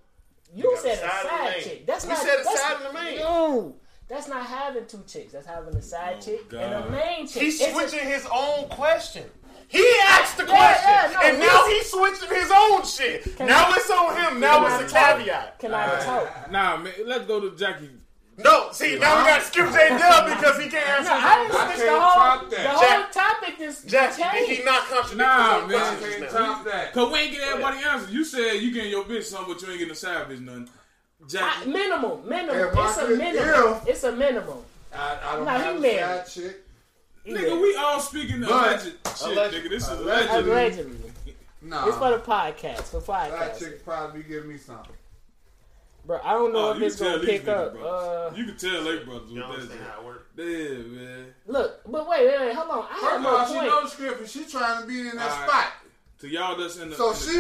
you got said a a side and a side main. chick. That's We not. said a that's, side and a main. No, that's not having two chicks. That's having a side chick and a God. main chick. He's It's a- switching his own question. He asked the Yeah, question, yeah, no, and now we- he's switching his own shit. now it's on him. Now Can it's a I talk? caveat. Can I talk? Nah, man. Let's go to Jackie. No, see, now we got to skip J Dub because he can't answer. No, I I didn't switch the can't whole. top The that. whole Jack- topic is Jesse, did changed. he not contradict Nah, his own man. I questions can't now? top that. Cause we ain't getting everybody answers. You said you getting your bitch something, but you ain't getting a side bitch nothing. I- Jackie. Minimal, minimal. If I It's a could- minimum. yeah. It's a minimum. I, I don't Nah, he have a married. side chick. Nigga, we all speaking of But- legend. Shit, Alleged- nigga, this is alleged- legend. Allegedly, Nah. it's for the podcast. For Side podcast, chick probably be giving me something. bro. I don't know Oh, if you it's can tell gonna these pick niggas, up. brothers. Uh, you can tell they brothers You what understand that how it works? is. Yeah, man. Look, but wait, wait, wait, hold on. I have First of no all, she point. knows script and she trying to be in that Alright. spot. To y'all that's in the So in the she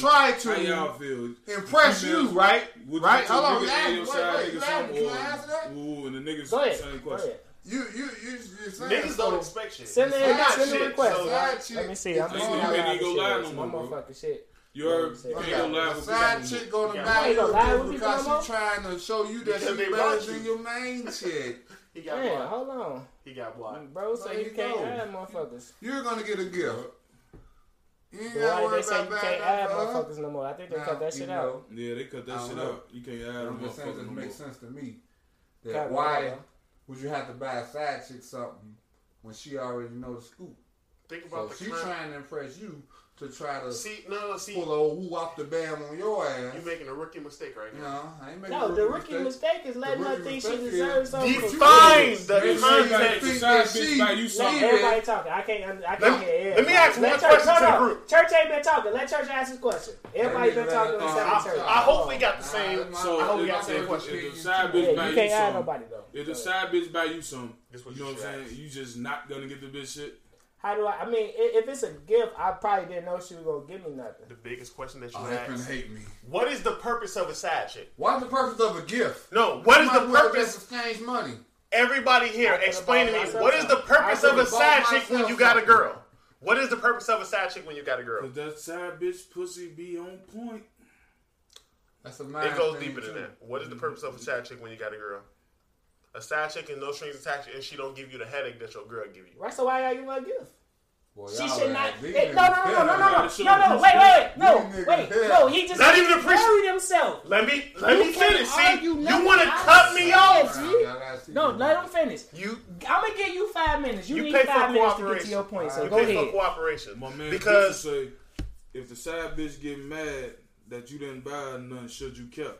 gonna try How y'all to feel? impress you, Females, right? Would Right? You two Hold on, niggas yeah, and your wait, side wait, niggas yeah, something, can or- I answer that? Ooh, and the niggas Go ahead. same Go question. ahead. You you you you're saying Niggas so don't expect shit. Send It's it. not Send shit, a request. so- side chick Let me see. I'm is just gonna lie Ain't no- gonna- ain't about no this lie shit. no My more, bro. motherfucking shit. You're Okay. you can't Okay, go live the with side that. chick gonna Yeah, marry ain't gonna you lie, dude we be because doing she trying to show you that Because she they better want than you. your main chick. He got Man, blocked. hold on, He got blocked. bro. So There you you can't go. add motherfuckers. You're gonna get a gift. You ain't Why gotta did worry they say about you can't that. add uh, motherfuckers no more? I think they now, cut that you shit know, out. Yeah, they cut I that don't shit know. out. You can't add them I'm just saying it motherfuckers no doesn't more. make sense to me that Cut it why out, bro. would you have to buy a side chick something when she already know the scoop? Think So about the she current- trying to impress you to try to See, no, see, pull a old woo off the bam on your ass. you're making a rookie mistake right You now. know, I ain't making No, a the rookie mistake. mistake is letting The her rookie think she mistake deserves is- something. for Define free. the Make sure you context. think Side that bitch she value something. serious. Everybody talking. I can't. I Let can't me- hear let me ask everybody. one Let Church- question to hold the on. group. Church ain't been talking. Let Church ask his question. Everybody Let me been let talking her except talk. for Church. I hope we got the Nah, same. that's my- I hope we got that's the same my question. opinion. If the side Yeah, bitch you value can't add something, nobody though. if Go the ahead. side bitch value something, This what you you know what should I'm saying? ask. You just not gonna get the bitch shit. How do I? I mean, i- if it's a gift, I probably didn't know she was gonna give me nothing. The biggest question that you Oh, that finna ask: hate me. What is the purpose of a side chick? What's the purpose of a gift? No, what is Might the as well purpose? just exchange money. Everybody here, I could've explain to me. bought myself What is the something. purpose I of a could've side bought chick when myself you got a something. girl? What is the purpose of a side chick when you got a girl? Cause that side bitch pussy be on point. That's a mind It goes thing, deeper than too. that. What is the purpose of a side chick when you got a girl? A side chick and no strings attached, and she don't give you the headache that your girl give you. Right? So why y'all give her a gift? Boy, She y'all should are not. big they- no, no, no, no, no, no, no, She no, no. don't Wait, wait, wait. No, These niggas wait. bad. No, he just Not even a priest- married himself. Let me You let me can't finish. See, argue you nothing want to out. cut me off. Yes, Nah, you- y'all gotta see No, that. let him finish. You I'm gonna give you five minutes. You, You pay need for five minutes to get to cooperation. your point. So you go pay for ahead. cooperation My man because because say, if the side bitch get mad that you didn't buy none, should you kept?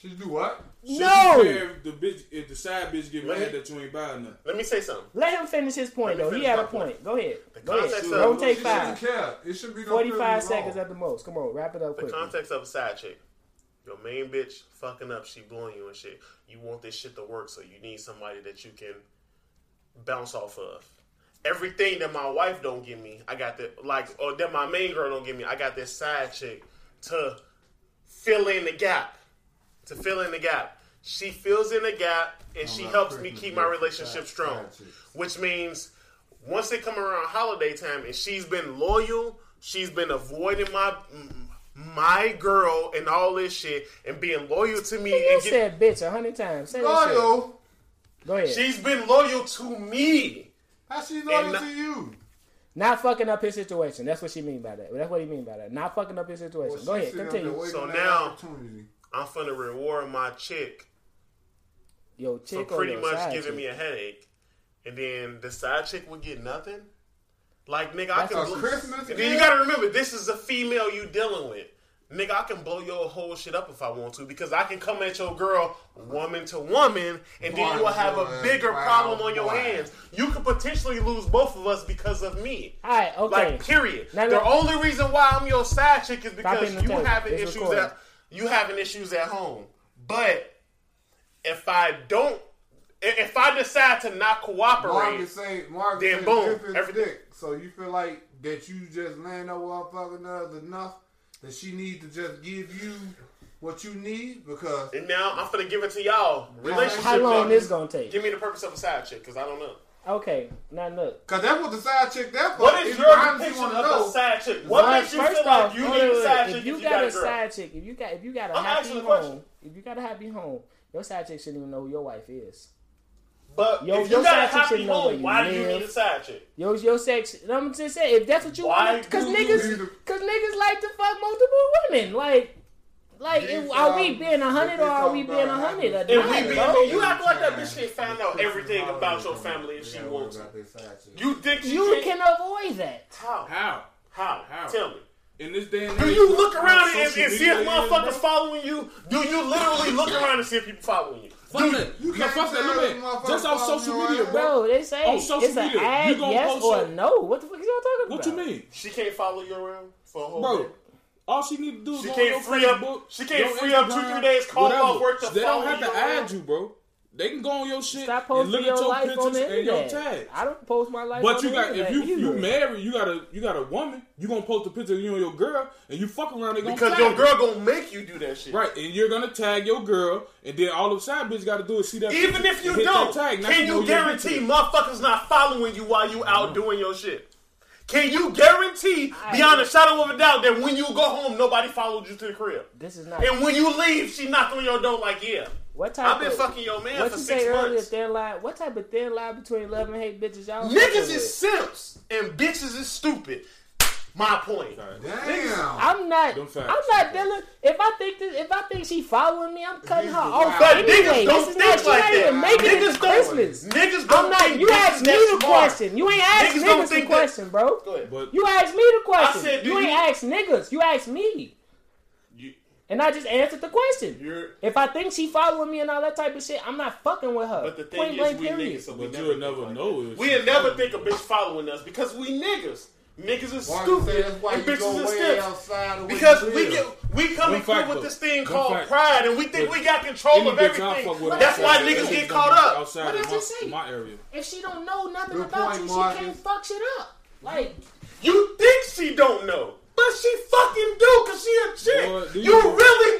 She do what? Should No! you care if the bitch if the side bitch get Let me- mad that you ain't buying nothing. let me say something. Let him finish his point Let me though. He finish had a my point. point. Go ahead. The Go ahead. context of- Don't take She five. shouldn't care. It should be no feeling wrong. Forty-five seconds at the most. Come on, wrap it up The quick. context of a side chick, your main bitch fucking up, she blowing you and shit. You want this shit to work, so you need somebody that you can bounce off of. Everything that my wife don't give me, I got that like, or that my main girl don't give me, I got this side chick to fill in the gap. To fill in the gap, she fills in the gap, and she about helps me Christmas keep my gifts for relationship side- strong. side chicks? Which means once they come around holiday time, and she's been loyal She's been avoiding my my girl and all this shit and being loyal to me. You and get- said bitch a hundred times. Say that shit. Loyal? Go ahead. she's been loyal to me. How she loyal And to you? Not fucking up his situation. That's what she mean by that. That's what he mean by that. Not fucking up his situation. Go she ahead, sit up there continue. waiting So on that now- opportunity. I'm finna reward my chick Yo, for chick on pretty your much side giving chick. me a headache, and then the side chick would get nothing. Like nigga, That's I A can. Bl- Christmas and then you gift? gotta remember, this is a female you dealing with. Nigga, I can blow your whole shit up if I want to because I can come at your girl woman to woman, and then you will have a Wow, bigger wow, problem on your wow. hands. You could potentially lose both of us because of me. All right, okay. Like, period. Now, the look- only reason why I'm your side chick is because hitting the you table. having It's issues recording. at you having issues at home. But if I don't, i- if I decide to not Marcus cooperate, say Marcus Then say boom, Griffin everything. dick. So you feel like that you just laying that motherfucker nut enough that she need to just give you what you need because and now I'm gonna give it to y'all. Relationship. How long business. this gonna take? Give me the purpose of a side chick because I don't know. Okay, now look. because that's what the side chick that for. What is If your honestly depiction of wanna a side chick? What Well, makes you feel like you wait, need wait, a side wait. chick if you you got a a girl? side chick, if you got if you got a I'm happy asking a home, question. if you got a happy home, your side chick shouldn't even know who your wife is. But Yo, if you your got a side chick happy shouldn't know where home, you why do you live. need a side chick? Yo, your sex. I'm just saying, if that's what you Why want, cause do you niggas, need to- cause niggas like to fuck multiple women. Like, like, These, if- are we um, being a hundred if or they are we talk being a about hundred? happy- And Nah, we be, bro. you have to let that bitch get find out everything about your family if she wants to. You think she You can't- can avoid that. How? How? How? How? Tell me. In this day and Do age, you how look around and, social and see if media is, motherfuckers bro? following you? Do you literally look around and see if people following you? Fuck that. You No, can't fuck that. tell Look at these that. motherfuckers Just on following social you media, around. bro. Bro, they say On social it's an media, ad, you gonna yes post or your- no. What the fuck is y'all talking about? What you mean? She can't follow you around for a whole Bro, day. all she need to do is She go on can't your free up- Facebook, she can't your free up two, Instagram, three days, call whatever. off work to They don't follow have you to around. add you, bro. They can go on your shit Stop and posting look your at life your on pictures the and your internet. tags. I don't post my life. But on you the got if internet you you either. married, you got a you got a woman, you gonna post a picture of you and your girl, and you fuck around they gonna Because tag your you. girl gonna make you do that shit. Right, and you're gonna tag your girl, and then all of a sudden, bitch, got to do is see that. Even picture if you and hit don't, that tag. Now can she know you you're guarantee into it. motherfuckers not following you while you out doing your shit? Can you guarantee beyond a shadow of a doubt that when you go home, nobody followed you to the crib? This is not. And when you leave, she knocked on your door like, yeah, What type I've been of, fucking your man What for you six say earlier? months. Thin line. What type of thin line between love and hate, bitches? Y'all fucking Niggas with? is simps and bitches is stupid. My point. Damn. I'm not. Them facts. I'm not dealing. If I think this, if I think she following me, I'm cutting her Niggas off. wild. But anyway. niggas don't this is think not, like you ain't even that. making it Niggas to don't. Christmas. Niggas I'm don't not. think You this asked is me that the smart. question. You ain't asked Niggas niggas, don't the think that- question, bro. Go ahead. But You asked me the question. said, do you ain't you- asked niggas. You asked me, You- and I just answered the question. You're, if I think she following me and all that type of shit, I'm not fucking with her. but the Point thing is, blank, we period. niggas, so we but never you'll think never like know. if she- We'll never think a bitch following us because we niggas. Niggas is Marcus say stupid that's why and you go bitches is way stiff. outside of Because where you we live. get we come One in here fact, with though. this thing One called fact. pride, and we think Look, we got control any of bitch I fuck everything. with That's why outside, niggas that get bitch caught gonna be up. Outside What of does my, it say? my area. if she don't know nothing Good about point, you, Marcus. she can't fuck shit up. Like You think she don't know, but she fucking do because she a chick. Boy, do you, you- really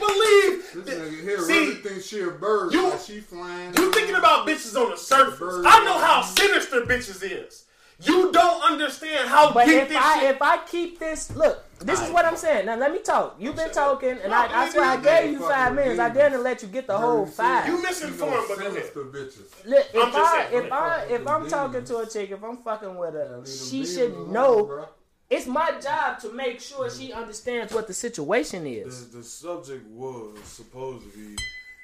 believe? This that- nigga here See, really thinks she a bird. you- like she flying. you thinking about bitches on the surface? Bird. I know how sinister bitches is. You don't understand how But deep if this I shit. if I keep this, look, this is what I'm saying. Now let me talk. You've been talking, and I, I it swear I is gave big you fucking five minutes. I ridiculous. didn't let you get the whole five. You misinformed, but go ahead. the bitches. Look, I'm if just I saying, if I if I'm ridiculous. talking to a chick, if I'm fucking with Yeah, her, leave them she beans should alone, know. bruh. It's my job to make sure she understands what the situation is. The subject was supposed to be.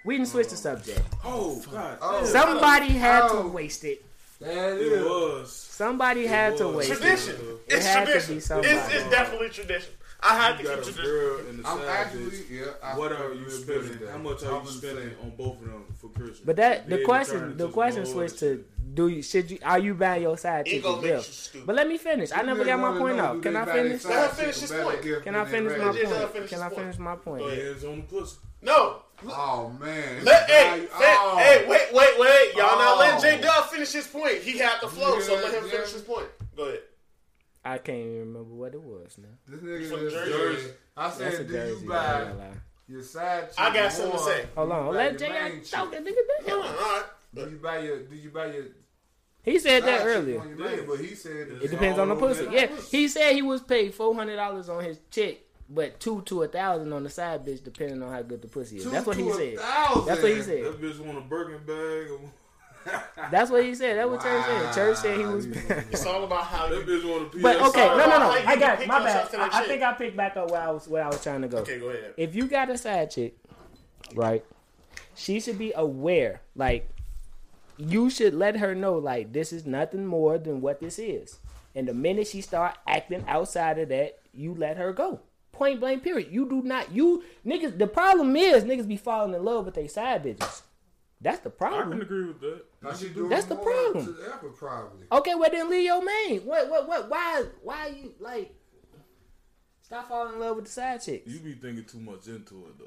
We didn't switch the subject. Oh God! Oh. damn. Somebody had to Oh. waste it. That It is. was. Somebody had to was. waste it. Tradition. It It's had to be tradition. It's, somebody. it's definitely tradition. I had to You keep got a tradition. girl and the I'm side actually. bitch. Yeah. I What fuck are with you this spending? bitch, How though. much I are you was spending saying, on both of them for Christmas? But that Then the it turned question the into question some switched bullshit. to do you should you are you buying your side chick Ego as makes well? you stupid. But let me finish. I never Niggas got my wanna point know, out. do Can they I buy their finish? side Let her chick finish a this better point. gift Can than I they finish my regular Just let her point? finish Can this I point. finish my point? Go ahead. Hands on the pussy. No. Oh man. Let, hey, Value- hey, oh. hey, wait, wait, wait. Y'all not Oh. letting J Dub finish his point. He had the flow, so let him Yeah, finish yeah. his point. Go ahead. I can't even remember what it was now. This nigga From is Jersey. Jersey. I That's a said, do jersey. you though, I buy ain't gonna lie. your side chick? I got something to more? say. Hold on, You let buy your Jay main talk chick? that nigga All down. right. Do you buy your? Do you buy your? He said that Nah, earlier. shit on your man, But he said It depends on the Oh, pussy. Yeah, he said he was paid four hundred dollars on his check, but two to a thousand on the side bitch, depending on how good the pussy is. That's what he said. That's what he said. That bitch want a Birkin bag. or- That's what he said. That's what Church said. Church said he was. It's all about how That you. bitch want a PS. But okay, no, no, no. How you I got pick my yourself bad. to that I, I chick? think I picked back up where I was where I was trying to go. Okay, go ahead. If you got a side chick, right, she should be aware. Like, you should let her know, like, this is nothing more than what this is. And the minute she start acting outside of that, you let her go. Point blank. Period. You do not. You niggas. The problem is niggas be falling in love with their side bitches. That's the I can problem. agree with that. That's the problem. probably. Okay, well then leave your main. What? What? What? Why? Why you like? Stop falling in love with the side chick. You be thinking too much into it though.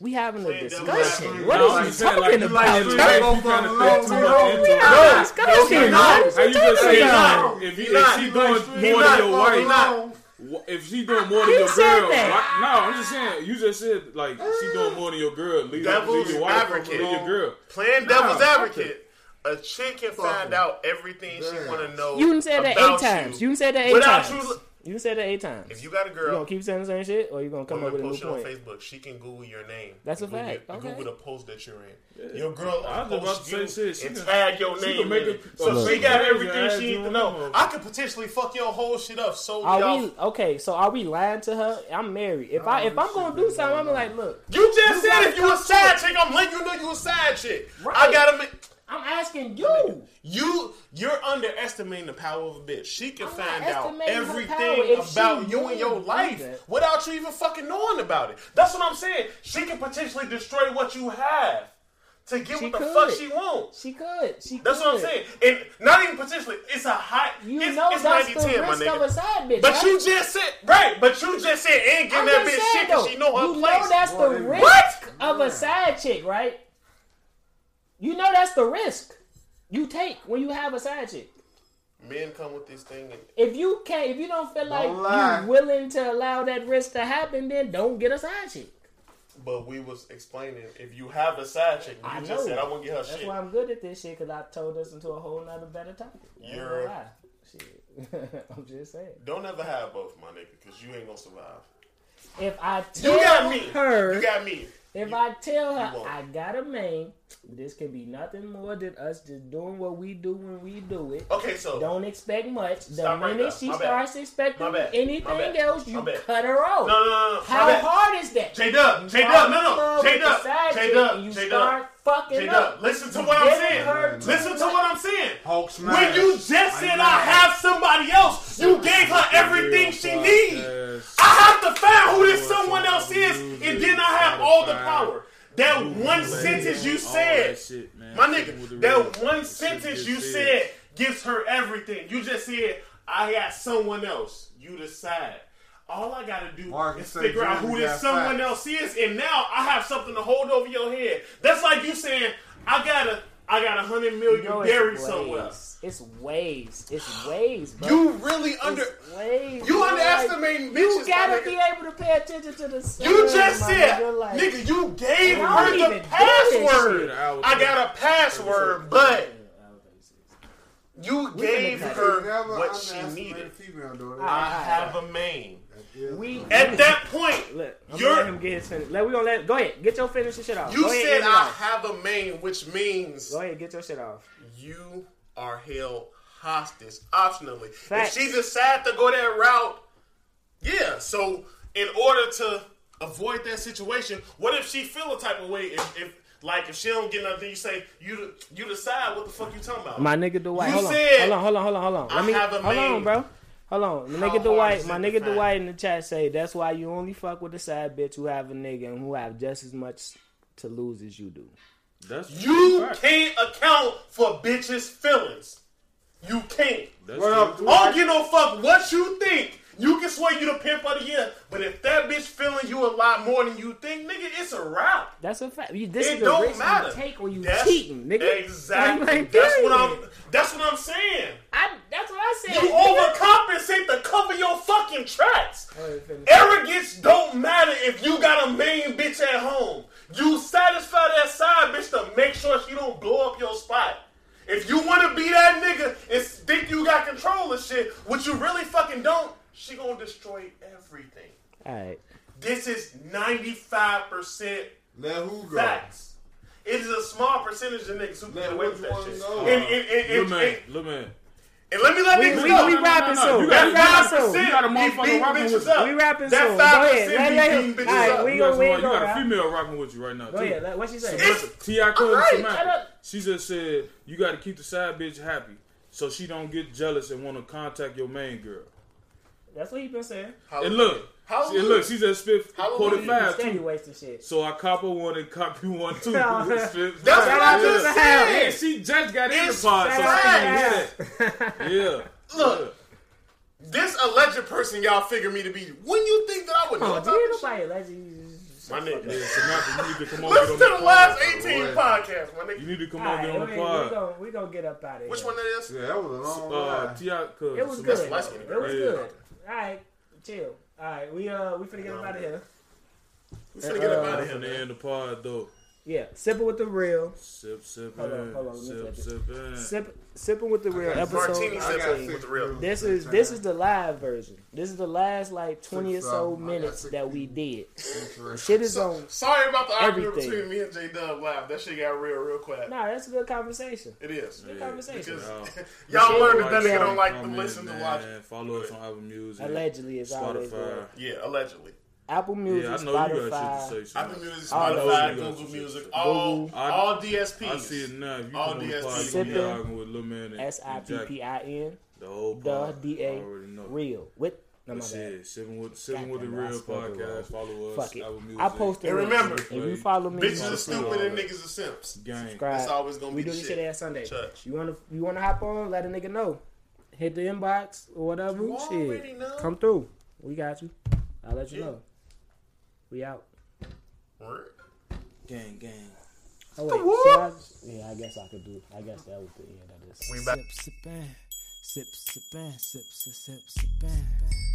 We having a Say that discussion. last What No, are like you you said, like, talking you like about? to Church? take over Church. the left Church. too much We into it. having a discussion. How man. you gonna say about? no? If, you, if she doing more than your wife, wha- if she doing more than He your said girl, that. why- no, I'm just saying. You just said like she doing more than your girl. Leave, leave Devil's your wife, alone, advocate. leave your girl. Playing Nah, devil's fuck advocate, a chick can find out everything Damn. she want to know. You done said that about eight times. You done said that eight Without times. you- You done said that eight times. If you got a You gonna girl, keep saying the same shit, or you gonna come up woman with a new post shit on point? Facebook, she can Google your name. That's a Google, fact. your- Okay. Google the post that you're in. Your girl I was will about post to you say shit. She and can- tag your she name. can make in a- it. so Look. she got Add everything she you needs to on know. there. I could potentially fuck your whole shit up. So Are y'all- we okay? So are we lying to her? I'm married. If I if I'm gonna do something, I'm gonna like, look, you just You said gotta if you a come side to chick, I'm letting you know you a side chick. I Right. gotta make. I'm asking you. You you're underestimating the power of a bitch. She can I'm not find out estimating her power everything if she about you and your really life do that. without you even fucking knowing about it. That's what I'm saying. She can potentially destroy what you have to get She what the could. fuck she wants. She could. She. That's what I'm could. saying. And not even potentially. It's a hot. You it's, know it's that's 90 the 10, my risk of a nigga. side bitch. But right? you just said right. But you just said ain't I'm getting that just bitch saying, shit because though, she know her you place. know that's the Whatever. risk of a side chick, right? You know that's the risk you take when you have a side chick. Men come with this thing. And, If you can't, if you don't feel like lie. you're willing to allow that risk to happen, then don't get a side chick. but we was explaining if you have a side chick, I you know. just said I want to get her That's shit. why I'm good at this shit because I told us into a whole nother better topic. I ain't gonna You're- lie. Shit. I'm just saying. Don't ever have both, my nigga, because you ain't gonna survive. If I You tell got me. her, You got me. If I tell you her won't. I got a man, this can be nothing more than us just doing what we do when we do it. Okay, so Don't expect much. The Stop right minute there. she My bad. starts My expecting bad. My bad. anything else, you My bad. cut her no, off. no, no, no. How My bad. hard is that? J Dub, J Dub, no, no, J Dub, J Dub, J You Dub, start fucking J up. Dub. Listen to what I'm Giving saying. her- Listen to what I'm saying. Hulk When you just said I have somebody else, you gave her everything she needs. I have to find who this someone else is, and then I have all the power. That one sentence you said, my nigga, that one sentence you said gives her everything. You just said, I got someone else. You decide. All I gotta do Marcus is said figure out Jordan who this got someone facts. else is, and now I have something to hold over your head. That's like you saying, I got a, I got a hundred million You know it's buried waves. somewhere. It's waves. It's waves, bro. You really under, It's waves. you bro. Like, underestimating You bitches. my gotta nigga. be able to pay attention to the. You just my said, nigga, like- nigga, you gave I her don't the even do this password. I got a password, but you gave her what she needed. Female, though. Ah. That- I have a main. yeah. We At that point, Look, I'm You're- gonna let him get his finish. Let we gonna let go ahead. Get your finishing shit off. you go ahead, said end it I off. have a main, which means Go ahead, get your shit off. you are held hostage optionally. Facts. If she decide to go that route, yeah. So in order to avoid that situation, what if she feel a type of way if, if like if she don't get nothing, you say you you decide what the fuck you talking about. My nigga Dwight, You hold on, said hold on, hold on, hold on, hold on. I Let me have a hold man. on, bro. Hold on, my How nigga hard Dwight, is my it nigga to find? Dwight in the chat say that's why you only fuck with the side bitch who have a nigga and who have just as much to lose as you do. That's You fact. can't account for bitches' feelings. You can't. That's What up, true. I don't give no fuck what you think. You can swear you the pimp of the year, but if that bitch feeling you a lot more than you think, nigga, it's a wrap. That's a fact. You, this is it the don't risk matter. you take when you That's- cheating, nigga. Exactly. Like, that's what period. I'm. That's what I'm saying. I, that's what I said. You nigga. overcompensate to cover your fucking tracks. Go ahead, finish. Arrogance don't matter if you got a main bitch at home. You satisfy that side bitch to make sure she don't blow up your spot. If you want to be that nigga is think you got control of shit, which you really fucking don't, she gonna destroy everything. All right. This is 95% Let who go? facts. It is a small percentage of niggas who Man, get away what with you that wanna shit. know? And, and, and, Little and, man, and- little man. and let me let We, niggas we, know. we rapping no, no, soon. We you got- That rapping five percent soon. You got a motherfucker be beating rocking with bitches you. up. We rapping That soon. Go five ahead. percent Let, be let him. beating All bitches right, up. we You gonna got, we somebody- ain't you gonna got a rap. female rocking with you right now. Go too. ahead. let- What she say? It's- T.I. Cook Alright, shut Samantha. up. She just said you got to keep the side bitch happy so she don't get jealous and want to contact your main girl. That's what he been saying. And look, she, and look, she just spit quoted five Steady too. wasting shit. So I cop her one and cop you one too. No. That's what That's what I just said. Yeah, she just got in the pod, It's so I facts. can't hear that. Yeah, Look. This alleged person y'all figure me to be. When you think that I would know Oh, about do you this shit? nobody let you? My yeah. nigga. yeah Samantha, you need to come on. Listen Get to on the the last pod. 18 podcast, my You nigga. need to come All on. right, Get on we, the we pod. gonna we gonna get up out of here. Which one that is? Yeah, that was a long Uh, ride. T.I. Cook. It was good. Samantha. It light was skin. good. Yeah. All right, chill. All right, we uh we finna get up out of here. We finna get up out of I'm here, finna man. end the pod though. Yeah, sipping with the real. Sip, sip, Hold on, in. hold on, let me sip, check it. sip, in. Sip, sipping with the real Martini episode. I got sipping six with the real. brews This at is the this time. is the live version. This is the last like twenty or so Six, um, I got minutes six that we did. Interesting. Shit is on. Sorry about the argument Everything. between me and J Dub live. That shit got real, real quick. Nah, that's a good conversation. It is. Good conversation. Because No. y'all learned that that Shit. nigga don't like Come to in, listen to man. watch. Follow us on Apple Music, Allegedly, it's always Spotify. good. Yeah, allegedly. Apple Yeah, I Music, know you got Spotify. shit to say. Apple Samantha. Music, All those Spotify, niggas. Google Music, all Google. all I see it DSPs. now. If you All come on the DSPs. pod, you Sippin'. be arguing with Lil Man and S I P Jack, P I N. The whole The pod. D I A. already know. Real with. No, my That's bad. it. Sipping with, sipping with the Goddamn, I real spelled it wrong. podcast. Follow us. Fuck it. Apple Music. I post the And link. remember, If you follow me, Bitches are subscribe. stupid and niggas are simps. Gang. That's always gonna we be do the this shit. shit ass Sunday. Church. You wanna you wanna hop on? Let a nigga know. Hit the inbox or whatever. You already Shit, know. come through. We got you. I'll let you Yeah. know. We out. Gang, gang. Oh wait, should I, yeah, I guess I could do. I guess that was the end of this. We back. Sip, sippin', sip, sippin', sip, sip, sip, sippin'.